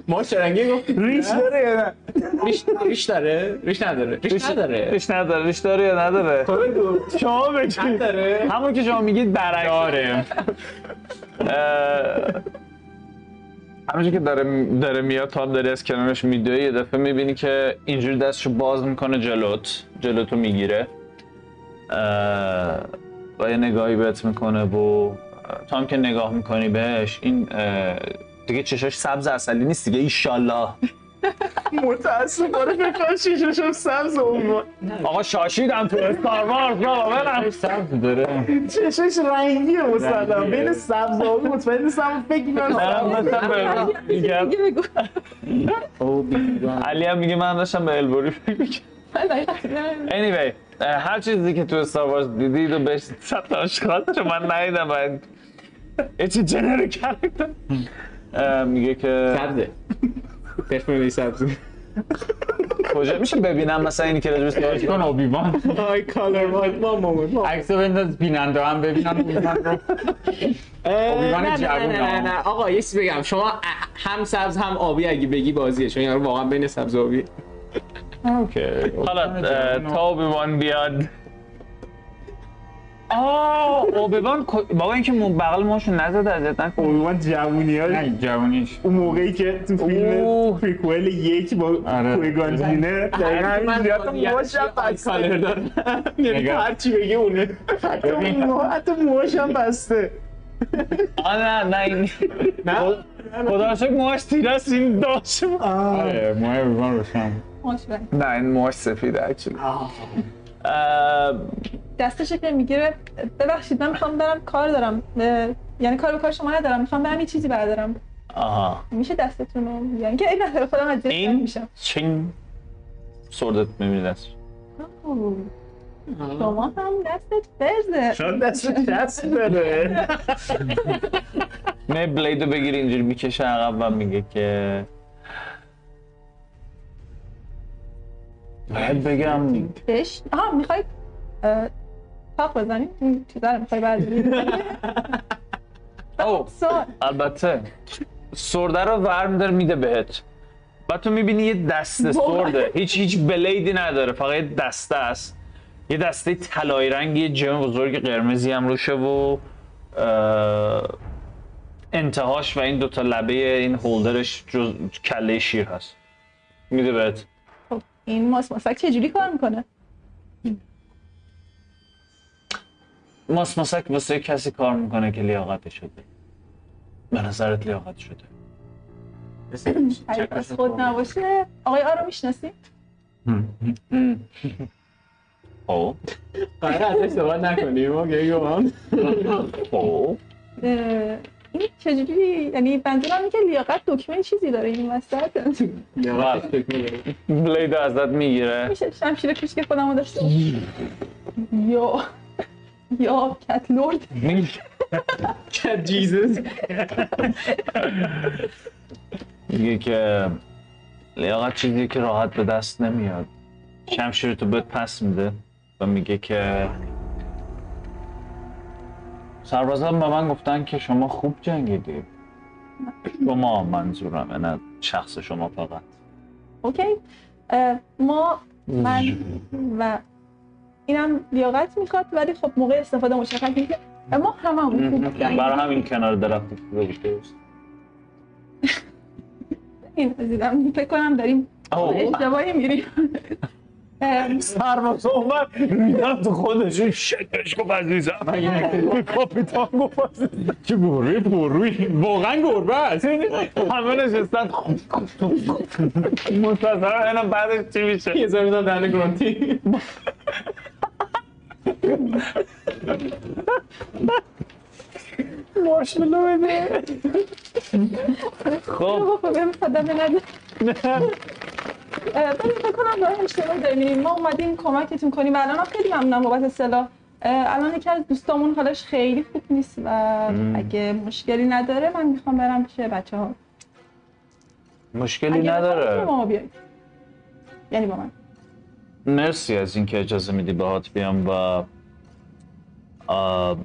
B: ما شرنگی گفت
C: ریش داره یا نه
B: ریش ریش داره ریش نداره ریش نداره خب
G: ریش نداره ریش داره یا نداره شما
B: ریش
G: بگید
B: داره
G: همون که شما میگید برعکس
E: آره
G: همونجور که داره داره میاد تا هم داری از کنارش میدوی یه دفعه میبینی که اینجوری دستشو باز میکنه جلوت جلوتو میگیره و یه نگاهی بهت میکنه و تا هم که نگاه میکنی بهش این اه، دیگه چشاش سبز اصلی نیست دیگه ایشالله
B: متاسفانه فکر شیششم سبز اون
G: آقا شاشیدم تو استار وارز بابا برم
E: سبز داره
B: چشش رنگیه
E: یعنی
B: مسلم بین سبز و مطمئن نیستم فکر
G: منم داشتم به- میگم.
D: دیگه بگو
G: علی هم میگه من داشتم به البوری فکر می‌کردم.
D: من دقیقاً نمی‌دونم.
G: anyway, اه، هر چیزی که تو استار وارز دیدید و بهش ثبت آشخاص چون من ندیدم و It's a generic character. اه، میگه که
B: سبزه چشم روی سبز
G: کجا میشه ببینم مثلا اینی که راجبش صحبت
E: کن اوبیوان
B: آی کالر وایت ماما ماما
E: عکس رو بنداز بیننده هم ببینم اوبیوان رو اوبیوان
B: نه نه
E: جوون
B: نه
E: ها.
B: نه آقا یه چیز بگم شما ا- هم سبز هم آبی اگه بگی بازیه چون یارو واقعا بین سبز و آبی
E: اوکی
G: حالا اه،
E: جوون ها.
G: تا اوبیوان بیاد آه اوبیوان کو- بابا اینکه مو- بغل ماشو نزده اذیت نکن
C: اوبیوان جوونی های
E: نه جوونیش
C: اون موقعی که تو فیلم
G: اوه.
C: پریکوئل یک با
E: آره.
C: کویگانجینه دقیقا همین زیاد موهاش هم بسته
B: کالر دارم یعنی تو
E: نگاه.
B: هر چی بگی اونه
C: حتی موها- حتی موهاش هم بسته
G: آه نه نه این
B: نه
G: خدا رو شکر موهاش تیره است، این داشت
E: آره موهای اوبیوان روشن
D: خوش بگو.
G: نه این موهاش سفیده اکچولی
D: دستشو که میگیره ببخشید من میخوام برم کار دارم اه، یعنی کار به کار شما ندارم میخوام برم یه چیزی بردارم
G: آها
D: میشه دستتون رو یعنی که این نداره خودم از جلوش رد
G: این
D: میشم
G: چین سردت میبینید
D: اوه. شما هم دستت فرزه
Q: چون دست دست داره
E: می بلیدو بگیر اینجوری میکشه عقب و میگه که باید بگم
D: بهش آها میخوای تاق بزنی این چیزا رو میخوای برداری
E: او
D: سوال
E: البته سرده رو ورم داره میده بهت بعد تو میبینی یه دسته سرده هیچ هیچ بلیدی نداره فقط یه دسته است یه دسته طلایی رنگی یه جم بزرگ قرمزی هم روشه و اه، انتهاش و این دوتا لبه این هولدرش جز کله شیر هست میده بهت
D: خب این ماس ماسک چجوری کار میکنه
E: ماس ماسک واسه کسی کار میکنه که لیاقتش شده به نظرت لیاقت شده
D: اگه از خود نباشه آقای آ رو میشناسی
E: او
F: قرار ازش صحبت نکنیم اوکی گمان
E: او
D: این چجوری یعنی منظورم اینه که لیاقت دکمه چیزی داره این وسط
F: لیاقتش فکر می‌کنی.
E: بلیدو ازت میگیره
D: میشه شمشیر کوچیک خودم رو داشته باشم؟ یا یا کتلورد
F: چه جیزس
E: میگه که لیاقت چیزی که راحت به دست نمیاد شمشیر تو بهت پس میده و میگه که سربازان به من گفتن که شما خوب جنگیدید شما منظورمه نه شخص شما فقط
D: اوکی اه، ما من و اینم لیاقت میخواد ولی خب موقع استفاده مشخص میشه و ما هممون خوب
E: برای
D: جنگیدیم.
E: همین کنار درخت افتاده بوده است.
D: این عزیزم فکر کنم داریم خب، اشتباهی میریم
E: سربازا اومد ریدن تو خودشون شکش گفت عزیزم کاپیتان گفت عزیزم
G: چه بوری بوری
E: واقعا گربه است همه نشستن منتظر اینا بعدش چی میشه
F: یه زمین دهن گرانتی
E: مارشملو بده
D: خب
E: خب
D: بابا بهم صدمه نده اه، ولی فکر کنم داریم اشتباه داریم ما اومدیم کمکتون کنیم و الان هم خیلی ممنونم بابت سلاح اه، الان یکی از دوستامون حالش خیلی خوب نیست و اگه مشکلی نداره من میخوام برم پیش بچه ها
E: مشکلی نداره
D: با ما بیایید یعنی با من
E: مرسی از اینکه اجازه میدی باهات بیام و آه،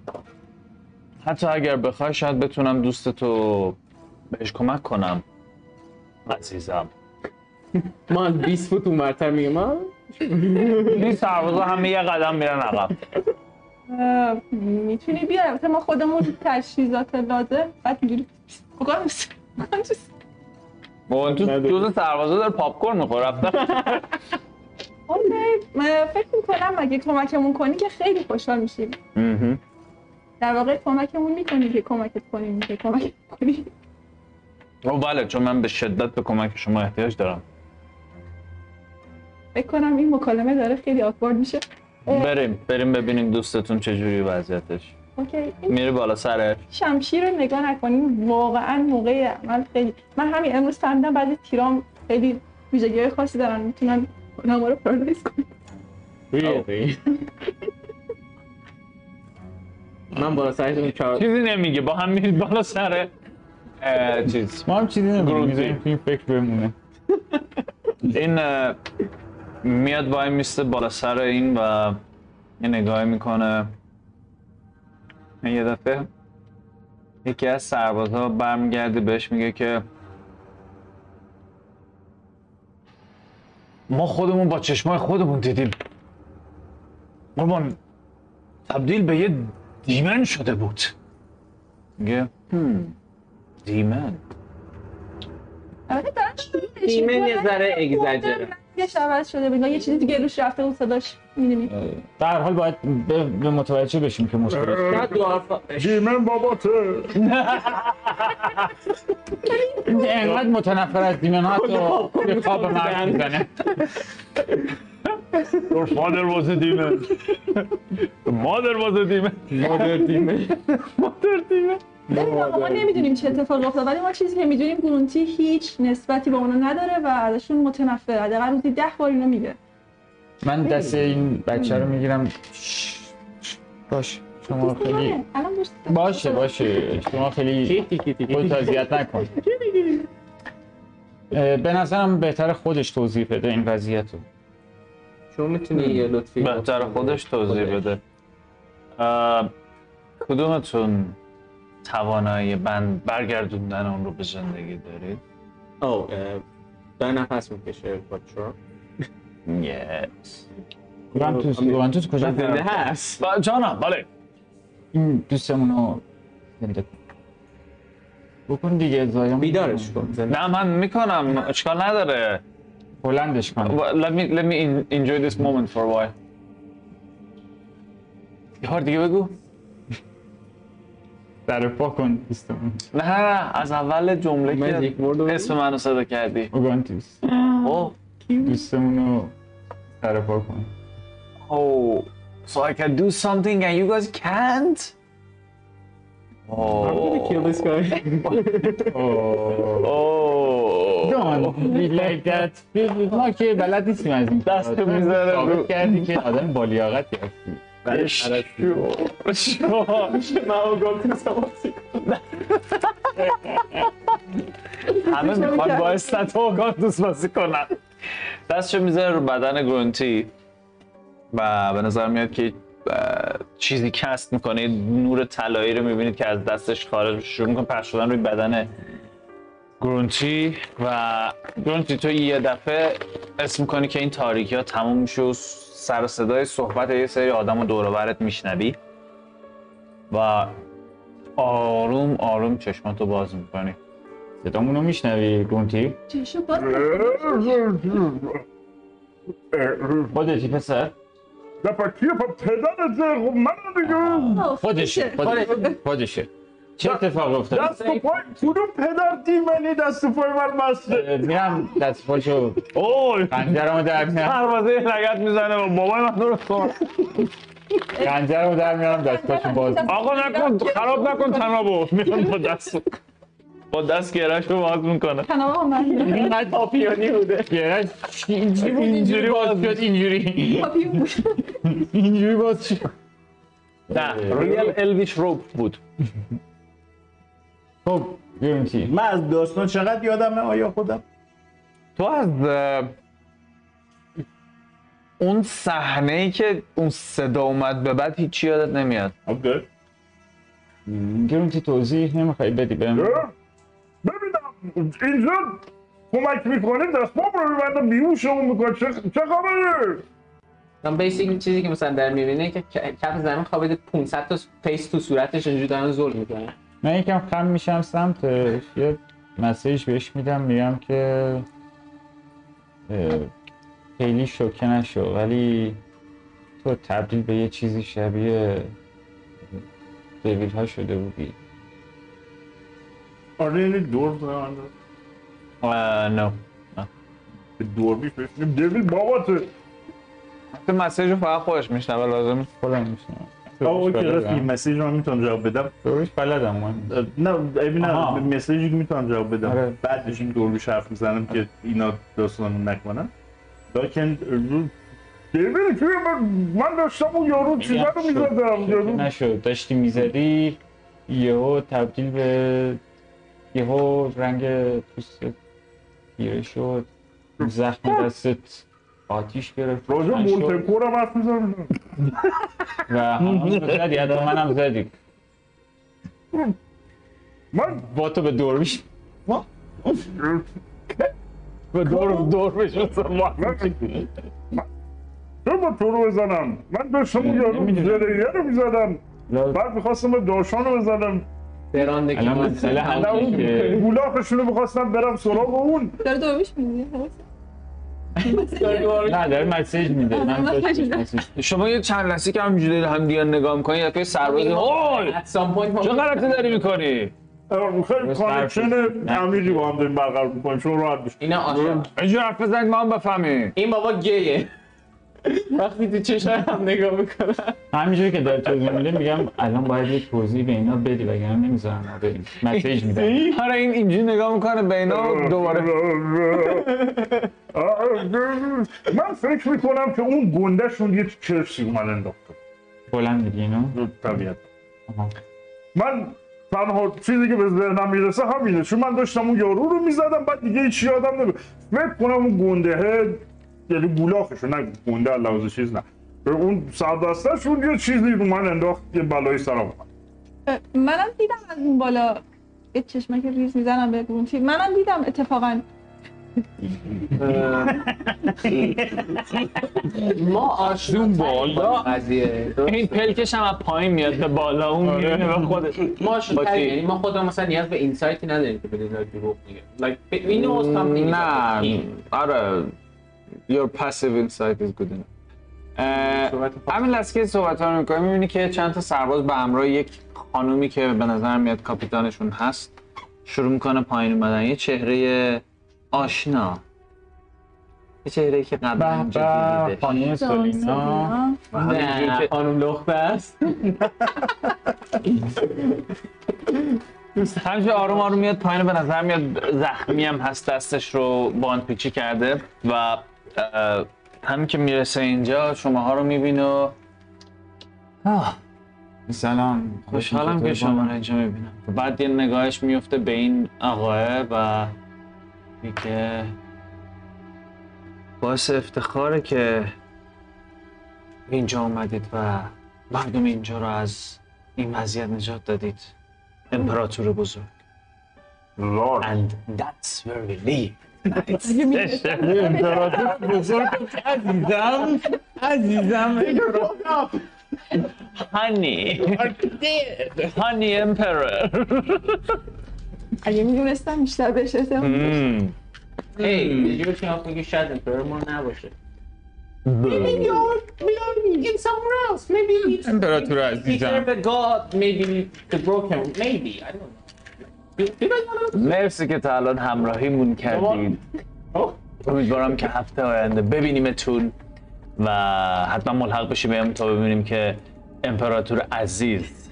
E: حتی اگر بخوای شاید بتونم دوست تو بهش کمک کنم عزیزم
F: ما از 20 فوت اونورتر میگه ما
E: این سربازا همه یه قدم میرن عقب
D: میتونی بیای البته ما خودمون تجهیزات لازم بعد اینجوری بکنم
E: بابا تو جز سربازا داره پاپکورن میخوره رفته
D: اوکی اه، فکر میکنم اگه کمکمون کنی که خیلی خوشحال میشیم
E: مهم.
D: در واقع کمکمون میکنی که کمکت کنیم که کمکت کنیم
E: او بله چون من به شدت به کمک شما احتیاج دارم
D: فکر کنم این مکالمه داره خیلی آکوارد میشه
E: بریم بریم ببینیم دوستتون چجوری وضعیتش
D: اوکی این
E: میره بالا سرش
D: شمشیر رو نگاه نکنیم واقعا موقع عمل خیلی من همین امروز فهمیدم بعضی تیرام خیلی ویژگی‌های خاصی دارن میتونن نما رو پارالایز کنن
F: من بالا سرتون چهار
E: چیزی نمیگه با هم میرید بالا سر اه، چیز
G: ما هم چیزی
E: گروهی.
G: نمیدونیم میذاریم تو این فکر بمونه
E: این اه، میاد وای میسته بالا سر این و یه نگاهی میکنه یه دفعه یکی از سربازها برمیگرده بهش میگه که ما خودمون با چشمای خودمون دیدیم قربان تبدیل به یه دیمن شده بود میگه "هم، دیمن
D: البته آره، دارن شروع بهش
F: ایمن
D: می‌کنن.
F: یه ذره اگزاجره.
D: رنگش عوض شده بگن یه چیزی دیگه روش رفته بود صداش میدونی
G: در هر حال باید به به متوجه بشیم که مشکل
F: بعد دو حرف
C: جیمن باباته
E: خب،
G: اینقدر متنفر از دیمن ها
F: خب،
G: تو به خواب مرد میزنه
E: Your father was a demon. Mother was a demon.
F: مادر دیمه
D: ما
E: آره.
D: نمیدونیم چه اتفاق افتاد ولی ما چیزی که میدونیم گرونتی هیچ نسبتی به اونا نداره و ازشون متنفر حداقل روزی ده بار اینو میگه
E: من دست این بچه رو میگیرم باش شما
D: دوست
E: خیلی
D: منه. الان دوست خب، دارم.
E: باشه باشه شما خیلی خودت اذیت نکن اه، به نظرم بهتر خودش توضیح بده این وضعیت رو
F: شما میتونی یه لطفی
G: بهتر خودش توضیح
F: خودش.
G: بده اه، کدومتون توانایی بند برگردوندن اون رو به زندگی دارید؟
F: آه، اه، در نفس میکشه بچه
G: Yes.
E: یوونتوس یوونتوس کجا
F: خب، زنده هست
G: با- جانم بله
E: این دوستمون رو زنده کن بکن دیگه زایمون
F: بیدارش کن زنده
G: نه من میکنم اشکال نداره
E: بلندش
G: Well,
E: کن
G: Let me let me en- enjoy this moment for a while. یه بار دیگه بگو
E: در پا کن دوستمون
G: نه نه نه از اول جمله
F: من
G: که
F: یک بار دوم.
G: اسم منو صدا کردی
E: اوگانتوس
G: اوه
E: دوستمون رو در پا کن
G: Oh, so I can do something and you guys can't?
F: I'm gonna kill this guy.
E: اوه. Don't be like that. ما که بلد نیستیم از این
G: دست
E: کارا. تو
G: می‌ذاره
E: ثابت
G: رو-
E: کردی که آدم بالیاقت هستی
G: همه میخوان با استت و گاندوس بازی کنن دستشو میذاره رو بدن گرونتی و به نظر میاد که اه، چیزی کست میکنه یه نور طلایی رو میبینید که از دستش خارج شروع میکنه پخش شدن روی بدن گرونتی و گرونتی تو یه دفعه اسم میکنی که این تاریکی ها تموم میشه و سر و صدای صحبت یه سری آدم و دور و برت میشنوی و آروم آروم چشماتو باز میکنی
E: صدامون رو میشنوی گونتی
D: چشم باز
E: خودتی پسر
C: لپکی پا پدرت خب من دیگه
D: باز.
E: خودشه خودشه خودشه چه اتفاق افتاد
C: دست و پای کدوم پدر دیمنی دست و پای من بسته
E: اه، میرم دست پاشو
G: اوه
E: پنجرمو در میارم
G: دروازه لگت میزنه و بابای من درست کن
E: پنجرمو در میارم دست پاشو باز
G: آقا نکن خراب نکن تنابو میرم با دست با دست گرش رو باز میکنه
D: تنابه هم بنده.
E: اینقدر پاپیونی بوده گرش اینجوری باز شد اینجوری
D: پاپیون بود.
E: اینجوری باز شد
G: نه ریال الویش روپ بود
E: خب گرونتی
M: من از داستان چقدر یادمه آیا خودم
G: تو از اه، اون صحنه ای که اون صدا اومد به بعد هیچی یادت نمیاد
M: اوکی
E: گرونتی توضیح نمیخوای بدی بهم
C: ببینم اینجا کمک میکنه دستمام رو میبندم بیهوشمون میکنه چه چه خبره
F: من بیسیک چیزی که مثلا در میبینه که ک- کف زمین خوابیده 500 تا پیس تو صورتش اینجوری دارن زل میکنن
E: من یکم خم میشم سمتش یه مسیج بهش میدم میگم که اه، خیلی شوکه نشو ولی تو تبدیل به یه چیزی شبیه دویل ها شده بودی
M: آره یعنی دور بزنم.
G: نه
M: به دور میشه
C: دویل باباته
G: تو مسیج رو فقط خودش میشنوه لازم
E: خودم میشنم
M: آه اوکی رفت این مسیج رو من میتونم جواب بدم
E: دروش بلدم مهم
M: اه، نه ببین
E: آها.
M: نه مسیجی که میتونم جواب بدم
E: آره.
M: بعدش این دور روش حرف میزنم که اینا داستانو نکنن لکن رو-
C: دویل که من- من داشتم اون یارو چیزا رو میزدم
E: شوکه
C: یارو
E: نشو داشتی میزدی یهو تبدیل به یهو رنگ پوستت تیره شد زخم دستت آتیش گرفت
C: راجع
E: روشن شد.
C: مونتکورم حرف میزنم
E: و همون رو زدی حتی منم زدی
C: من
E: با تو به دور میشه به
C: خب.
E: دور دور میشه
C: چرا با تو رو بزنم من داشتم اون یارو
E: نمی‌دونم.
C: زرهیه رو میزدم بعد میخواستم به داشان رو بزنم
F: درانده که
E: الان
F: من
E: مسئله
C: نه
E: همونه
C: اون
E: که
C: گولاخشون رو میخواستم برم سراغ اون
D: داره دوربیش می‌بینی.
E: نه داره مسیج میده من داشت بهش مسیج
G: شما یه چند لحظه که همینجوری هم دیگه نگاه میکنی یه دفعه سرباز اوه
F: At some point ما
G: چه غلطی داری میکنی
C: اه، خیلی
E: درست حرف
C: کانکشن
E: زدی.
C: عمیقی با هم داریم برقرار میکنیم شما راحت بشین
F: اینا عاشق
G: اینجوری حرف بزنید ما هم بفهمیم
F: این بابا گیه وقتی تو چشم هم نگاه میکنن
E: همینجوری که داره توضیح میده میگم الان باید یک توضیح به اینا بدی وگرنه نمیذارم ما بریم مسیج میده
G: آره این اینجوری نگاه میکنه به اینا دوباره
C: اه، اه، اه. من فکر میکنم که اون گندهشون یه چرسی اومد انداخته
A: بلند میگی اینو
C: طبیعت
A: آها.
C: من تنها چیزی که به ذهنم میرسه همینه چون من داشتم اون یارو رو میزدم بعد دیگه هیچ یادم نمیاد فکر کنم اون گندهه یعنی بولاخشون نه گنده از لحاظ چیز نه اون سردستش اون یه چیزی رو من انداخت یه بلایی سرم اومد
D: منم دیدم از اون بالا یه چشمه که ریز میزنم به گونتی منم دیدم اتفاقا
F: ما آشنا
G: بالا.
F: قضیه
G: این پلکش هم از پایین میاد به بالا اون میبینه به خودش
F: ما آشنا
G: با چی؟
F: یعنی ما خودمون مثلا نیاز به اینسایتی نداریم که بدیم like دروغ میگه like we know something about
E: نه
F: him.
E: آره your passive insight is good enough اه، همین لحظه که صحبت ها رو میکنیم میبینی که چند تا سرباز به همراه یک خانومی که به نظر میاد کاپیتانشون هست شروع میکنه پایین اومدن یه چهره آشنا یه چهره که قبلا
A: به
E: اینجا
A: به
E: دیدیدش.
A: خانم سولینا
D: جانسونا.
E: همینجوری
F: نه
E: که-
F: خانم لخته است
G: همینجور آروم آروم میاد پایین به نظر میاد زخمی هم هست دستش رو باند پیچی کرده و اه، همین که میرسه اینجا شماها رو میبینه و آه،
A: سلام
G: خوشحالم که شما رو اینجا میبینم بعد یه نگاهش میفته به این آقاه و میگه
E: باعث افتخاره که اینجا اومدید و مردم اینجا رو از این وضعیت نجات دادید امپراتور بزرگ
C: لارد
E: and that's where we live
D: اگه می-
A: عزیزم عزیزم
G: هانی هانی امپرر
D: اگه میدونستم بیشتر بهش احتمال
F: هی یه جوری که ما بگیم شاید امپرور ما نباشه Maybe you're- we are in somewhere else. Maybe it's-
A: امپراتور
F: maybe it's
A: عزیزم.
F: either the god, maybe the broken, maybe. I don't know. Do- do you guys wanna-
G: مرسی که تا الان همراهیمون کردید امیدوارم که هفته آینده ببینیمتون و حتما ملحق بشیم بهم تا ببینیم که امپراتور عزیز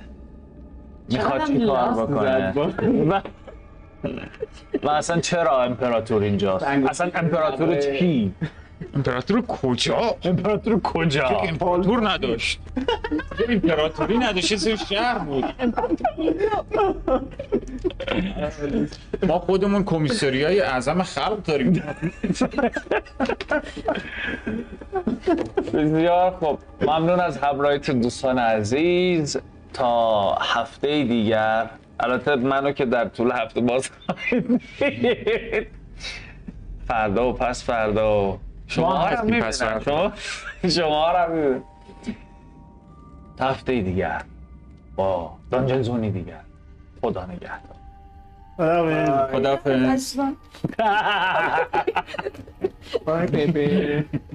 G: میخواد چی کار بکنه و... و اصلا چرا امپراتور اینجاست اصلا امپراتور چی
A: امپراتور کجا
G: امپراتور کجا
A: امپراتور نداشت یه امپراتوری نداشت یه سری شهر بود ما خودمون کمیسریای اعظم خلق داریم
G: بسیار خب ممنون از همراهیتون دوستان عزیز تا هفته دیگر البته منو که در طول هفته باز خواهید دید. فردا و پس فردا و شما
A: ما
G: ها رو
A: هستیم
G: میبینم
A: پس فردا.
G: شما, شما ها رو می‌بینم. تا هفته دیگر با دانجنزونی دیگر خدا نگهدار
A: خدافظ
D: اصلا
F: Bye, baby.